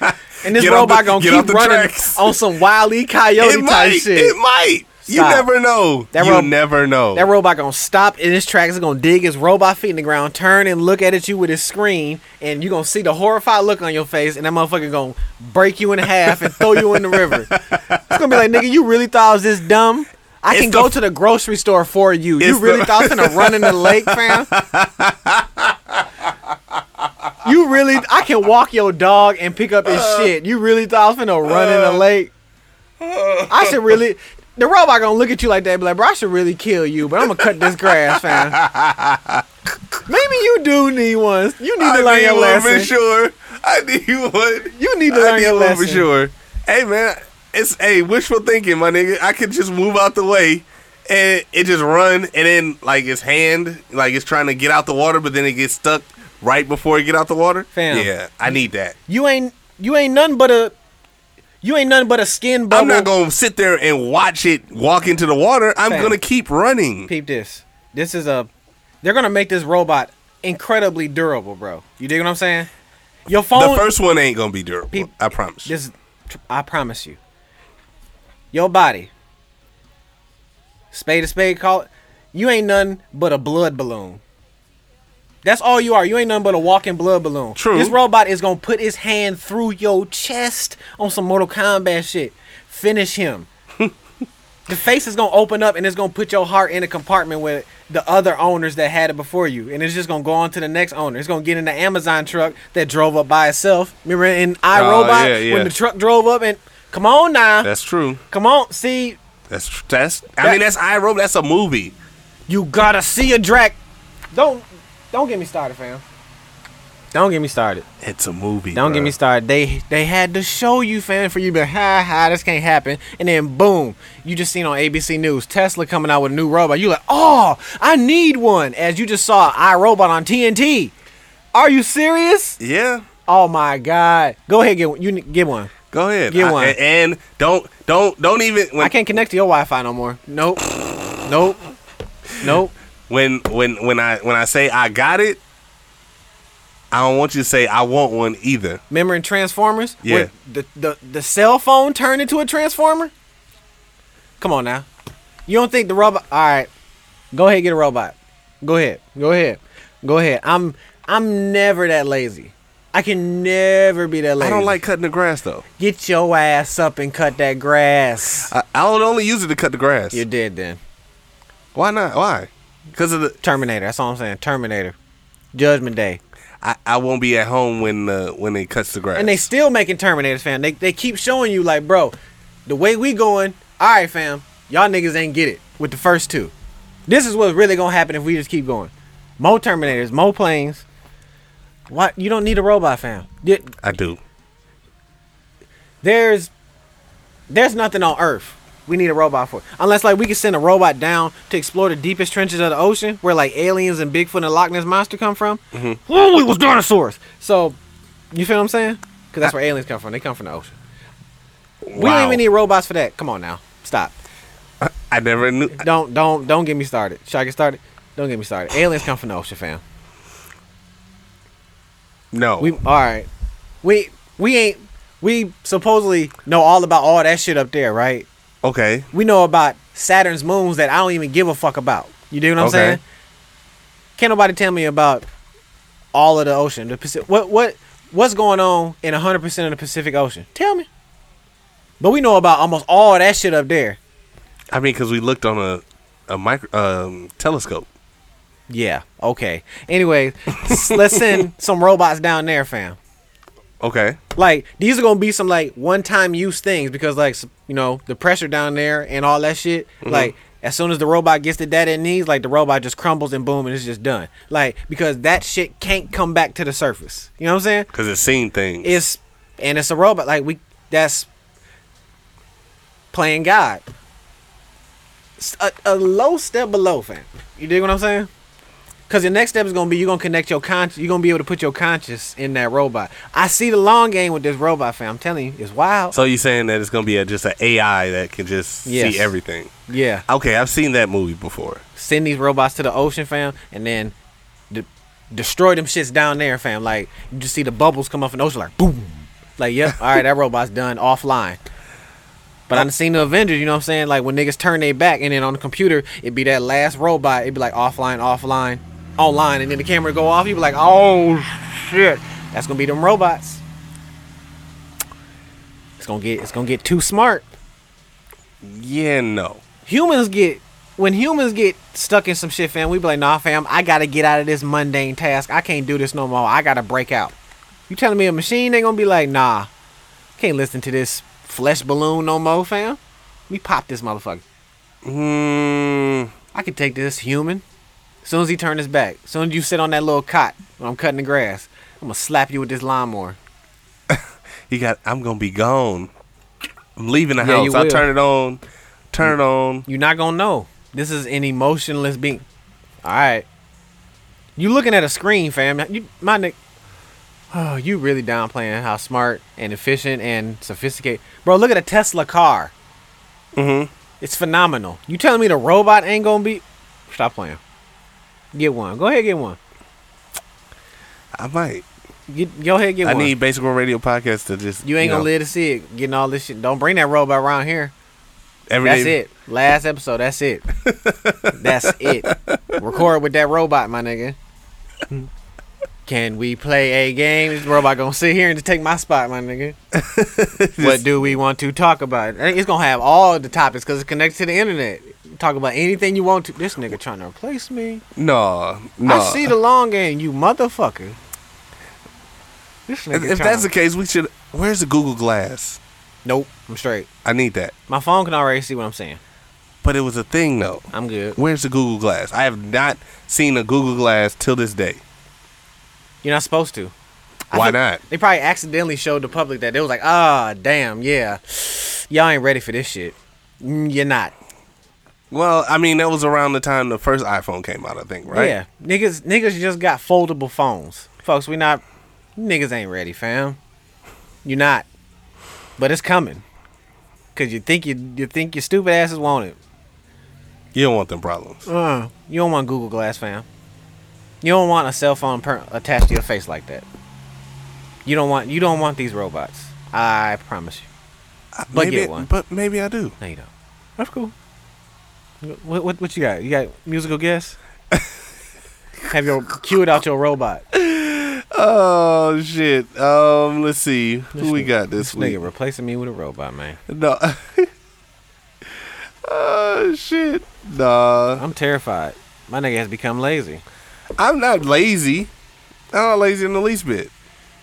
S2: and this
S1: Get off
S2: robot
S1: the-
S2: gonna
S1: get off
S2: keep
S1: the
S2: running
S1: tracks."
S2: on some wily coyote
S1: It
S2: type
S1: might.
S2: shit."
S1: It might. You
S2: Stop.
S1: never know.
S2: That
S1: you
S2: ro-
S1: never know.
S2: That robot gonna stop in his tracks. It's gonna dig his robot feet in the ground, turn and look at you with his screen, and you gonna see the horrified look on your face, and that motherfucker gonna break you in half and throw you in the river. It's gonna be like, nigga, you really thought I was this dumb? I
S1: It's
S2: can
S1: the-
S2: go to the grocery store for you. You
S1: It's
S2: really
S1: the-
S2: thought I was gonna run in the lake, fam? You really, I can walk your dog and pick up his
S1: Uh,
S2: shit. You really thought I was finna run in the lake? I should really. The robot gonna look at you like that, and be like, bro, I should really kill you, but I'm gonna cut this grass, fam. Maybe you do need one. You need to learn your
S1: one
S2: lesson.
S1: for sure. I need one.
S2: You need to
S1: I
S2: learn
S1: need
S2: your
S1: one
S2: lesson.
S1: for sure. Hey man, it's hey wishful thinking, my nigga. I could just move out the way and it just run, and then like its hand, like it's trying to get out the water, but then it gets stuck right before it get out the water.
S2: Fam.
S1: Yeah, I need that.
S2: You ain't, you ain't nothing but a, you ain't nothing but a skin bubble.
S1: I'm not gonna sit there and watch it walk into the water. I'm
S2: Fam.
S1: gonna keep running.
S2: peep this. This is a. They're gonna make this robot incredibly durable, bro. You dig what I'm saying? Your phone.
S1: The first one ain't gonna be durable.
S2: Peep-
S1: I promise. you.
S2: This, tr- I promise you. Your body. Spade to spade, call it. You ain't nothing but a blood balloon. That's all you are. You ain't nothing but a walking blood balloon.
S1: True.
S2: This robot is gonna put his hand through your chest on some Mortal Kombat shit. Finish him. the face is gonna open up and it's gonna put your heart in a compartment with the other owners that had it before you, and it's just gonna go on to the next owner. It's gonna get in the Amazon truck that drove up by itself. Remember in iRobot
S1: Oh, yeah, yeah.
S2: when the truck drove up and come on now,
S1: that's true.
S2: come on, see
S1: That's tr- that's. I
S2: That-
S1: mean, that's I Robot. That's a movie.
S2: you gotta see a drac. Don't don't get me started, fam. Don't get me started.
S1: It's a movie.
S2: Don't get
S1: bruh.
S2: me started. They they had to show you, fam, for you to be like, ha ha, this can't happen. And then boom, you just seen on ABC News Tesla coming out with a new robot. You like, oh, I need one. As you just saw iRobot on TNT. Are you serious?
S1: Yeah.
S2: Oh my God! Go ahead, get one. You n- get one.
S1: Go ahead.
S2: Get
S1: I-
S2: one.
S1: and- and don't don't don't even when
S2: I can't connect to your Wi-Fi no more. Nope. nope. Nope.
S1: when when when I when I say I got it, I don't want you to say I want one either.
S2: Remember in Transformers?
S1: Yeah.
S2: Where The, the the cell phone turned into a transformer? Come on now. You don't think the robot Alright. Go ahead get a robot. Go ahead. Go ahead. Go ahead. I'm I'm never that lazy. I can never be that lazy.
S1: I don't like cutting the grass though.
S2: get your ass up and cut that grass.
S1: I, I would only use it to cut the grass.
S2: You're dead then.
S1: Why not? Why? Because of the
S2: Terminator, that's all I'm saying. Terminator. Judgment Day.
S1: I, I won't be at home when uh, when it cuts the grass.
S2: And they still making Terminators, fam. They they keep showing you like, bro, the way we going, all right, fam. Y'all niggas ain't get it with the first two. This is what's really gonna happen if we just keep going. More Terminators, more planes. What you don't need a robot, fam. Y-
S1: I do.
S2: There's there's nothing on Earth we need a robot for. Unless like we can send a robot down to explore the deepest trenches of the ocean, where like aliens and Bigfoot and Loch Ness monster come from. Oh, it was dinosaurs. So you feel what I'm saying? Because that's where aliens come from. They come from the ocean. We don't
S1: Wow.
S2: even need robots for that. Come on now, stop.
S1: I never knew.
S2: Don't don't don't get me started. Should I get started? Don't get me started. Aliens come from the ocean, fam.
S1: No.
S2: We all right. We we ain't we supposedly know all about all that shit up there, right?
S1: okay.
S2: We know about Saturn's moons that I don't even give a fuck about. You dig what I'm
S1: Okay.
S2: saying? Can't nobody tell me about all of the ocean. The Pacific. What what what's going on in 100 percent of the Pacific Ocean? Tell me. But we know about almost all that shit up there.
S1: I mean, because we looked on a a micro um, telescope.
S2: Yeah. Okay. Anyway, s- let's send some robots down there, fam.
S1: Okay.
S2: Like these are gonna be some like one time use things because like s- you know the pressure down there and all that shit. Like As soon as the robot gets to that it needs, like the robot just crumbles and boom, and it's just done. Like because that shit can't come back to the surface. You know what I'm saying?
S1: Because it seen things.
S2: It's and it's a robot. Like we that's playing God. It's A, a low step below, fam. You dig what I'm saying? Because the next step is gonna be you're gonna connect your conscious. You're gonna be able to put your conscious in that robot. I see the long game with this robot, fam. I'm telling you, it's wild.
S1: so you saying that it's gonna be a, just an AI that can just
S2: Yes.
S1: see everything?
S2: yeah,
S1: Okay, I've seen that movie before.
S2: send these robots to the ocean, fam, and then de- destroy them shits down there, fam. Like you just see the bubbles come off in the ocean, like boom. Like yep, all right, that robot's done offline. But I done seen the Avengers, you know what I'm saying? Like when niggas turn their back and then on the computer, it'd be that last robot, it'd be like offline, offline, online, and then the camera go off, you'd be like, oh shit. That's gonna be them robots. It's gonna get it's gonna get too smart
S1: Yeah, no.
S2: humans get when humans get stuck in some shit, fam, we be like, nah, fam, I gotta get out of this mundane task. I can't do this no more. I gotta break out. You telling me a machine ain't gonna be like, nah, can't listen to this flesh balloon no more, fam. Let me pop this motherfucker.
S1: Mm,
S2: I can take this human. As soon as he turn his back, as soon as you sit on that little cot when I'm cutting the grass, I'm gonna slap you with this lawnmower.
S1: he got. I'm gonna be gone. I'm leaving the
S2: Yeah, you
S1: house. I
S2: will. Mm.
S1: turn it on. Turn it on.
S2: You're not gonna know. This is an emotionless being. All right. You looking at a screen, fam. You, my nick. Oh, you really downplaying how smart and efficient and sophisticated, bro. Look at a Tesla car.
S1: Mm-hmm.
S2: It's phenomenal. You telling me the robot ain't gonna be? Stop playing. Get one. Go ahead, get one.
S1: I might.
S2: Get, go ahead, get
S1: I
S2: one.
S1: need Basic World Radio podcast to just.
S2: you ain't
S1: know,
S2: gonna live to see it. Getting all this shit. Don't bring that robot around here.
S1: every
S2: That's
S1: day-
S2: it. Last episode. That's it. that's it. Record with that robot, my nigga. Can we play a game? This robot gonna sit here and just take my spot, my nigga. what do we want to talk about? And It's gonna have all the topics because it's connected to the internet. Talk about anything you want to. This nigga trying to replace me.
S1: No, no.
S2: I see the long game, you motherfucker. This nigga.
S1: if, if
S2: tryna-
S1: that's the case, we should. Where's the Google Glass?
S2: nope, I'm straight.
S1: I need that.
S2: My phone can already see what I'm saying.
S1: But it was a thing though.
S2: I'm good.
S1: Where's the Google Glass? I have not seen a Google Glass till this day.
S2: You're not supposed to.
S1: Why
S2: think
S1: not?
S2: They probably accidentally showed the public that they was like, ah, damn, yeah, y'all ain't ready for this shit. Mm, You're not.
S1: Well, I mean, that was around the time the first iPhone came out, I think, right?
S2: Yeah, niggas, niggas just got foldable phones, folks. We not, niggas ain't ready, fam. You're not, but it's coming. Cause you think you you think your stupid asses want it.
S1: You don't want them problems.
S2: Uh, you don't want Google Glass, fam. You don't want a cell phone per- attached to your face like that. You don't want you don't want these robots. I promise you.
S1: I-
S2: But
S1: maybe,
S2: get one.
S1: But maybe I do.
S2: No, you don't. That's cool. What what what you got? You got musical guests? Have your cue it out your robot.
S1: Oh shit. Um, let's see who we got this,
S2: This
S1: week.
S2: nigga replacing me with a robot, man.
S1: No. oh shit. Nah,
S2: I'm terrified. My nigga has become lazy.
S1: I'm not lazy. I'm not lazy in the least bit.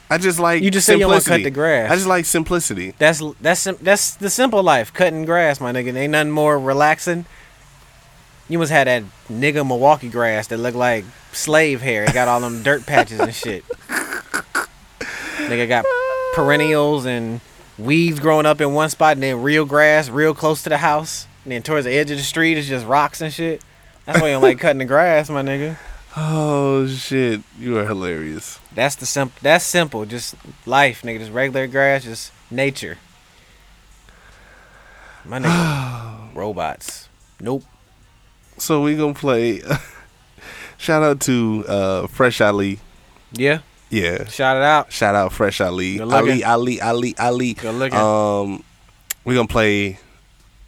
S1: I just like
S2: You just say you wanna
S1: simplicity.
S2: cut the grass.
S1: I just like simplicity.
S2: That's that's sim- that's the simple life, cutting grass, my nigga. Ain't nothing more relaxing. You must have that nigga Milwaukee grass that look like slave hair. It got all them dirt patches and shit. nigga got perennials and weeds growing up in one spot, and then real grass, real close to the house, and then towards the edge of the street it's just rocks and shit. That's why you don't like cutting the grass, my nigga.
S1: Oh shit, you are hilarious.
S2: That's the simple. That's simple. Just life, nigga. Just regular grass. Just nature. My nigga. robots. Nope.
S1: So we gonna play. shout out to uh, Fresh Ali.
S2: Yeah.
S1: Yeah.
S2: Shout it out.
S1: Shout out Fresh Ali.
S2: Good
S1: Ali
S2: looking.
S1: Ali Ali Ali.
S2: Good looking.
S1: Um, we gonna play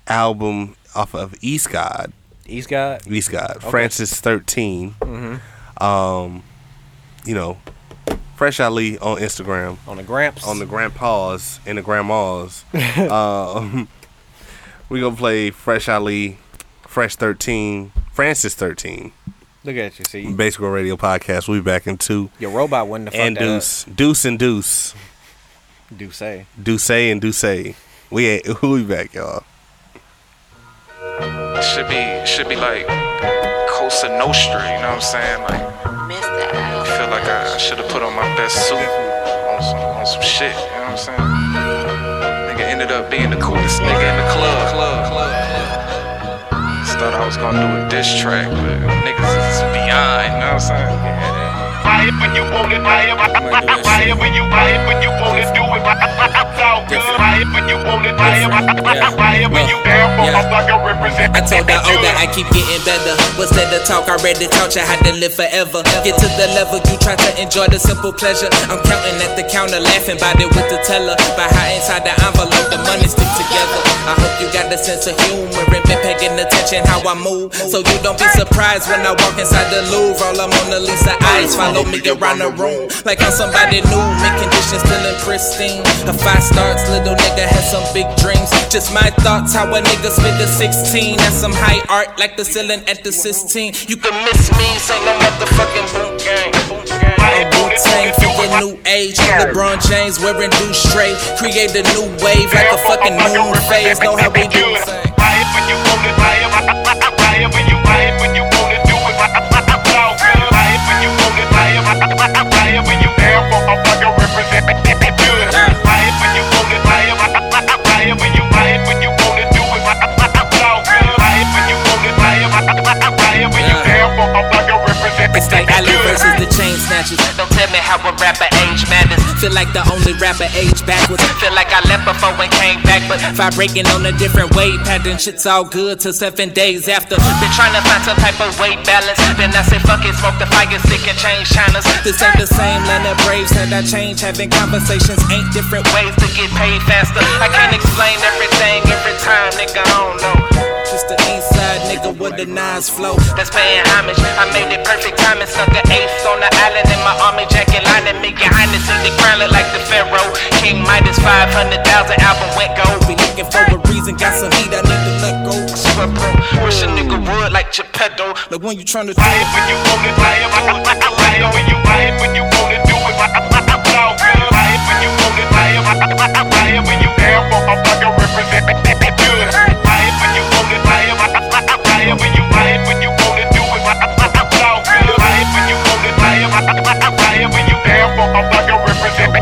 S1: album off of East God.
S2: East God.
S1: East God. Francis 13
S2: Mm-hmm.
S1: Um, you know, Fresh Ali on Instagram.
S2: On the Gramps.
S1: on the grandpas and the grandmas. um, we gonna play Fresh Ali, Fresh Thirteen, Francis Thirteen,
S2: Look at you. See
S1: Basic Girl Radio Podcast. We'll be back in two.
S2: your robot wouldn't have
S1: And
S2: fucked that
S1: Deuce, Deuce and Deuce,
S2: up. Do say.
S1: Deuce and Deuce. We ain't, we be back, y'all.
S4: should be should be like Cosa Nostra, you know what I'm saying? Like
S5: Mr.
S4: I feel like I, I should have put on my best suit on some on some shit, you know what I'm saying? Nigga ended up being the coolest nigga in the club. club, club, club. Just thought I was gonna do a diss track, but niggas is beyond, you know what I'm saying? Yeah, that-
S6: Whatever you wanna, whatever, whatever you, whatever you wanna do it, it's all good. Whatever you wanna, whatever, whatever you down for, I'm not gonna represent.
S7: I told her, oh, that I keep getting better. What's there to talk? I read the couch, I had to live forever. Get to the level, you try to enjoy the simple pleasure. I'm counting at the counter, laughing about it with the teller. By how inside the envelope, the money stick together. I hope you got the sense of humor and been paying attention how I move. So you don't be surprised when I walk inside the Louvre. All I'm on the Lisa eyes, follow me around the room. Like I'm somebody new, my condition still in pristine. A five starts, little nigga had some big dreams. Just my thoughts, how a nigga spit the 16. That's some high art, like the ceiling at the 16. You can miss me, say no motherfucking boot gang. Boot gang. I'm boot gang for the new age. LeBron James wearing new straight. Create a new wave like a fucking moon phase. Know how we do things.
S6: Whatever you wanna, whatever, whatever you, whatever you wanna do it, it's all good. Whatever you wanna, whatever, whatever you down for, I'm not gonna represent. Whatever you wanna, whatever, whatever you, whatever you wanna do it, it's all good. Whatever you wanna, whatever, whatever you down for, I'm not gonna represent.
S7: It's like Ali versus the chain snatchers. Don't tell me how a rapper age matters. Feel like the only rapper age backwards. Feel like I left before and came back, but vibrating on a different wave pattern. Shit's all good till seven days after. Been trying to find some type of weight balance. Then I say fuck it, smoke the fire stick and change channels. This ain't the same land of braves that I change. Having conversations ain't different ways to get paid faster. I can't explain everything every time, nigga. I don't know. Just the east side nigga with the nines flow. That's paying homage. I made it perfect timing. Sunk an ace on the island in my army jacket line and make your highness in the crown look like the pharaoh. King Midas 500,000 album went gold. Be looking for a reason. Got some heat I need to let go. Swear, bro. Wish a nigga would like Geppetto. Like when you tryna do it.
S6: Whatever you wanna, whatever, whatever you, whatever you wanna do it, it's all good. Whatever you wanna, whatever, whatever you down for, I'm not gonna represent. Whatever you wanna, whatever, whatever you, whatever you wanna do it, it's all good. Whatever you wanna, whatever, whatever you down for, I'm not gonna represent.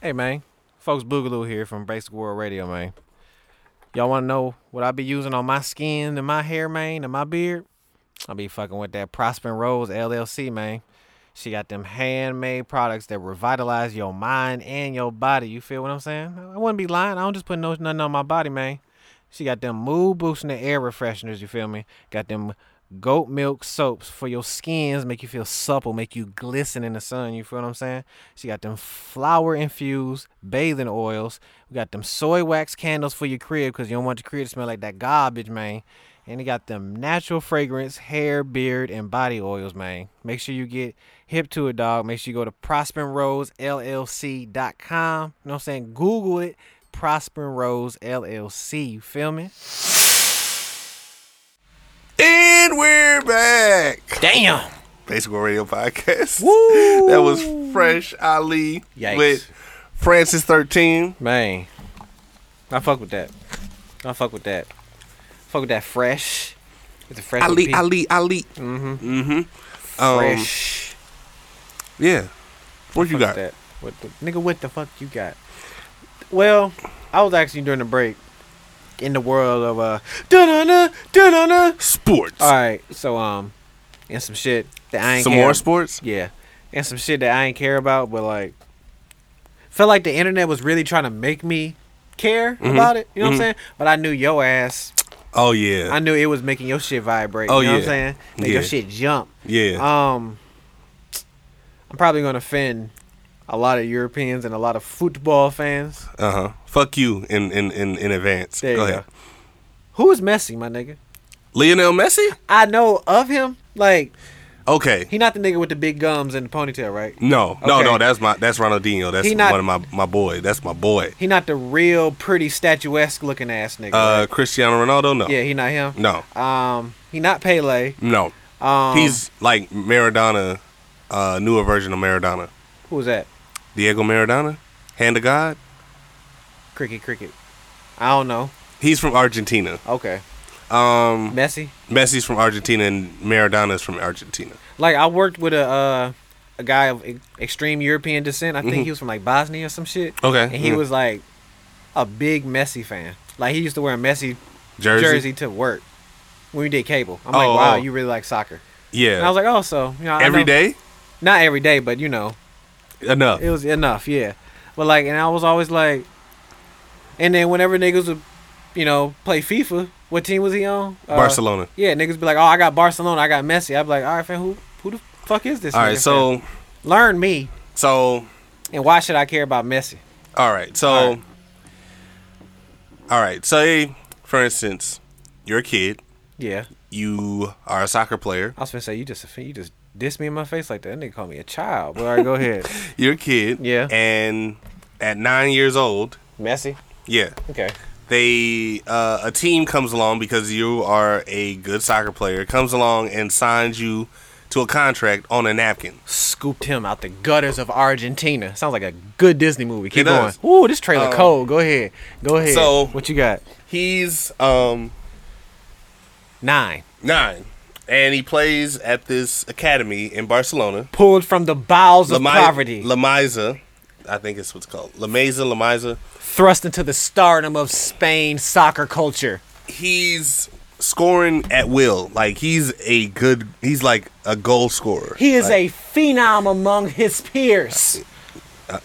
S2: Hey man, folks Boogaloo here from Basic World Radio, man. Y'all wanna know what I be using on my skin and my hair, man, and my beard? I be fucking with that Prosper Rose LLC, man. She got them handmade products that revitalize your mind and your body. You feel what I'm saying? I wouldn't be lying. I don't just put no nothing on my body, man. She got them mood boosting and air refresheners, you feel me? Got them goat milk soaps for your skins, make you feel supple, make you glisten in the sun, you feel what I'm saying? She got them flower infused bathing oils. We got them soy wax candles for your crib because you don't want your crib to smell like that garbage, man. And they got them natural fragrance, hair, beard, and body oils, man. Make sure you get hip to it, dog. Make sure you go to prosperrosellc.com. You know what I'm saying? Google it. Prosper Rose LLC. You feel me?
S1: And we're back.
S2: Damn.
S1: Basic World Radio Podcast.
S2: Woo.
S1: That was Fresh Ali
S2: Yikes.
S1: with Francis 13.
S2: Man, I fuck with that. I fuck with that. Fuck with that fresh. It's a fresh.
S1: Ali,
S2: with
S1: Ali, Ali.
S2: P.
S1: um,
S2: fresh.
S1: Yeah. What you
S2: Fuck
S1: got?
S2: that. What the, nigga, what the fuck you got? Well, I was actually during the break in the world of uh, da-da-da, da-da-da.
S1: Sports.
S2: All right, so um, and some shit that I ain't
S1: Some
S2: care-
S1: more sports?
S2: Yeah, and some shit that I ain't care about, but like, felt like the internet was really trying to make me care
S1: Mm-hmm.
S2: about it. You know what I'm saying? But I knew your ass.
S1: Oh, yeah.
S2: I knew it was making your shit vibrate.
S1: Oh,
S2: you know what
S1: yeah.
S2: I'm saying? Make your
S1: Yeah.
S2: shit jump.
S1: yeah.
S2: Um, I'm probably gonna offend a lot of Europeans and a lot of football fans.
S1: Uh huh. Fuck you in, in, in, in advance.
S2: There
S1: Go
S2: you
S1: ahead.
S2: go. Who is Messi, my nigga?
S1: Lionel Messi?
S2: I know of him. Like
S1: Okay.
S2: He not the nigga with the big gums and the ponytail, right?
S1: No, no,
S2: Okay.
S1: no. That's my that's Ronaldinho. That's
S2: He not-
S1: one of my my boy. That's my boy.
S2: He not the real pretty statuesque looking ass nigga.
S1: Uh,
S2: right?
S1: Cristiano Ronaldo. No,
S2: Yeah, he not him.
S1: no,
S2: Um, he not Pele.
S1: no.
S2: Um,
S1: He's like Maradona, uh, newer version of Maradona.
S2: who was that?
S1: Diego Maradona, hand of God.
S2: Cricket, cricket. I don't know.
S1: He's from Argentina.
S2: Okay,
S1: Um,
S2: Messi.
S1: Messi's from Argentina and Maradona's from Argentina.
S2: Like I worked with a uh, a guy of e- extreme European descent. I think
S1: Mm-hmm.
S2: he was from like Bosnia or some shit.
S1: Okay.
S2: and he
S1: Mhm.
S2: was like a big Messi fan. Like he used to wear a Messi
S1: Jersey.
S2: jersey, to work when we did cable. I'm
S1: Oh,
S2: like, wow,
S1: oh.
S2: you really like soccer. And I
S1: Yeah.
S2: was like, oh, so you know, I
S1: Every
S2: know-
S1: day.
S2: not every day, but you know,
S1: Enough.
S2: it was enough, yeah. But like, and I was always like, and then whenever niggas would, you know, play FIFA, what team was he on? Uh,
S1: Barcelona.
S2: Yeah, niggas be like, oh, I got Barcelona, I got Messi. I'd be like, all right, fam, who who the fuck is this?
S1: All right.
S2: nigga,
S1: So
S2: fam? learn me,
S1: so
S2: and why should I care about Messi?
S1: All right. So, all
S2: All
S1: right. Say, for instance, you're a kid.
S2: Yeah,
S1: You are a soccer player.
S2: I was gonna say you just you just diss me in my face like that. That nigga called me a child. But all right, go ahead,
S1: You're a kid.
S2: Yeah.
S1: And at nine years old,
S2: Messi.
S1: yeah,
S2: Okay,
S1: they uh, a team comes along because you are a good soccer player. Comes along and signs you to a contract on a napkin.
S2: scooped him out the gutters of Argentina. Sounds like a good Disney movie. Keep
S1: It
S2: going.
S1: does.
S2: Ooh, this trailer
S1: Um,
S2: cold. Go ahead, go ahead.
S1: so-
S2: what you got?
S1: He's um
S2: Nine.
S1: nine, and he plays at this academy in Barcelona.
S2: pulled from the bowels of
S1: Lami-
S2: poverty,
S1: La Maisa, I think it's what's called. La Maisa, La Maisa.
S2: thrust into the stardom of Spain soccer culture.
S1: he's scoring at will. Like he's a good. He's like a goal scorer.
S2: He is a phenom among his peers.
S1: Uh,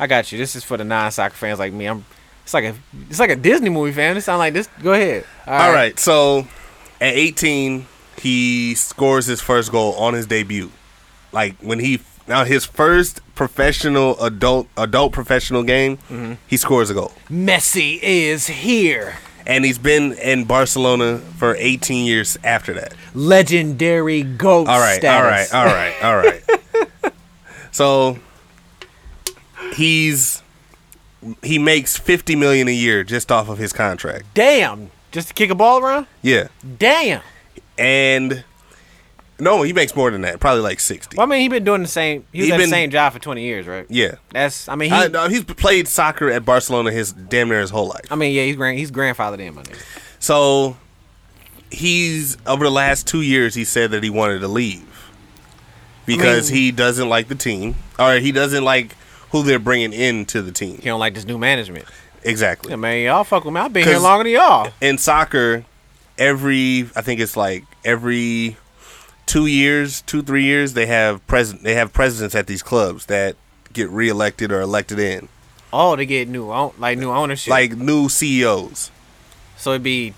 S2: I got you. This is for the non-soccer fans like me. I'm. It's like a. It's like a Disney movie fan. It sound like this. Go ahead.
S1: All right. So at 18, he scores his first goal on his debut. Like when he now his first professional adult adult professional game, he scores a goal,
S2: Messi is here.
S1: and he's been in Barcelona for 18 years after that.
S2: Legendary goat
S1: All right,
S2: status.
S1: all right, all right, all right. so he's he makes fifty million a year just off of his contract.
S2: Damn. Just to kick a ball around.
S1: Yeah,
S2: Damn.
S1: and no, he makes more than that. Probably like sixty.
S2: Well, I mean, he been doing the same. He was
S1: He
S2: at
S1: been-
S2: the same job for twenty years, right?
S1: yeah,
S2: That's. I mean, he.
S1: I,
S2: I,
S1: no, he's played soccer at Barcelona his damn near his whole life.
S2: mean, yeah, he's grand. He's grandfathered in, my nigga.
S1: So he's over the last two years he said that he wanted to leave because he doesn't like the team or he doesn't like who they're bringing into the team.
S2: He don't like this new management.
S1: Exactly.
S2: Yeah, man, y'all fuck with me. I've been here
S1: 'Cause-
S2: longer than y'all.
S1: in soccer, every I think it's like every two years, two three years, they have president they have presidents at these clubs that get reelected or elected in,
S2: Oh, to get new, own, like new ownership.
S1: like new E CEOs.
S2: so it'd be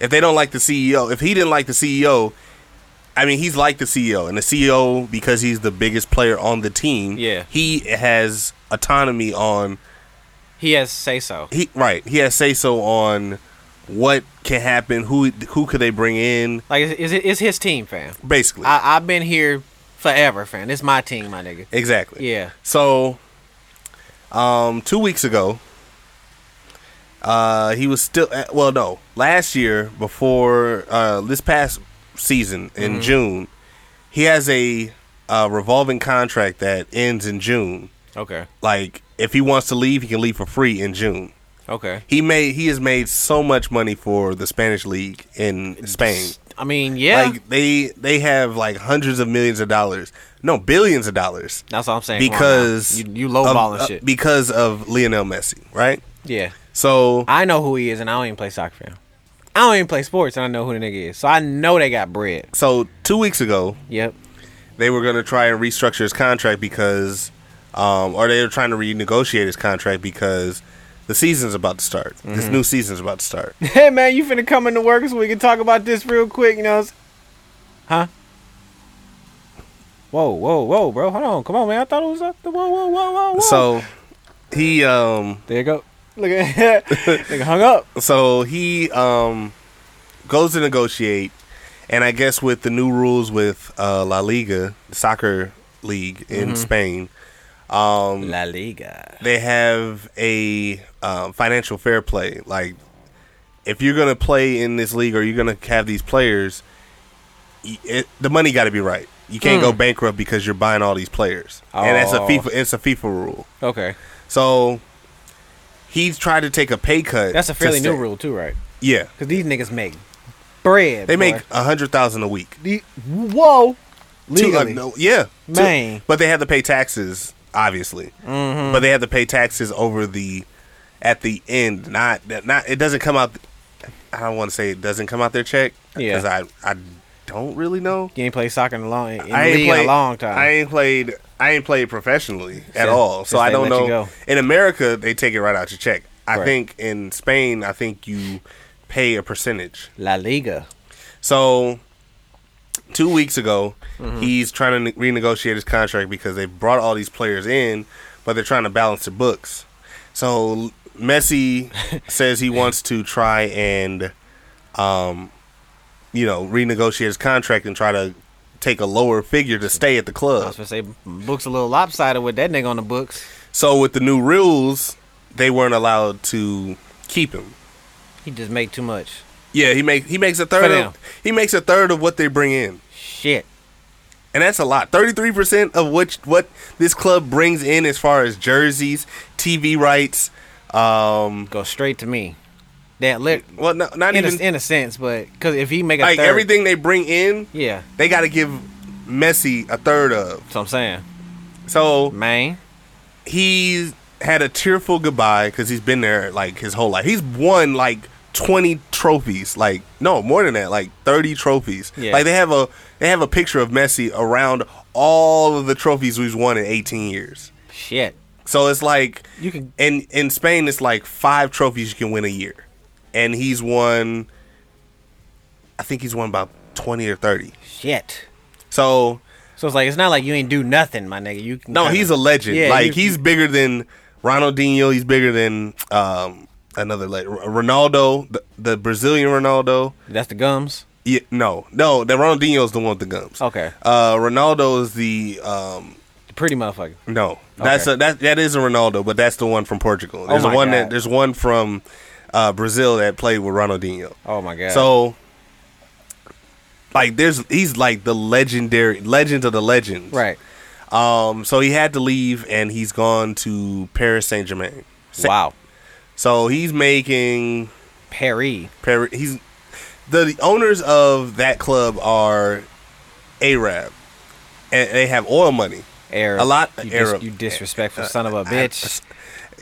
S1: If they don't like the CEO, if he didn't like the CEO, I mean he's like the CEO, and the CEO because he's the biggest player on the team.
S2: Yeah.
S1: he has autonomy on
S2: he has say so.
S1: he right. He has say so on what can happen, who who could they bring in,
S2: Like is is it's his team, fam.
S1: basically.
S2: I I've been here forever, fam. It's my team, my nigga.
S1: Exactly.
S2: Yeah.
S1: So, um, two weeks ago, uh, he was still uh, well. No, last year before uh, this past season in June, he has a uh, revolving contract that ends in June.
S2: Okay.
S1: Like, if he wants to leave, he can leave for free in June.
S2: Okay.
S1: He made he has made so much money for the Spanish league in Spain.
S2: I mean, yeah.
S1: Like they they have like hundreds of millions of dollars, no billions of dollars
S2: That's what I'm saying. Come on
S1: because
S2: now. you, you
S1: of-
S2: lowballing
S1: uh,
S2: shit.
S1: because of Lionel Messi, right?
S2: yeah.
S1: So
S2: I know who he is, and I don't even play soccer, fam. I don't even play sports, and I know who the nigga is. So I know they got bread.
S1: so two weeks ago
S2: Yep.
S1: they were going to try and restructure his contract because, um, or they were trying to renegotiate his contract because the season's about to start. This
S2: Mm-hmm.
S1: new season's about to start.
S2: Hey man, you finna come into work so we can talk about this real quick, you know? it's- Huh? Whoa, whoa, whoa, bro. Hold on. Come on, man. I thought it was up. to- Whoa, whoa, whoa, whoa, whoa.
S1: so he um
S2: there you go. Look at that. Nigga hung up.
S1: so he um goes to negotiate And I guess with the new rules with uh, La Liga, the soccer league in
S2: Mm-hmm.
S1: Spain, Um,
S2: La Liga.
S1: they have a um, financial fair play. Like, if you're gonna play in this league or you're gonna have these players, y- it, the money got to be right. You can't go bankrupt because you're buying all these players, and that's a
S2: Hmm. Oh.
S1: FIFA. It's a FIFA rule.
S2: Okay,
S1: So he's tried to take a pay cut.
S2: that's a
S1: to
S2: fairly new
S1: stay.
S2: rule too, right?
S1: Yeah,
S2: Because these niggas make bread.
S1: they
S2: boy.
S1: make a hundred thousand a week.
S2: The- whoa
S1: Two- uh,
S2: legally.
S1: no, yeah, two-
S2: Man.
S1: but they have to pay taxes, obviously.
S2: Mm-hmm.
S1: But they have to pay taxes over the at the end. Not that not it doesn't come out. I don't want to say it doesn't come out their check
S2: Yeah.
S1: because I I don't really know.
S2: You ain't played soccer in a long, in
S1: I
S2: the
S1: ain't
S2: league
S1: played
S2: in a long time.
S1: I ain't played. I ain't played professionally at
S2: Since-
S1: all, so
S2: since
S1: I
S2: they
S1: don't
S2: let you
S1: know.
S2: go.
S1: In America, they take it right out your check. I
S2: Right.
S1: think in Spain, I think you pay a percentage.
S2: La Liga.
S1: So, two weeks ago, he's trying to ne- renegotiate his contract because they brought all these players in, but they're trying to balance their books. So, Messi says he wants to try and, um, you know, renegotiate his contract and try to take a lower figure to stay at the
S2: I
S1: club.
S2: was gonna say books a little lopsided with that nigga on the books.
S1: So, with the new rules, they weren't allowed to keep him.
S2: He just make too much
S1: Yeah, he makes he makes a
S2: For
S1: third
S2: them.
S1: of, he makes a third of what they bring in.
S2: shit.
S1: and that's a lot. Thirty-three percent of which what this club brings in as far as jerseys, TV rights. Um,
S2: Go straight to me. That lit
S1: well, no, not
S2: in, a,
S1: even
S2: in a sense, but because if he make a
S1: like
S2: third,
S1: everything they bring in,
S2: yeah.
S1: they got to give Messi a third of.
S2: That's what I'm saying,
S1: So
S2: man.
S1: he had a tearful goodbye because he's been there like his whole life. He's won like twenty trophies, like no more than that, like thirty trophies.
S2: Yeah.
S1: Like they have a they have a picture of Messi around all of the trophies he's won in eighteen years.
S2: Shit.
S1: So it's like
S2: You can-
S1: in in Spain it's like five trophies you can win a year, and he's won. I think he's won about twenty or thirty.
S2: Shit.
S1: So
S2: So it's like it's not like you ain't do nothing, my nigga. You can
S1: no,
S2: kinda-
S1: he's a legend.
S2: Yeah,
S1: like
S2: you-
S1: he's bigger than Ronaldinho. He's bigger than um, another like Ronaldo, the, the Brazilian Ronaldo.
S2: That's the gums.
S1: Yeah, no, no, the Ronaldinho's the one with the gums.
S2: Okay.
S1: Uh, Ronaldo is the um,
S2: The pretty motherfucker.
S1: No, that's
S2: Okay. Oh
S1: a, that that is a Ronaldo, but that's the one from Portugal. There's
S2: my
S1: one
S2: God.
S1: that there's one from uh, Brazil that played with Ronaldinho.
S2: Oh my god.
S1: So, like, there's he's like the legendary legend of the legends,
S2: right.
S1: Um, so he had to leave, and he's gone to Paris Saint Germain.
S2: wow.
S1: So he's making
S2: Perry.
S1: Paris. He's the owners of that club are Arab, and they have oil money.
S2: Arab.
S1: A lot-
S2: You,
S1: Arab. Uh,
S2: you disrespectful son of a bitch.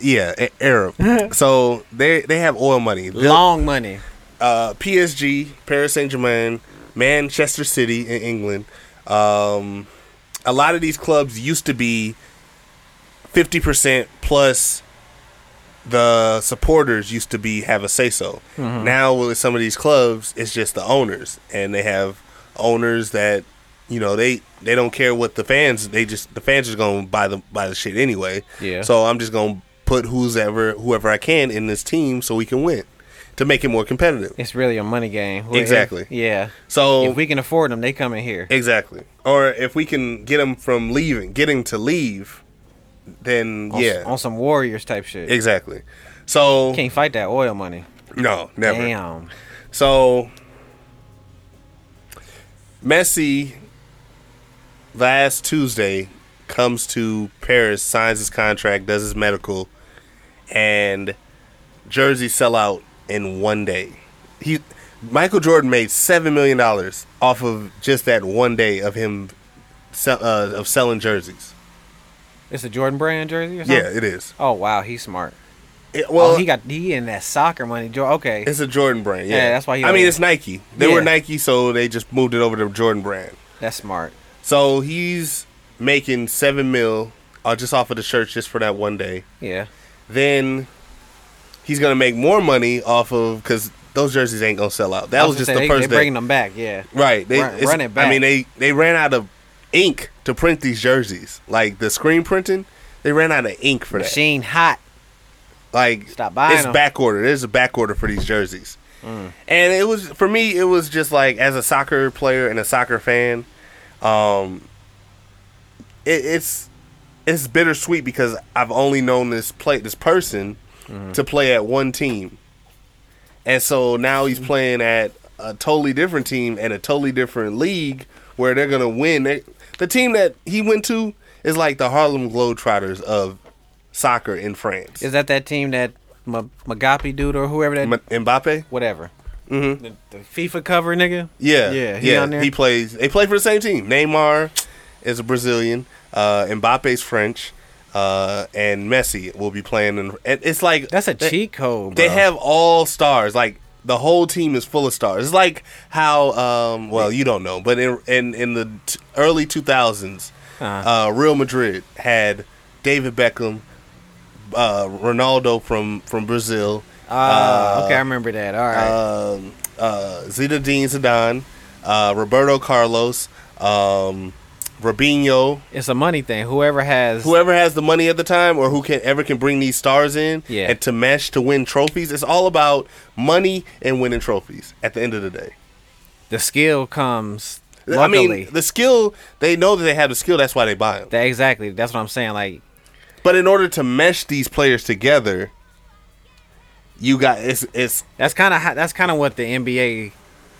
S1: Yeah, A- Arab. so they they have oil money. They'll-
S2: Long money.
S1: uh, PSG, Paris Saint Germain, Manchester City in England. Um, a lot of these clubs used to be fifty percent plus. The supporters used to be have a say so. Now with some of these clubs, it's just the owners, and they have owners that you know they they don't care what the fans. They just the fans are going to buy the buy the shit anyway.
S2: Yeah.
S1: So I'm just going to put who's ever whoever I can in this team so we can win to make it more competitive.
S2: It's really a money game. Whoever-
S1: Exactly.
S2: Yeah.
S1: So
S2: if we can afford them, they come in here.
S1: exactly, or if we can get him from leaving, get him to leave, then
S2: On,
S1: yeah,
S2: On some warriors type shit.
S1: exactly. So
S2: Can't fight that oil money.
S1: no, never.
S2: Damn.
S1: So Messi last Tuesday comes to Paris, signs his contract, does his medical, and jerseys sell out in one day. He Michael Jordan made seven million dollars off of just that one day of him sell, uh, of selling jerseys.
S2: It's a Jordan Brand jersey or something?
S1: Yeah, it is.
S2: Oh wow, he's smart.
S1: It- well,
S2: oh, he got he in that soccer money. Jo- Okay.
S1: it's a Jordan brand. Yeah,
S2: Yeah, that's why he
S1: I mean,
S2: owned-
S1: it's Nike. They
S2: Yeah.
S1: were Nike, so they just moved it over to Jordan brand.
S2: That's smart.
S1: So he's making seven mil uh, just off of the shirts just for that one day.
S2: Yeah.
S1: Then he's gonna make more money off of because those jerseys ain't gonna sell out. That
S2: I
S1: was,
S2: gonna
S1: just
S2: say,
S1: the
S2: they,
S1: first
S2: they
S1: day,
S2: bringing them back. Yeah.
S1: right? They
S2: Run-
S1: it's-
S2: run it back.
S1: I mean, they they ran out of ink to print these jerseys, like the screen printing. They ran out of ink for that.
S2: Machine hot.
S1: Like
S2: Stop buying Mm.
S1: It's
S2: 'em.
S1: back order. There's a back order for these jerseys. And it was for me, it was just like as a soccer player and a soccer fan, um, it, it's it's bittersweet because I've only known this play this person
S2: Mm-hmm.
S1: to play at one team, and so now he's playing at a totally different team and a totally different league where they're gonna win. They, the team that he went to is like the Harlem Globetrotters of soccer in France.
S2: Is that that team that M- Magapi dude or whoever that
S1: M- Mbappe?
S2: whatever? Mm-hmm. The, the FIFA cover nigga.
S1: Yeah,
S2: yeah, he
S1: yeah.
S2: on there?
S1: He plays. They play for the same team. Neymar is a Brazilian. Uh, Mbappe's French, uh, and Messi will be playing. In, and it's like
S2: That's a
S1: they-
S2: cheat code.
S1: They
S2: bro.
S1: have all stars. Like the whole team is full of stars. It's like how um, well you don't know, but in in, in the t- early two thousands,
S2: Uh-huh.
S1: uh, Real Madrid had David Beckham, uh, Ronaldo from from Brazil. Uh,
S2: Ah, okay, I remember that. All right.
S1: um, uh, Zinedine Zidane, uh, Roberto Carlos, um, Robinho,
S2: it's a money thing. Whoever has
S1: whoever has the money at the time or who can ever can bring these stars in
S2: Yeah.
S1: and to mesh to win trophies. It's all about money and winning trophies at the end of the day.
S2: the skill comes
S1: I
S2: luckily.
S1: mean, the skill, they know that they have the skill. That's why they buy them.
S2: that, exactly. That's what I'm saying. Like
S1: But in order to mesh these players together, you got it's it's
S2: that's kind of that's kind of what the NBA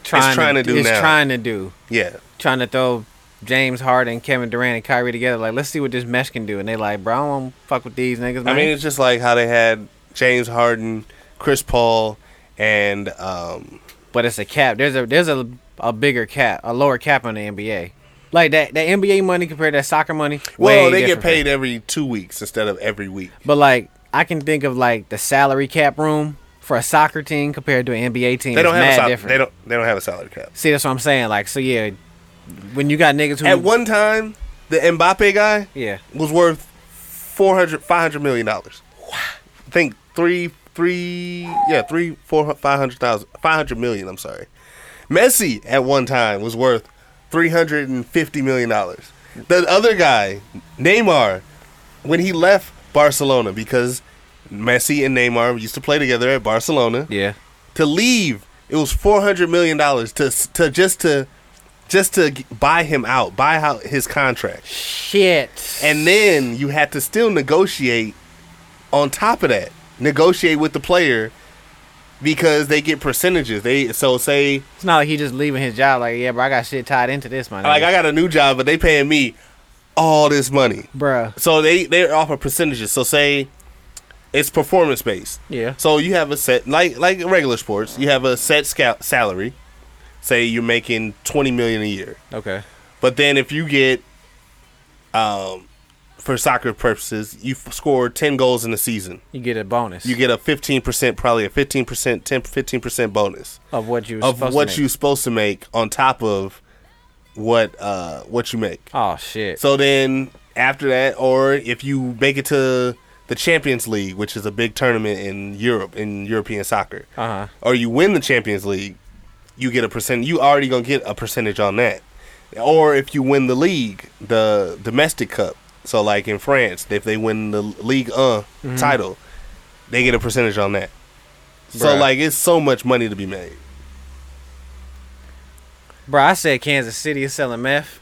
S2: trying,
S1: trying to do
S2: is
S1: now.
S2: trying to do.
S1: yeah.
S2: trying to throw James Harden, Kevin Durant, and Kyrie together. Like, let's see what this mesh can do. And they like, bro, I don't want to fuck with these niggas. Man.
S1: I mean, it's just like how they had James Harden, Chris Paul, and um,
S2: but it's a cap. There's a there's a a bigger cap, a lower cap on the NBA. Like that that NBA money compared to that soccer money.
S1: well,
S2: way
S1: they get
S2: different.
S1: paid every two weeks instead of every week.
S2: But like, I can think of like the salary cap room for a soccer team compared to an NBA team.
S1: They don't
S2: it's
S1: have a
S2: mad
S1: sal-
S2: different.
S1: they don't they don't have a salary cap.
S2: See, that's what I'm saying. Like, so yeah, when you got niggas who
S1: At one time, the Mbappe guy
S2: yeah,
S1: was worth 400 500 million dollars. I think 3 3 yeah, 3 four five hundred thousand five hundred million, I'm sorry. Messi at one time was worth 350 million dollars. The other guy, Neymar, when he left Barcelona because Messi and Neymar used to play together at Barcelona
S2: yeah.
S1: to leave it was 400 million dollars to to just to just to g- buy him out buy out his contract
S2: Shit.
S1: and then you had to still negotiate on top of that negotiate with the player because they get percentages they so say
S2: it's not like he just leaving his job. Like, yeah, bro, I got shit tied into this, my
S1: like
S2: nigga.
S1: i got a new job but they paying me all this money
S2: Bruh.
S1: so they they're off of percentages so say it's performance based
S2: Yeah.
S1: So you have a set like like in regular sports, you have a set scal- salary. Say you're making 20 million a year.
S2: Okay.
S1: But then if you get um for soccer purposes, you f- score 10 goals in a season.
S2: You get a bonus.
S1: You get a 15% probably a 15% 10 15% bonus
S2: of what you
S1: of what you're supposed to make on top of what uh what you make.
S2: Oh shit.
S1: So then after that, or if you make it to the Champions League, which is a big tournament in Europe in European soccer,
S2: Uh-huh.
S1: or you win the Champions League, you get a percent. You already gonna get a percentage on that. Or if you win the league, the domestic cup. So like in France, if they win the league uh
S2: Mm-hmm.
S1: title, they get a percentage on that. So
S2: Bruh.
S1: like it's so much money to be made.
S2: Bro, I said Kansas City is selling meth.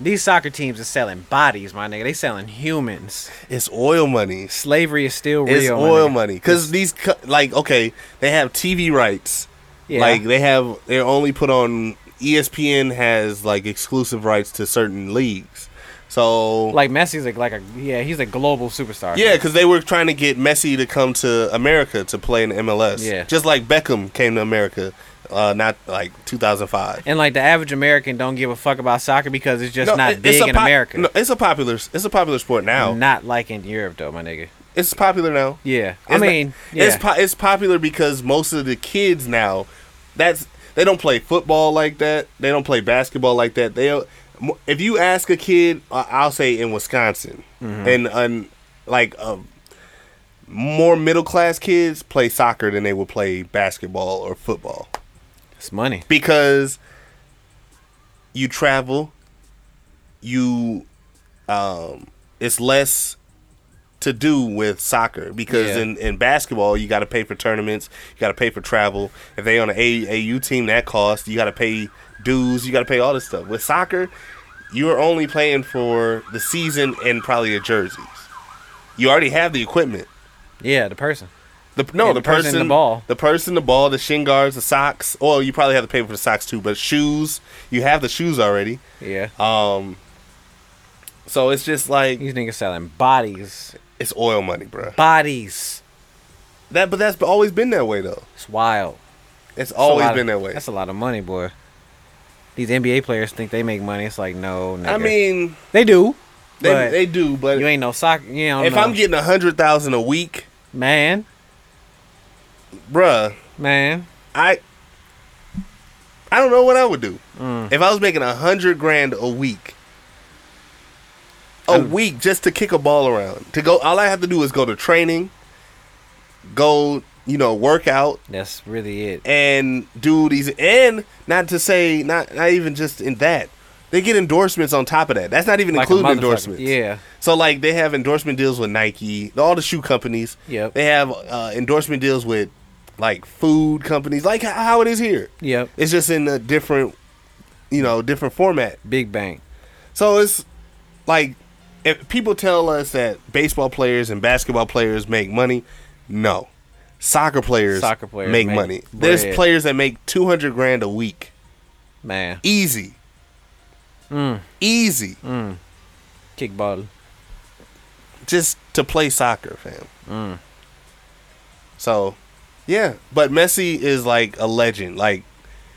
S2: These soccer teams are selling bodies, my nigga. They selling humans.
S1: It's oil money.
S2: Slavery is still real.
S1: It's
S2: my
S1: oil
S2: nigga.
S1: money because these co- like okay, they have TV rights.
S2: Yeah.
S1: Like they have, they're only put on. E ESPN has like exclusive rights to certain leagues. So
S2: like Messi's like, like a yeah, he's a global superstar.
S1: yeah, because they were trying to get Messi to come to America to play in MLS.
S2: Yeah.
S1: just like Beckham came to America, uh, not like 2005.
S2: And like the average American don't give a fuck about soccer because it's just
S1: No,
S2: not
S1: it-
S2: big
S1: a
S2: in
S1: pop-
S2: America.
S1: No, it's a popular, it's a popular sport now.
S2: Not like in Europe though, my nigga.
S1: It's popular now.
S2: Yeah. I
S1: It's not-
S2: mean, yeah.
S1: it's po- it's popular because most of the kids now, that's they don't play football like that. They don't play basketball like that. They, will if you ask a kid, I- I'll say in Wisconsin,
S2: Mm-hmm.
S1: and, and like um, more middle class kids play soccer than they will play basketball or football
S2: it's money.
S1: because you travel you um it's less to do with soccer because
S2: Yeah.
S1: in, in basketball you got to pay for tournaments, you got to pay for travel. If they on an AAU team, that costs. You got to pay dues. You got to pay all this stuff. With soccer, you're only playing for the season and probably your jerseys. You already have the equipment.
S2: Yeah, the person.
S1: The, no,
S2: And
S1: the person, the ball, the person, the ball, the shin guards, the socks. Well, you probably have to pay for the socks too, but shoes. You have the shoes already.
S2: Yeah.
S1: Um, so it's just like
S2: These niggas selling bodies.
S1: it's oil money, bruh.
S2: Bodies.
S1: That, but that's always been that way though.
S2: It's wild.
S1: It's
S2: That's a
S1: always
S2: lot of-
S1: been that way.
S2: That's a lot of money, boy. These NBA players think they make money. It's like no, nigga.
S1: I mean,
S2: they do.
S1: they
S2: but
S1: they do, but
S2: you ain't no soccer. You don't
S1: if
S2: know.
S1: I'm getting a hundred thousand a week,
S2: man,
S1: bruh,
S2: man,
S1: I I don't know what I would do if I was making a hundred grand a week. A week just to kick a ball around. To go, all I have to do is go to training, go, you know, work out,
S2: that's really it.
S1: and do these and not to say not not even just in that they get endorsements on top of that that's not even
S2: Like a
S1: including
S2: motherfucker.
S1: endorsements
S2: Yeah.
S1: so like they have endorsement deals with nike all the shoe companies
S2: Yep.
S1: they have uh, endorsement deals with like food companies like h- how it is here
S2: Yep.
S1: it's just in a different you know different format
S2: Big bang.
S1: so it's like if people tell us that baseball players and basketball players make money, no. Soccer players,
S2: Soccer players
S1: make,
S2: make
S1: money.
S2: bread.
S1: There's players that make 200 grand a week.
S2: Man,
S1: Easy.
S2: Hmm.
S1: Easy.
S2: kickball.
S1: Just to play soccer, fam.
S2: Mm.
S1: So, yeah, but Messi is like a legend. Like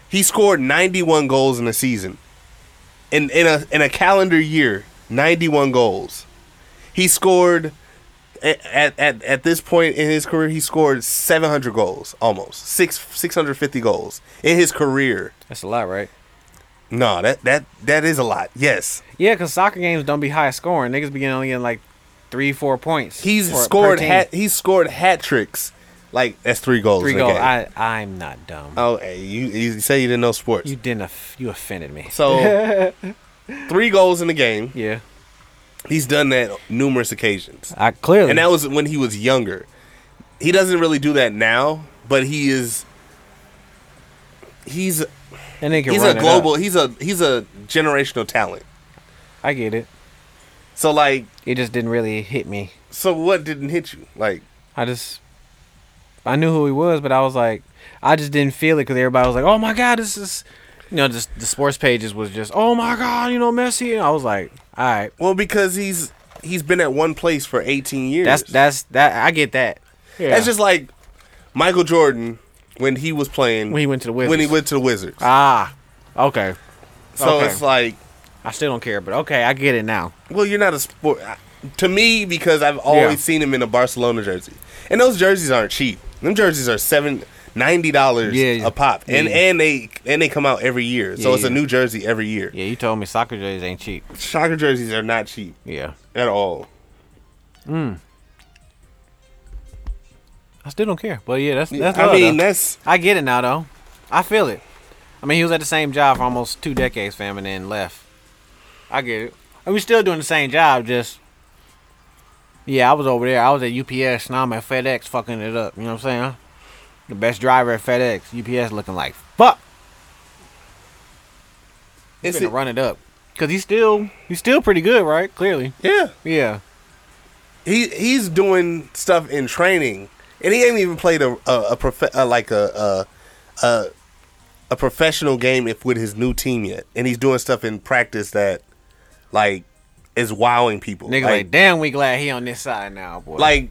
S1: he scored 91 goals in a season. In in a in a calendar year, 91 goals. He scored a- at at at this point in his career, he scored 700 goals, almost. 6 650 goals in his career.
S2: That's a lot, right?
S1: No, that that that is a lot. Yes.
S2: Yeah, cause soccer games don't be high scoring. Niggas be getting only getting like three, four points.
S1: He's
S2: for- per
S1: scored
S2: team.
S1: hat he's scored hat tricks. Like that's 3 goals
S2: three
S1: in a
S2: goals.
S1: game.
S2: I I'm not dumb.
S1: Oh, hey, you, you say you didn't know sports.
S2: You didn't. Off- you offended me.
S1: so, three goals in the game.
S2: Yeah.
S1: He's done that numerous occasions.
S2: I clearly.
S1: And that was when he was younger. He doesn't really do that now, but he is. He's
S2: that nigga
S1: he's
S2: run
S1: a
S2: it up.
S1: global he's a he's a generational talent.
S2: I get it.
S1: So like
S2: It just didn't really hit me.
S1: so what didn't hit you like
S2: I just I knew who he was, but I was like, I just didn't feel it because everybody was like, "Oh my god, this is," you know, just the sports pages was just, "Oh my god, you know, Messi." And I was like, "All right,
S1: well because he's he's been at one place for eighteen years.
S2: that's that's that. I get that." Yeah.
S1: that's just like Michael Jordan when he was playing
S2: when he went to the Wizards.
S1: when he went to the Wizards.
S2: ah, okay.
S1: so
S2: okay.
S1: it's like
S2: I still don't care, but okay, I get it now.
S1: Well, you're not a sport I- to me because I've always
S2: Yeah.
S1: seen him in a Barcelona jersey, and those jerseys aren't cheap. Them jerseys are seven ninety dollars
S2: Yeah.
S1: a pop, and
S2: Yeah.
S1: and they and they come out every year, so
S2: Yeah,
S1: it's a
S2: yeah.
S1: new jersey every year.
S2: Yeah, you told me soccer jerseys ain't cheap.
S1: Soccer jerseys are not cheap
S2: Yeah,
S1: at all.
S2: I still don't care, but yeah, that's that's.
S1: I
S2: love,
S1: mean,
S2: though.
S1: that's
S2: I get it now though. I feel it. I mean, he was at the same job for almost two decades, fam, and then left. I get it. And we still doing the same job, just yeah. I was over there. I was at UPS. Now I'm at FedEx, fucking it up. You know what I'm saying? The best driver at FedEx. UPS looking like fuck. He's
S1: it's
S2: gonna run it up because he's still he's still pretty good, right? Clearly,
S1: yeah.
S2: yeah.
S1: He he's doing stuff in training, and he ain't even played a a, a, prof- uh like a, a a a professional game if with his new team yet, and he's doing stuff in practice that like is wowing people.
S2: Nigga, like,
S1: like
S2: damn, we glad he on this side now, boy.
S1: like,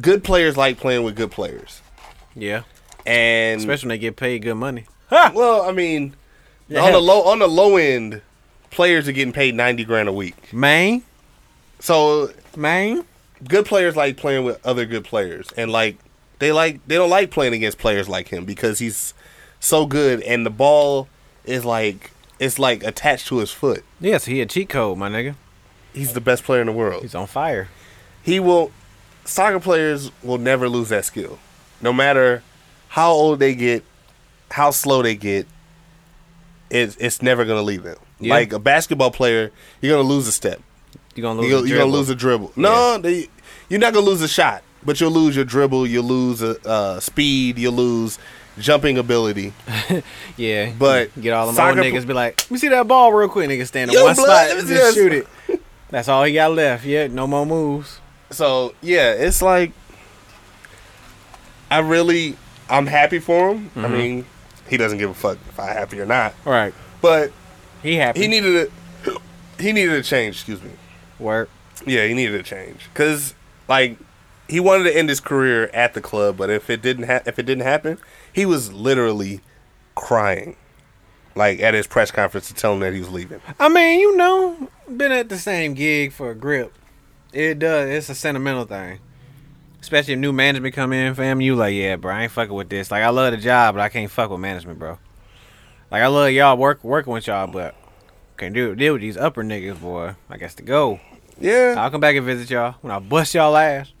S1: good players like playing with good players,
S2: yeah,
S1: and
S2: especially when they get paid good money.
S1: well, I mean,
S2: Yeah.
S1: on the low on the low end, players are getting paid ninety grand a week.
S2: Man,
S1: So
S2: man,
S1: good players like playing with other good players and like they like they don't like playing against players like him because he's so good and the ball is like it's like attached to his foot.
S2: yes, he a cheat code, my nigga.
S1: He's the best player in the world.
S2: He's on fire.
S1: He will soccer players will never lose that skill. No matter how old they get, how slow they get, it's it's never gonna leave them.
S2: Yeah.
S1: Like a basketball player, you're gonna lose a step.
S2: You're gonna lose.
S1: You're,
S2: the
S1: you're gonna
S2: dribble.
S1: lose a dribble. No, they, You're not gonna lose a shot, but you'll lose your dribble, you'll lose uh, uh, speed, you'll lose jumping ability.
S2: Yeah,
S1: But
S2: get all them
S1: soccer-
S2: old niggas be like, "Let me see that ball real quick." Niggas stand in
S1: Yo,
S2: one
S1: blood, let
S2: spot,
S1: me
S2: just
S1: see that-
S2: shoot it. That's all he got left. Yeah, no more moves.
S1: So yeah, it's like I really I'm happy for him.
S2: Mm-hmm.
S1: I mean, he doesn't give a fuck if I'm happy or not,
S2: All right,
S1: but
S2: he happy.
S1: he needed a he needed a change. Excuse me.
S2: work.
S1: Yeah, he needed a change because like he wanted to end his career at the club, but if it didn't ha- if it didn't happen, he was literally crying, like at his press conference to tell him that he was leaving.
S2: I mean, you know, been at the same gig for a grip. It does. It's a sentimental thing. Especially if new management come in, fam. You like, yeah, bro. I ain't fucking with this. Like, I love the job, but I can't fuck with management, bro. Like, I love y'all work working with y'all, but can't do deal with these upper niggas, boy. I guess to go.
S1: Yeah,
S2: I'll come back and visit y'all when I bust y'all ass,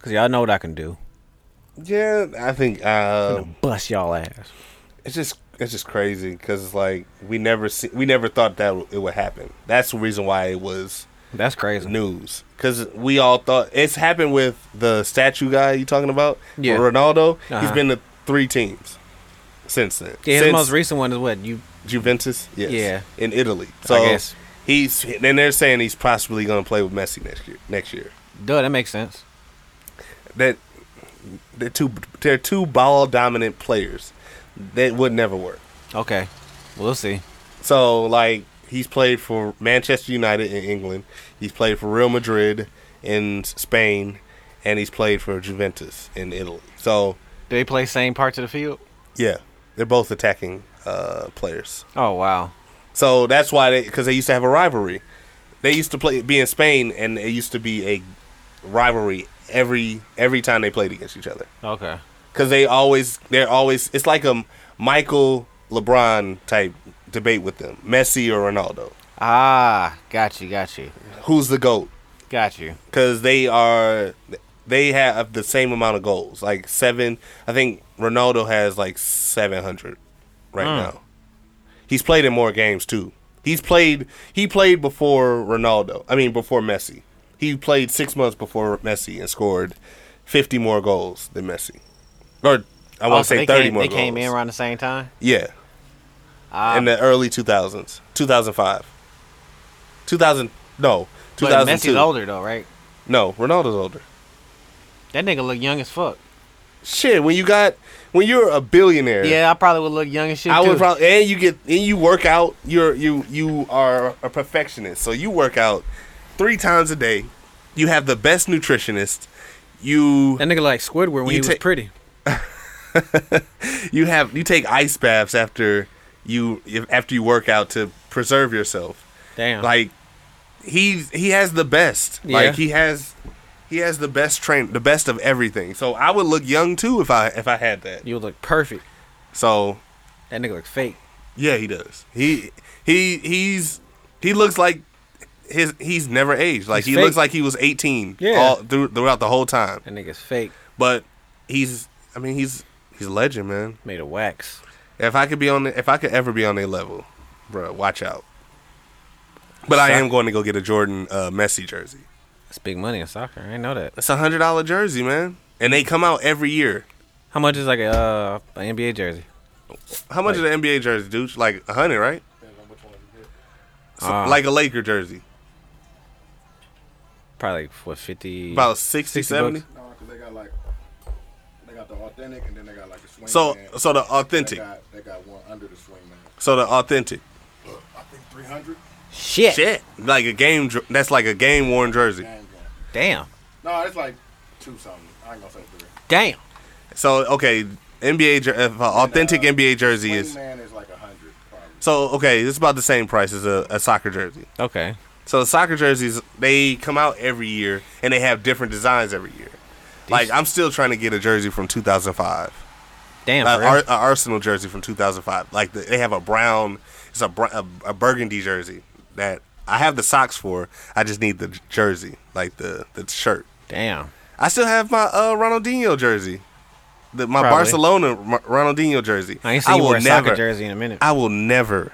S2: cause y'all know what I can do.
S1: yeah, I think uh,
S2: Bust y'all ass.
S1: it's just it's just crazy because it's like we never see, we never thought that it would happen. That's the reason why it was
S2: That's crazy.
S1: news because we all thought it's happened with the statue guy you talking about,
S2: Yeah.
S1: Ronaldo. He's
S2: Uh-huh.
S1: been to three teams since then.
S2: Yeah, his
S1: Since-
S2: most recent one is what you.
S1: Juventus, yes,
S2: Yeah.
S1: in Italy. So
S2: guess.
S1: he's and they're saying he's possibly going to play with Messi next year. Next year,
S2: Duh, that makes sense.
S1: that they're two they're two ball dominant players that would never work.
S2: Okay, we'll see.
S1: So like he's played for Manchester United in England, he's played for Real Madrid in Spain, and he's played for Juventus in Italy. So
S2: Do they play same parts of the field?
S1: yeah, they're both attacking uh, players.
S2: Oh wow.
S1: So that's why they because they used to have a rivalry. They used to play be in Spain, and it used to be a rivalry every every time they played against each other.
S2: Okay.
S1: Because they always they're always it's like a Michael LeBron type debate with them, Messi or Ronaldo,
S2: Ah, got you, got you,
S1: who's the goat?
S2: got you.
S1: Because they are they have the same amount of goals, like seven. I think Ronaldo has like seven hundred right
S2: Hmm.
S1: now. He's played in more games too. He's played. He played before Ronaldo. I mean, before Messi. He played six months before Messi and scored fifty more goals than Messi, or I want to
S2: Also,
S1: say
S2: Oh, they
S1: thirty
S2: came,
S1: more.
S2: They
S1: goals.
S2: came in around the same time.
S1: Yeah,
S2: Ah,
S1: in the early two thousands, two thousand five, two thousand no, two
S2: but
S1: thousand
S2: Messi's
S1: two.
S2: older though, right?
S1: No, Ronaldo's older.
S2: That nigga look young as fuck.
S1: Shit, when you got when you're a billionaire,
S2: Yeah, I probably would look young as shit
S1: I
S2: too.
S1: would probably and you get and you work out. You're you you are a perfectionist, so you work out three times a day. You have the best nutritionist. You
S2: that nigga like Squidward when
S1: You
S2: he was
S1: take-
S2: pretty.
S1: you have you take ice baths after you if, after you work out to preserve yourself.
S2: Damn.
S1: Like he he has the best. Like
S2: Yeah.
S1: he has he has the best train the best of everything. So I would look young too if I if I had that.
S2: you look perfect.
S1: So
S2: That nigga look fake.
S1: Yeah, he does. He he he's he looks like his he's never aged. Like
S2: He's
S1: he looks
S2: fake.
S1: like he was 18
S2: Yeah.
S1: all through, throughout the whole time.
S2: That nigga's fake.
S1: But he's I mean he's he's a legend, man.
S2: Made of wax.
S1: If I could be on the, if I could ever be on their level, bro, watch out. But I am going to go get a Jordan uh, Messi jersey.
S2: That's big money in soccer. I ain't know that.
S1: It's a hundred dollar jersey, man, and they come out every year.
S2: How much is like a uh, an NBA jersey?
S1: How much is an NBA jersey, dude? Like a hundred, right? So-
S2: Ah.
S1: like a Laker jersey,
S2: Probably like, what fifty?
S1: about 60,
S2: 60
S1: 70.
S2: bucks.
S3: No, because they got like they got the authentic and then they got like the swing.
S1: So
S3: man.
S1: so the
S3: they
S1: authentic.
S3: got, they got one under the swing man.
S1: So the authentic
S3: I think 300.
S2: Shit.
S1: shit, like a game. dr- That's like a game worn jersey.
S3: I ain't going.
S2: Damn.
S3: No, it's like two something. I ain't gonna say three.
S2: Damn.
S1: So okay, NBA jer- if an authentic NBA jersey
S3: Swing
S1: is
S3: man is like a hundred probably.
S1: so okay. It's about the same price as a, a soccer jersey.
S2: Okay.
S1: So the soccer jerseys they come out every year and they have different designs every year. Like I'm still trying to get a jersey from 2005,
S2: Damn.
S1: like
S2: for real?
S1: Ar- an Arsenal jersey from 2005. Like the, they have a brown, it's a, br- a a burgundy jersey that I have the socks for. I just need the j- jersey, like the the shirt.
S2: Damn.
S1: I still have my uh, Ronaldinho jersey, the, my
S2: Probably.
S1: Barcelona R- Ronaldinho jersey.
S2: I ain't seen you
S1: will
S2: wear a
S1: never,
S2: soccer jersey in a minute.
S1: I will never.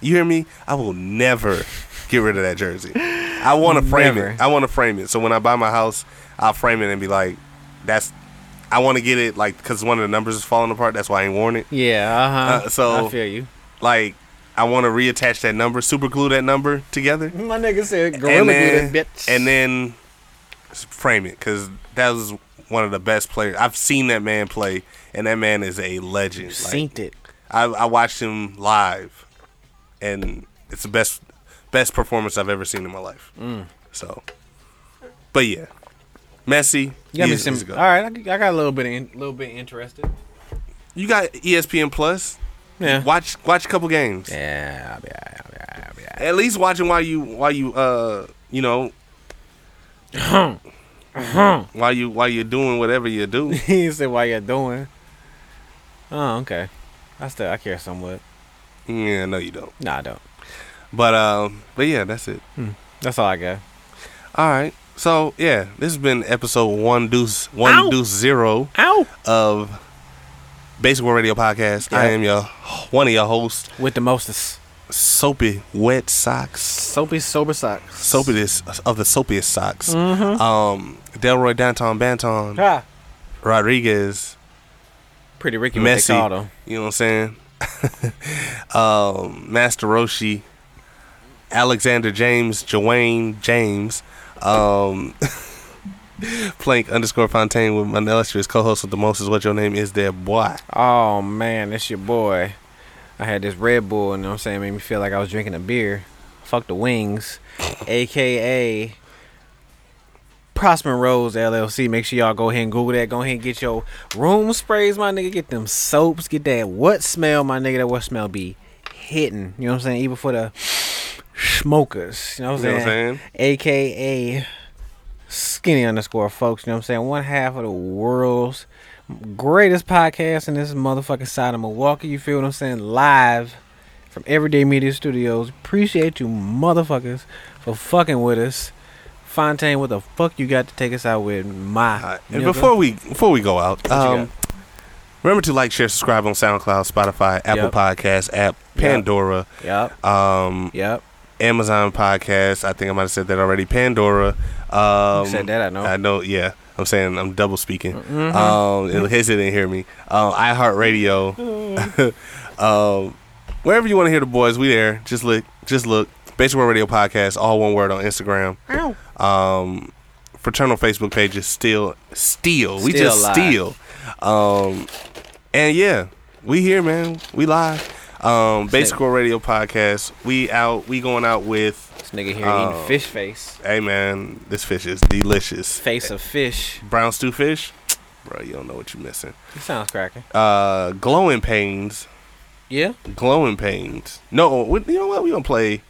S1: You hear me? I will never get rid of that jersey. I want to frame
S2: Never.
S1: it. I want to frame it. So when I buy my house, I'll frame it and be like, that's. I want to get it like because one of the numbers is falling apart. That's why I ain't worn it.
S2: Yeah, uh-huh.
S1: Uh, so-
S2: I feel you.
S1: Like I want to reattach that number, super glue that number together,
S2: My nigga said
S1: and
S2: gorilla
S1: then
S2: glue that bitch.
S1: and then s- frame it because that was one of the best players I've seen that man play, and that man is a legend. Like,
S2: synced it.
S1: I, I watched him live, and it's the best best performance I've ever seen in my life.
S2: Mm.
S1: So, but yeah, Messi.
S2: You got me
S1: years-
S2: some.
S1: years ago.
S2: All right, I, I got a little bit, in, little bit interested.
S1: You got E ESPN Plus.
S2: Yeah.
S1: Watch watch a couple games.
S2: Yeah, I'll be alright, I'll be alright, I'll be alright.
S1: At least watch them while you while you uh you know. while you while you're doing whatever you do.
S2: he said, "Why you doing?" Oh, okay. I still I care somewhat.
S1: yeah, no, you don't.
S2: No, I don't.
S1: But um, but yeah, that's it.
S2: That's all I got.
S1: All right. So yeah, this has been episode one deuce one
S2: Ow.
S1: deuce zero.
S2: Ow!
S1: of Basic World Radio Podcast. I
S2: Yeah.
S1: am your one of your hosts,
S2: With the mostest
S1: Soapy Wet Socks,
S2: soapy sober socks.
S1: soapiest of the soapiest socks.
S2: Mm-hmm.
S1: Um, Delroy Danton Banton,
S2: Ah,
S1: Rodriguez,
S2: pretty Ricky
S1: Messi.
S2: Messi. Auto.
S1: You know what I'm saying? um, Master Roshi, Alexander James, Joanne James. Um, Plank underscore Fontaine with my illustrious co-host with the most is what your name is there boy.
S2: Oh man, that's your boy. I had this Red Bull, and you know what I'm saying, made me feel like I was drinking a beer. Fuck the wings, aka Prosper Rose LLC. Make sure y'all go ahead and Google that. Go ahead and get your room sprays, my nigga. Get them soaps. Get that what smell, my nigga. That what smell be hitting. You know what I'm saying? Even for the smokers. You know what I'm
S1: You know what I'm
S2: saying?
S1: saying?
S2: AKA skinny underscore folks. You know what I'm saying? One half of the world's greatest podcast in this motherfucking side of Milwaukee. You feel what I'm saying? Live from Everyday Media Studios. Appreciate you motherfuckers for fucking with us. Fontaine, what the fuck you got to take us out with, my?
S1: All right. Uh, And
S2: nigga?
S1: before we before we go out,
S2: you
S1: um,
S2: got?
S1: remember to like, share, subscribe on SoundCloud, Spotify, Apple
S2: Yep.
S1: Podcasts app, Pandora,
S2: yep,
S1: um,
S2: yep,
S1: Amazon Podcast. I think I might have said that already. Pandora. Um,
S2: said that, I know. Mm-hmm.
S1: I know. Yeah, I'm saying I'm double speaking. Um, in case they didn't hear me, um, iHeartRadio. um, wherever you want to hear the boys, we there. Just look. Just look. Basic World Radio Podcast, all one word on Instagram.
S2: Ow.
S1: Um, fraternal Facebook pages still, still, we
S2: Still
S1: just
S2: live.
S1: steal. Um, and yeah, we here, man. We live. Um, Basic World Radio Podcast. We out. We going out with.
S2: this nigga here
S1: Oh.
S2: eating fish face,
S1: Hey, man, this fish is delicious.
S2: face of fish.
S1: Brown stew fish, bro. You don't know what you're missing.
S2: It sounds cracking.
S1: Uh, glowing pains.
S2: Yeah,
S1: Glowing pains. No, we- you know what? We gonna play.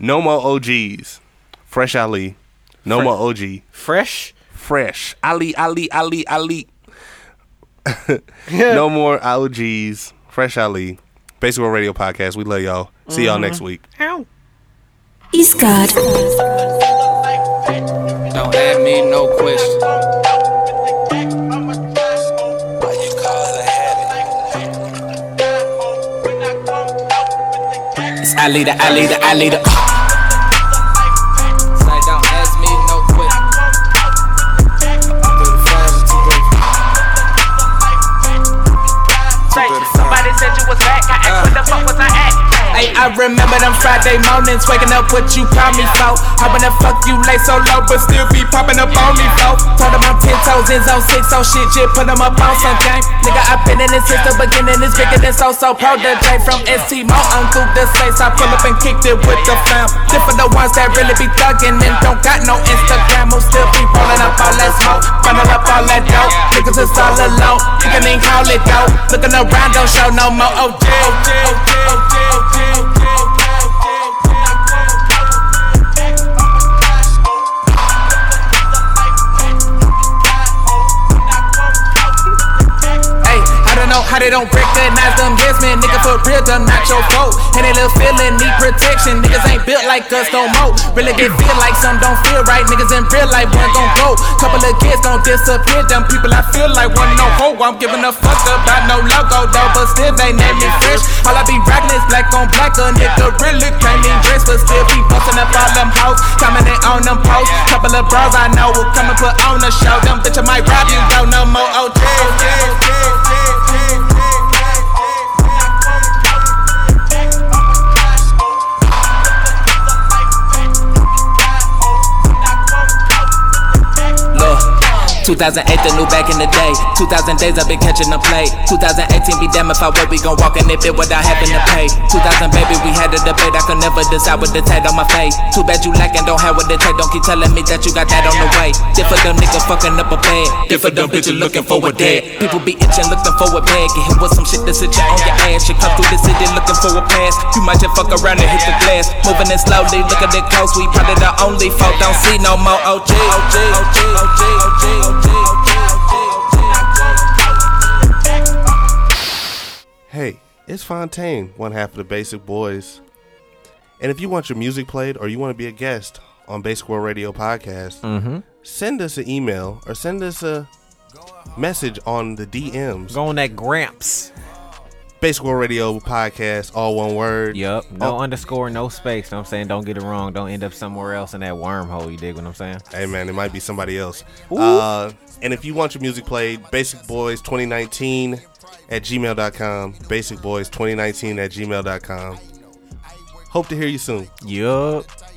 S1: No more OGs. Fresh Ali. No
S2: Fre-
S1: more OG.
S2: fresh.
S1: fresh. Ali, Ali, Ali, Ali. no more OGs. Fresh Ali. Basic World Radio Podcast. We love y'all. See y'all next week.
S2: Ow.
S5: He's God.
S7: Don't ask me no questions. It's Ali the Ali the Ali the. Say don't ask me no questions.
S8: Say, Somebody said you was back. I asked, what the fuck was I at?
S7: Hey, I remember them Friday mornings, waking up what you call me for. Hoping to fuck you late so low, but still be popping up on me for. Told them I'm 10 toes in zone 6, oh shit, shit, put them up on some game. Nigga, i been in this since the beginning, it's bigger than so so pro. The J from ST, Mo, uncle, the space. I pull up and kicked it with the fam. Different the ones that really be thuggin' and don't got no Instagram, who still be rolling up all that smoke, running up all that dope. Niggas is all alone, you can even call it though. Looking around, don't show no more. Oh, yeah, oh, yeah, oh, yeah, oh, yeah, oh, yeah, oh, yeah, oh, yeah, oh, yeah. Ayy, I don't know how they don't recognize them yes man, nigga for real, them not your fault. And they little feeling need protection. Niggas ain't built like us no more. Really get feel like some don't feel right. Niggas in real life one gon' go. Couple of kids gon' disappear. Them people I feel like one no hope. I'm giving a fuck about no logo though, but still they name me fresh. All I be rockin' is black on black. A nigga really came in dress, but still be bustin' up all them hoes. Commenting on them posts. Couple of bros I know will come and put on a show. Them bitches might rob you, though. No more Oh, OT. Look, 2008, the new back in the day. 2000 days I've been catching the play. 2018, be damn if I wait, we gon' walk in it bit without having to pay. 2000, baby, we had a debate. I could never decide what to tag on my face. Too bad you lacking, don't have what it take. Don't keep telling me that you got that on the way. Different them nigga fucking up a bag. Different them bitches looking for a dead. People be itching, looking for a bag. Get hit with some shit that sit you on your ass. Shit come through the city looking for a pass. You might just fuck around and hit the glass. Moving it slowly, look at the coast. We probably the only folk. Don't see no more OG. OG, OG, OG, OG, OG,
S1: Hey, it's Fontaine, one half of the Basic Boys. And if you want your music played or you want to be a guest on Basic World Radio Podcast, send us an email or send us a message on the DMs.
S2: Go on that Gramps.
S1: Basic World Radio Podcast, all one word.
S2: Yup.
S1: Oh,
S2: No underscore, no space. Know what I'm saying? Don't get it wrong. Don't end up somewhere else in that wormhole. You dig what I'm saying?
S1: Hey man, it might be somebody else. Uh, and if you want your music played, Basic Boys 2019 at gmail.com. Basic Boys 2019 at gmail.com. Hope to hear you soon.
S2: Yup.